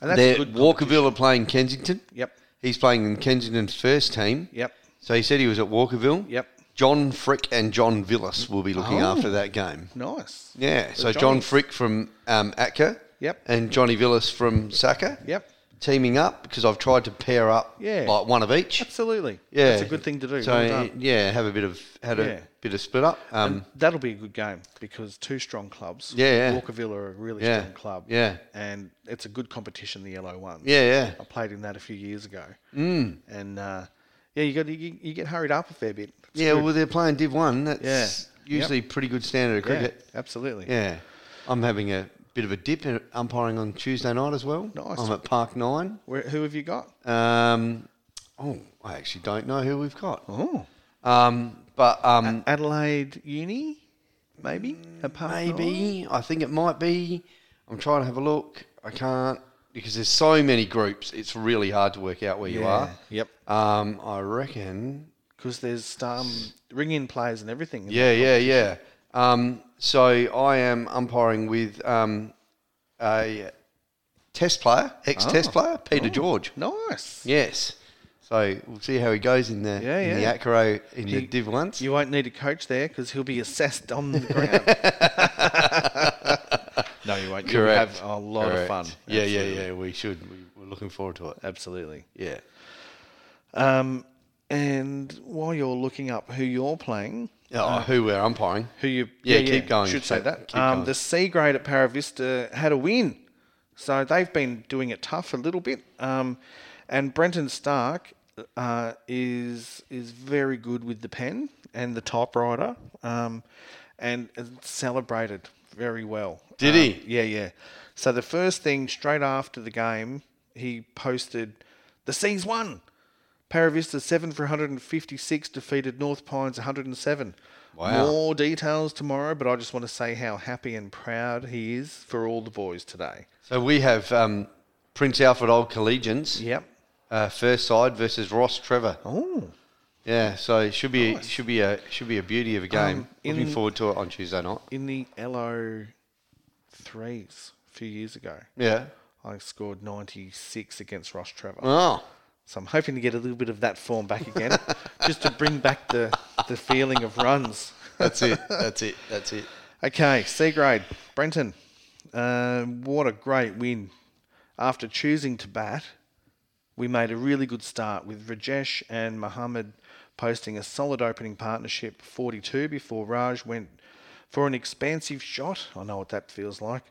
Speaker 1: And that's
Speaker 2: They're,
Speaker 1: a good
Speaker 2: Walkerville are playing Kensington.
Speaker 1: Yep.
Speaker 2: He's playing in Kensington's first team.
Speaker 1: Yep.
Speaker 2: So he said he was at Walkerville.
Speaker 1: Yep.
Speaker 2: John Frick and John Villas will be looking after that game.
Speaker 1: Nice.
Speaker 2: Yeah, so John
Speaker 1: Johnny-
Speaker 2: Frick from um, ATCA
Speaker 1: Yep.
Speaker 2: and Johnny Villas from SACA
Speaker 1: Yep.
Speaker 2: teaming up because I've tried to pair up
Speaker 1: Yeah.
Speaker 2: like one of each.
Speaker 1: Absolutely.
Speaker 2: Yeah,
Speaker 1: That's a good thing to do.
Speaker 2: So
Speaker 1: Well done.
Speaker 2: yeah, have a bit of had a
Speaker 1: Yeah.
Speaker 2: bit of split up. Um,
Speaker 1: That'll be a good game because two strong clubs.
Speaker 2: Yeah, yeah.
Speaker 1: Walkerville are a really
Speaker 2: Yeah,
Speaker 1: strong club.
Speaker 2: yeah.
Speaker 1: And it's a good competition, the yellow one.
Speaker 2: yeah, yeah,
Speaker 1: I played in that a few years ago. Mm. And uh, yeah, you got you, you get hurried up a fair bit. It's
Speaker 2: yeah.
Speaker 1: good.
Speaker 2: Well, they're playing Div One. That's
Speaker 1: Yeah.
Speaker 2: usually pretty good standard of
Speaker 1: Yeah,
Speaker 2: cricket.
Speaker 1: absolutely.
Speaker 2: Yeah. I'm having a bit of a dip in umpiring on Tuesday night as well.
Speaker 1: Nice.
Speaker 2: I'm at Park Nine.
Speaker 1: Where, who have you got?
Speaker 2: Um, oh, I actually don't know who we've got.
Speaker 1: Oh,
Speaker 2: Um, but um,
Speaker 1: Adelaide Uni, maybe. A Park Nine?
Speaker 2: maybe I think it might be. I'm trying to have a look. I can't because there's so many groups. It's really hard to work out where you
Speaker 1: Yeah.
Speaker 2: are.
Speaker 1: Yep.
Speaker 2: Um, I reckon.
Speaker 1: Because there's um, ring in players and everything.
Speaker 2: Yeah, yeah, yeah. Um, so I am umpiring with um, a test player, ex-test
Speaker 1: Oh.
Speaker 2: player, Peter George.
Speaker 1: Nice.
Speaker 2: Yes. So we'll see how he goes in the
Speaker 1: Yeah,
Speaker 2: in
Speaker 1: yeah.
Speaker 2: the Acro in the
Speaker 1: He-
Speaker 2: Div ones.
Speaker 1: You won't need a coach there because he'll be assessed on the ground. no, you won't. You'll
Speaker 2: Correct.
Speaker 1: have a lot of fun.
Speaker 2: Correct. Yeah, yeah,
Speaker 1: Absolutely.
Speaker 2: yeah. We should. We, we're looking forward to it.
Speaker 1: Absolutely.
Speaker 2: Yeah.
Speaker 1: Um, and while you're looking up who you're playing,
Speaker 2: Oh, who we're umpiring?
Speaker 1: Um, who you
Speaker 2: Yeah, keep going.
Speaker 1: should say
Speaker 2: Keep-
Speaker 1: that.
Speaker 2: keep
Speaker 1: Um,
Speaker 2: going.
Speaker 1: the C grade at Para Vista had a win, so they've been doing it tough a little bit. Um, and Brenton Stark uh, is is very good with the pen and the typewriter, um, and and celebrated very well.
Speaker 2: Did
Speaker 1: Um,
Speaker 2: he?
Speaker 1: Yeah, yeah. So the first thing straight after the game, he posted, "The C's won." Paravista 7 for 156 defeated North Pines 107.
Speaker 2: Wow.
Speaker 1: More details tomorrow, but I just want to say how happy and proud he is for all the boys today.
Speaker 2: So we have um, Prince Alfred Old Collegians,
Speaker 1: Yep.
Speaker 2: uh, first side versus Ross Trevor.
Speaker 1: Oh.
Speaker 2: Yeah, so it should be should be a should be a beauty of a game.
Speaker 1: Um,
Speaker 2: Looking
Speaker 1: in-
Speaker 2: forward to it on Tuesday night.
Speaker 1: In the LO threes a few years ago,
Speaker 2: Yeah.
Speaker 1: I scored 96 against Ross Trevor.
Speaker 2: Oh,
Speaker 1: So I'm hoping to get a little bit of that form back again, just to bring back the, the feeling of runs.
Speaker 2: that's it. That's it. That's it.
Speaker 1: Okay, C grade. Brenton, uh, um, what a great win. After choosing to bat, we made a really good start with Rajesh and Mohammed posting a solid opening partnership 42 before Raj went for an expansive shot. I know what that feels like.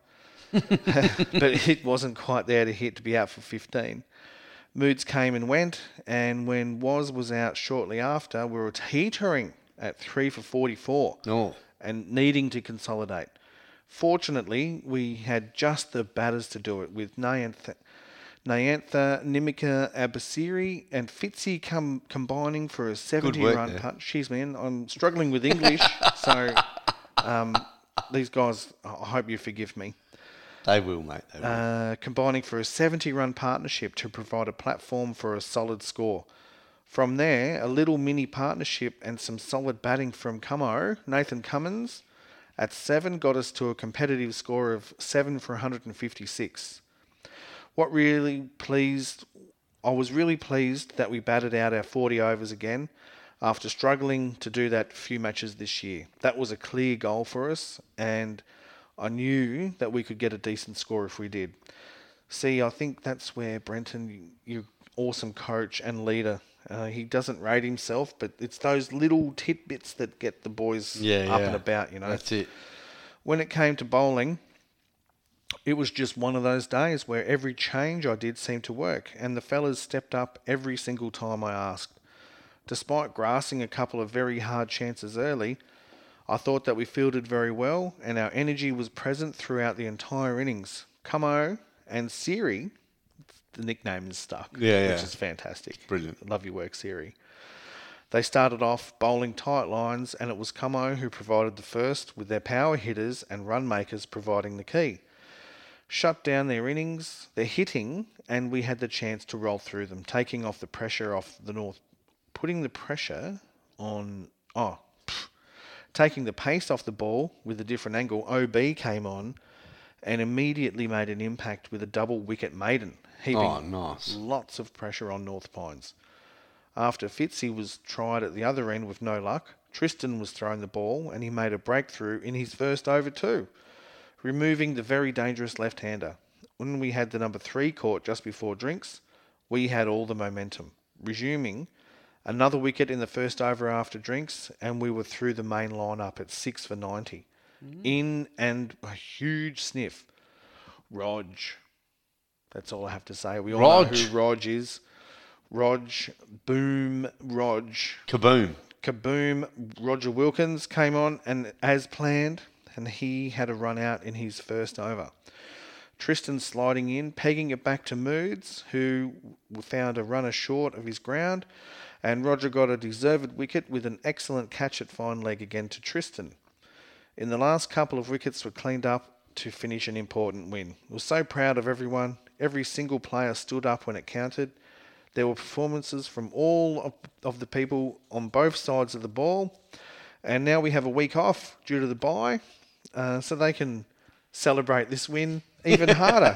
Speaker 1: but it wasn't quite there to hit to be out for 15. Moods came and went, and when Woz was out shortly after, we were teetering at 3 for 44
Speaker 2: Oh,
Speaker 1: and needing to consolidate. Fortunately, we had just the batters to do it with Nayantha, Nayantha Nimika Abasiri, and Fitzy com- combining for a 70
Speaker 2: work
Speaker 1: run
Speaker 2: there.
Speaker 1: punch. Jeez, man, I'm struggling with English, so um, these guys, I I hope you forgive me
Speaker 2: they will, mate. They will.
Speaker 1: uh, combining for a 70 run partnership to provide a platform for a solid score. From there, a little mini partnership and some solid batting from Cummo, Nathan Cummins, at 7 got us to a competitive score of 7 for 156. What really pleased, I was really pleased that we batted out our 40 overs again after struggling to do that few matches this year. That was a clear goal for us, and I knew that we could get a decent score if we did. See, I think that's where Brenton, you awesome coach and leader. Uh, he doesn't rate himself, but it's those little tidbits that get the boys
Speaker 2: Yeah,
Speaker 1: up
Speaker 2: yeah.
Speaker 1: and about. You know,
Speaker 2: That's it.
Speaker 1: when it came to bowling, it was just one of those days where every change I did seemed to work, and the fellas stepped up every single time I asked. Despite grassing a couple of very hard chances early, I thought that we fielded very well, and our energy was present throughout the entire innings. Cummo and Siri, the nickname is stuck,
Speaker 2: Yeah,
Speaker 1: which
Speaker 2: yeah.
Speaker 1: is fantastic.
Speaker 2: Brilliant.
Speaker 1: Love your work, Siri. They started off bowling tight lines, and it was Cummo who provided the first, with their power hitters and run makers providing the key. Shut down their innings, their hitting, and we had the chance to roll through them, taking off the pressure off the North, putting the pressure on. Oh, pff, taking the pace off the ball with a different angle. OB came on and immediately made an impact with a double wicket maiden, heaping
Speaker 2: Oh, nice.
Speaker 1: lots of pressure on North Pines. After Fitzy was tried at the other end with no luck, Tristan was thrown the ball and he made a breakthrough in his first over too, removing the very dangerous left-hander. When we had the number three caught just before drinks, we had all the momentum. Resuming, another wicket in the first over after drinks, and we were through the main line up at six for 90. In and a huge sniff. Rog. That's all I have to say. We all
Speaker 2: Rog.
Speaker 1: know who Rog is. Rog, boom, Rog,
Speaker 2: Kaboom.
Speaker 1: kaboom. Roger Wilkins came on and as planned, and he had a run out in his first over. Tristan sliding in, pegging it back to Moods, who found a runner short of his ground, and Roger got a deserved wicket with an excellent catch at fine leg again to Tristan. In the last couple of wickets were cleaned up to finish an important win. We're so proud of everyone. Every single player stood up when it counted. There were performances from all of, of the people on both sides of the ball, and now we have a week off due to the bye, uh, so they can celebrate this win even harder.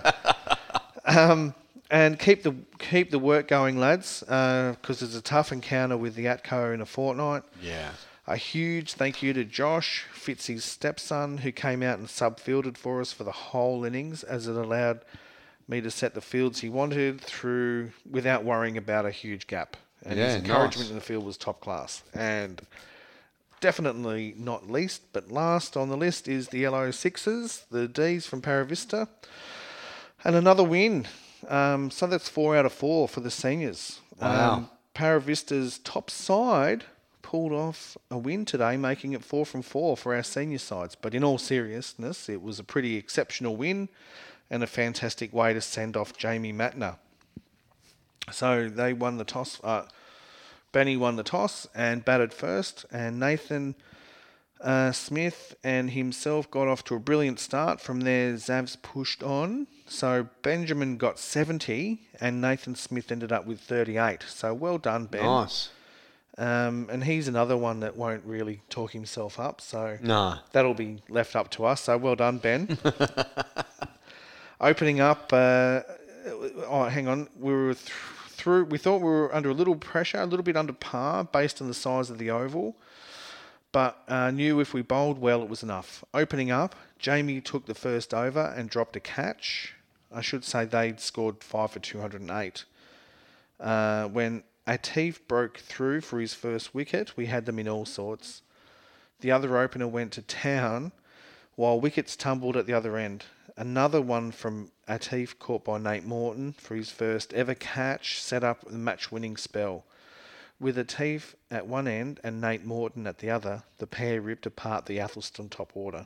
Speaker 1: um, and keep the keep the work going, lads, because there's a tough encounter with the Atco in a fortnight.
Speaker 2: Yeah.
Speaker 1: A huge thank you to Josh, Fitzy's stepson, who came out and sub-fielded for us for the whole innings, as it allowed me to set the fields he wanted through without worrying about a huge gap. And his
Speaker 2: Yeah, nice.
Speaker 1: encouragement in the field was top class. And definitely not least, but last on the list is the Yellow Sixes, the D's from Paravista, and another win. Um, so that's four out of four for the seniors.
Speaker 2: Wow.
Speaker 1: Um, Paravista's top side pulled off a win today, making it four from four for our senior sides. But in all seriousness, it was a pretty exceptional win and a fantastic way to send off Jamie Matner. So they won the toss. Uh, Benny won the toss and batted first, and Nathan uh, Smith and himself got off to a brilliant start. From there, Zavs pushed on. So Benjamin got 70, and Nathan Smith ended up with 38. So well done, Ben.
Speaker 2: Nice.
Speaker 1: Um, and he's another one that won't really talk himself up. So
Speaker 2: No.
Speaker 1: that'll be left up to us. So well done, Ben. Opening up. Uh, oh, hang on. We were th- through. We thought we were under a little pressure, a little bit under par, based on the size of the oval. But uh, knew if we bowled well, it was enough. Opening up, Jamie took the first over and dropped a catch. I should say they'd scored five for 208. Uh, when Atif broke through for his first wicket, we had them in all sorts. The other opener went to town while wickets tumbled at the other end. Another one from Atif caught by Nate Morton for his first ever catch set up the match winning spell. With Atif at one end and Nate Morton at the other, the pair ripped apart the Athelston top order,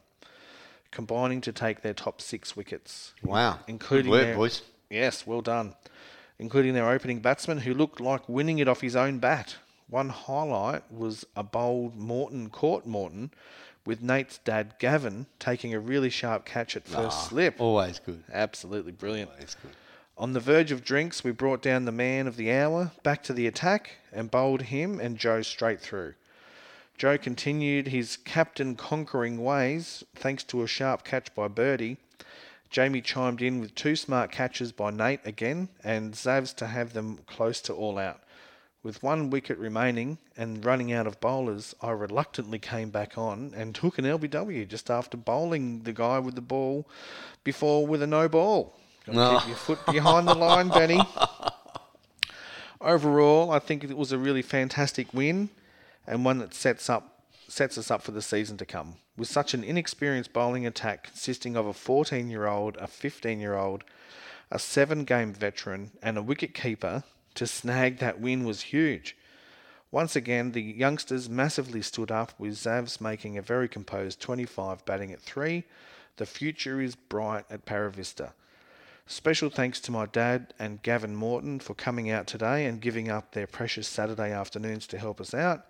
Speaker 1: combining to take their top six wickets.
Speaker 2: Wow.
Speaker 1: Including
Speaker 2: Good work,
Speaker 1: their-
Speaker 2: boys.
Speaker 1: Yes, well done. Including their opening batsman, who looked like winning it off his own bat. One highlight was a bold Morton caught Morton, with Nate's dad Gavin taking a really sharp catch at first slip.
Speaker 2: Always good.
Speaker 1: Absolutely brilliant.
Speaker 2: Always good.
Speaker 1: On the verge of drinks, we brought down the man of the hour back to the attack and bowled him and Joe straight through. Joe continued his captain conquering ways thanks to a sharp catch by Birdie. Jamie chimed in with two smart catches by Nate again and Zavs to have them close to all out. With one wicket remaining and running out of bowlers, I reluctantly came back on and took an LBW just after bowling the guy with the ball before with a no ball. Gotta
Speaker 2: No.
Speaker 1: Keep your foot behind the line, Benny. Overall, I think it was a really fantastic win and one that sets up sets us up for the season to come. With such an inexperienced bowling attack consisting of a 14-year-old, a 15-year-old, a seven-game veteran, and a wicket-keeper, to snag that win was huge. Once again, the youngsters massively stood up, with Zavs making a very composed 25, batting at three. The future is bright at Paravista. Special thanks to my dad and Gavin Morton for coming out today and giving up their precious Saturday afternoons to help us out.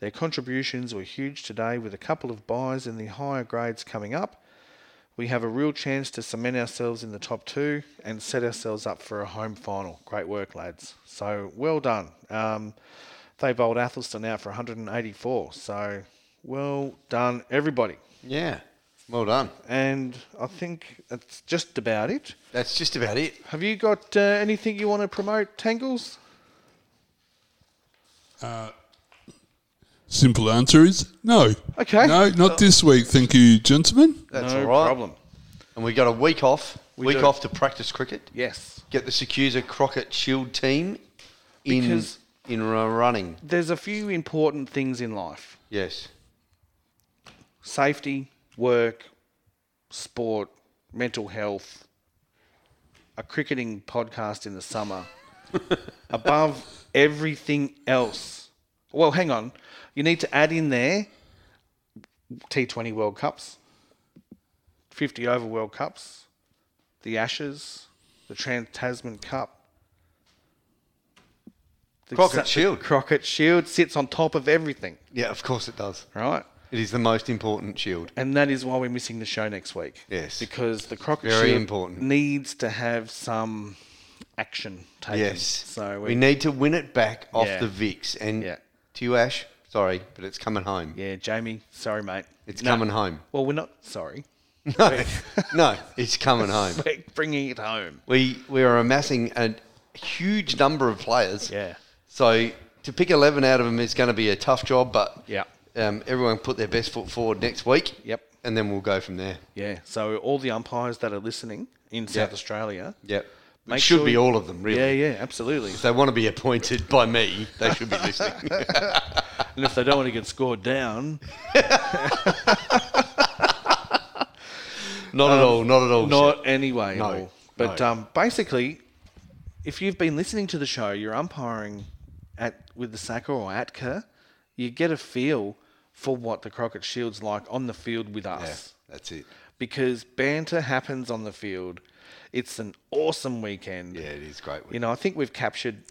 Speaker 1: Their contributions were huge today with a couple of buys in the higher grades coming up. We have a real chance to cement ourselves in the top two and set ourselves up for a home final. Great work, lads. So well done. Um, they bowled Athelston out for 184. So well done, everybody.
Speaker 2: Yeah. Well done.
Speaker 1: And I think that's just about it.
Speaker 2: That's just about it.
Speaker 1: Have you got uh, anything you want to promote, Tangles?
Speaker 6: Simple answer is no.
Speaker 1: Okay.
Speaker 6: No, not this week. Thank you, gentlemen.
Speaker 2: That's
Speaker 1: no
Speaker 2: all right.
Speaker 1: problem.
Speaker 2: And we got a week off.
Speaker 1: We
Speaker 2: week
Speaker 1: do.
Speaker 2: off to practice cricket.
Speaker 1: Yes.
Speaker 2: Get the Secusa Crockett Shield team in
Speaker 1: Because-
Speaker 2: in uh, running.
Speaker 1: There's a few important things in life
Speaker 2: Yes.
Speaker 1: safety, work, sport, mental health, a cricketing podcast in the summer, above everything else. Well, hang on. You need to add in there T20 World Cups, 50 over World Cups, the Ashes, the Trans Tasman Cup. The
Speaker 2: Crockett
Speaker 1: Sa-
Speaker 2: Shield.
Speaker 1: Crockett Shield sits on top of everything,
Speaker 2: Yeah, of course it does.
Speaker 1: right?
Speaker 2: It is the most important shield.
Speaker 1: And that is why we're missing the show next week.
Speaker 2: Yes.
Speaker 1: Because the Crockett
Speaker 2: Very
Speaker 1: Shield
Speaker 2: important.
Speaker 1: needs to have some action taken.
Speaker 2: Yes.
Speaker 1: So
Speaker 2: we
Speaker 1: we,
Speaker 2: need to win it back off
Speaker 1: Yeah.
Speaker 2: the VIX. And
Speaker 1: Yeah.
Speaker 2: to you, Ash, sorry, but it's coming home.
Speaker 1: yeah, Jamie, sorry mate.
Speaker 2: It's
Speaker 1: No.
Speaker 2: coming home.
Speaker 1: Well, we're not sorry.
Speaker 2: No, no, it's coming home.
Speaker 1: We're bringing it home.
Speaker 2: We we are amassing a huge number of players.
Speaker 1: Yeah.
Speaker 2: So to pick 11 out of them is going to be a tough job, but
Speaker 1: Yeah.
Speaker 2: um, everyone put their best foot forward next week.
Speaker 1: Yep.
Speaker 2: And then we'll go from there.
Speaker 1: Yeah. So all the umpires that are listening in South Australia.
Speaker 2: Yep.
Speaker 1: Make
Speaker 2: it should
Speaker 1: sure
Speaker 2: be
Speaker 1: you-
Speaker 2: all of them, really.
Speaker 1: Yeah, yeah, absolutely.
Speaker 2: If they want to be appointed by me, they should be listening.
Speaker 1: And if they don't want to get scored down,
Speaker 2: not at all. Not at all.
Speaker 1: not anyway. at
Speaker 2: No,
Speaker 1: all. But
Speaker 2: no.
Speaker 1: um, basically, if you've been listening to the show, you're umpiring at with the Saka or Atka, you get a feel for what the Crockett Shield's like on the field with
Speaker 2: Yeah,
Speaker 1: us.
Speaker 2: that's it.
Speaker 1: Because banter happens on the field. It's an awesome weekend.
Speaker 2: Yeah, it is great.
Speaker 1: You know, I think we've captured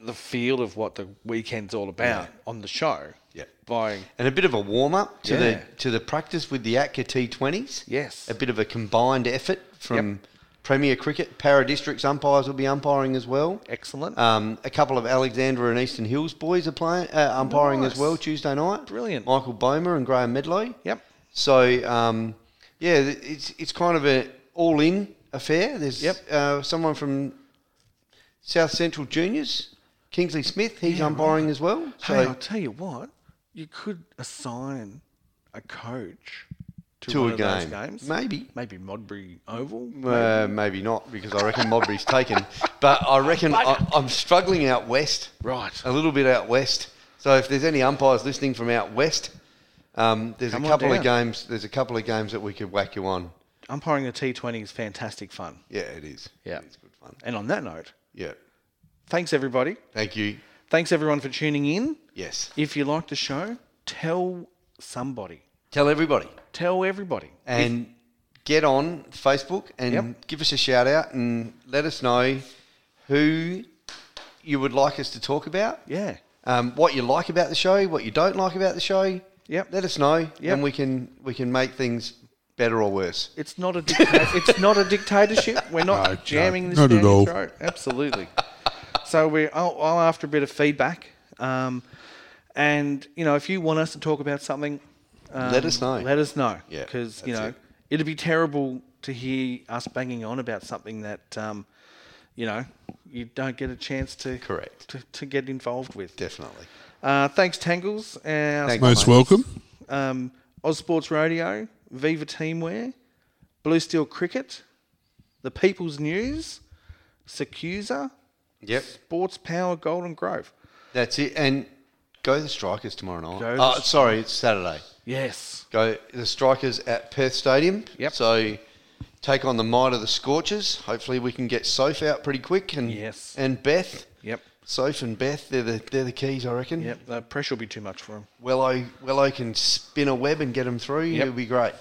Speaker 1: the feel of what the weekend's all about on the show.
Speaker 2: Yeah.
Speaker 1: By
Speaker 2: and a bit of a warm up to the
Speaker 1: Yeah.
Speaker 2: to the practice with the Atka T20s.
Speaker 1: yes.
Speaker 2: a bit of a combined effort from Premier Cricket. Para Districts umpires will be umpiring as well.
Speaker 1: Excellent.
Speaker 2: Um, a couple of Alexandra and Eastern Hills boys are playing uh, umpiring
Speaker 1: Nice.
Speaker 2: as well Tuesday night.
Speaker 1: Brilliant.
Speaker 2: Michael Bomer and Graham Medlow.
Speaker 1: yep.
Speaker 2: So um, yeah, th- it's it's kind of a all in affair. There's
Speaker 1: Yep.
Speaker 2: uh, someone from South Central Juniors, Kingsley Smith. He's umpiring as well. So
Speaker 1: Hey, I'll tell you what, you could assign a coach to,
Speaker 2: to
Speaker 1: one
Speaker 2: a
Speaker 1: of those
Speaker 2: game.
Speaker 1: games.
Speaker 2: Maybe.
Speaker 1: Maybe Modbury Oval.
Speaker 2: Uh, maybe not because I reckon Modbury's taken. But I reckon I, I'm struggling out west,
Speaker 1: Right.
Speaker 2: a little bit out west. So if there's any umpires listening from out west, um, there's
Speaker 1: Come
Speaker 2: a
Speaker 1: on
Speaker 2: couple of
Speaker 1: down.
Speaker 2: games. There's a couple of games that we could whack you on.
Speaker 1: Umpiring a T20 is fantastic fun.
Speaker 2: Yeah, it is.
Speaker 1: Yeah.
Speaker 2: it's good fun.
Speaker 1: And on that note,
Speaker 2: Yeah,
Speaker 1: thanks everybody.
Speaker 2: thank you.
Speaker 1: Thanks everyone for tuning in.
Speaker 2: Yes,
Speaker 1: If you like the show, tell somebody.
Speaker 2: tell everybody
Speaker 1: Tell everybody.
Speaker 2: and get on Facebook and
Speaker 1: Yep.
Speaker 2: give us a shout out and let us know who you would like us to talk about.
Speaker 1: Yeah.
Speaker 2: um, what you like about the show, what you don't like about the show.
Speaker 1: Yep.
Speaker 2: Let us know,
Speaker 1: Yep.
Speaker 2: and we can we can make things better or worse.
Speaker 1: It's not a dicta- it's not a dictatorship. We're not
Speaker 6: No, no,
Speaker 1: jamming this
Speaker 6: not
Speaker 1: down
Speaker 6: at
Speaker 1: your
Speaker 6: all.
Speaker 1: throat. Absolutely. so we're all, all after a bit of feedback, um, and you know if you want us to talk about something, um,
Speaker 2: Let us know.
Speaker 1: Let us know.
Speaker 2: Yeah,
Speaker 1: because you
Speaker 2: that's
Speaker 1: know
Speaker 2: it.
Speaker 1: it. would be terrible to hear us banging on about something that um, you know you don't get a chance to
Speaker 2: Correct.
Speaker 1: to, to get involved with.
Speaker 2: Definitely.
Speaker 1: Uh, thanks, Tangles. Our
Speaker 2: Thank
Speaker 6: Most
Speaker 2: mate.
Speaker 6: welcome.
Speaker 1: um, Oz Sports Radio, Viva Teamwear, Blue Steel Cricket, The People's News, Secusa,
Speaker 2: Yep,
Speaker 1: Sports Power Golden Grove.
Speaker 2: that's it. And go the Strikers tomorrow night.
Speaker 1: Go the
Speaker 2: oh,
Speaker 1: Strikers.
Speaker 2: sorry, it's Saturday.
Speaker 1: Yes.
Speaker 2: Go the Strikers at Perth Stadium.
Speaker 1: Yep.
Speaker 2: So take on the might of the Scorchers. Hopefully, we can get Soph out pretty quick and
Speaker 1: Yes.
Speaker 2: and Beth.
Speaker 1: Yep.
Speaker 2: Soph and Beth, they're the they're the keys, I reckon.
Speaker 1: Yep. The pressure will be too much for them.
Speaker 2: Wello Wello can spin a web and get them through.
Speaker 1: Yep.
Speaker 2: It'll be great.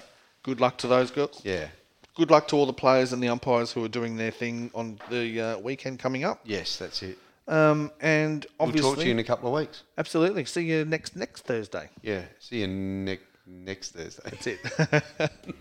Speaker 1: Good luck to those girls.
Speaker 2: Yeah.
Speaker 1: Good luck to all the players and the umpires who are doing their thing on the uh, weekend coming up.
Speaker 2: Yes, that's it.
Speaker 1: Um, and obviously,
Speaker 2: We'll talk to you in a couple of weeks.
Speaker 1: absolutely. See you next next Thursday.
Speaker 2: Yeah. See you ne- next Thursday.
Speaker 1: That's it.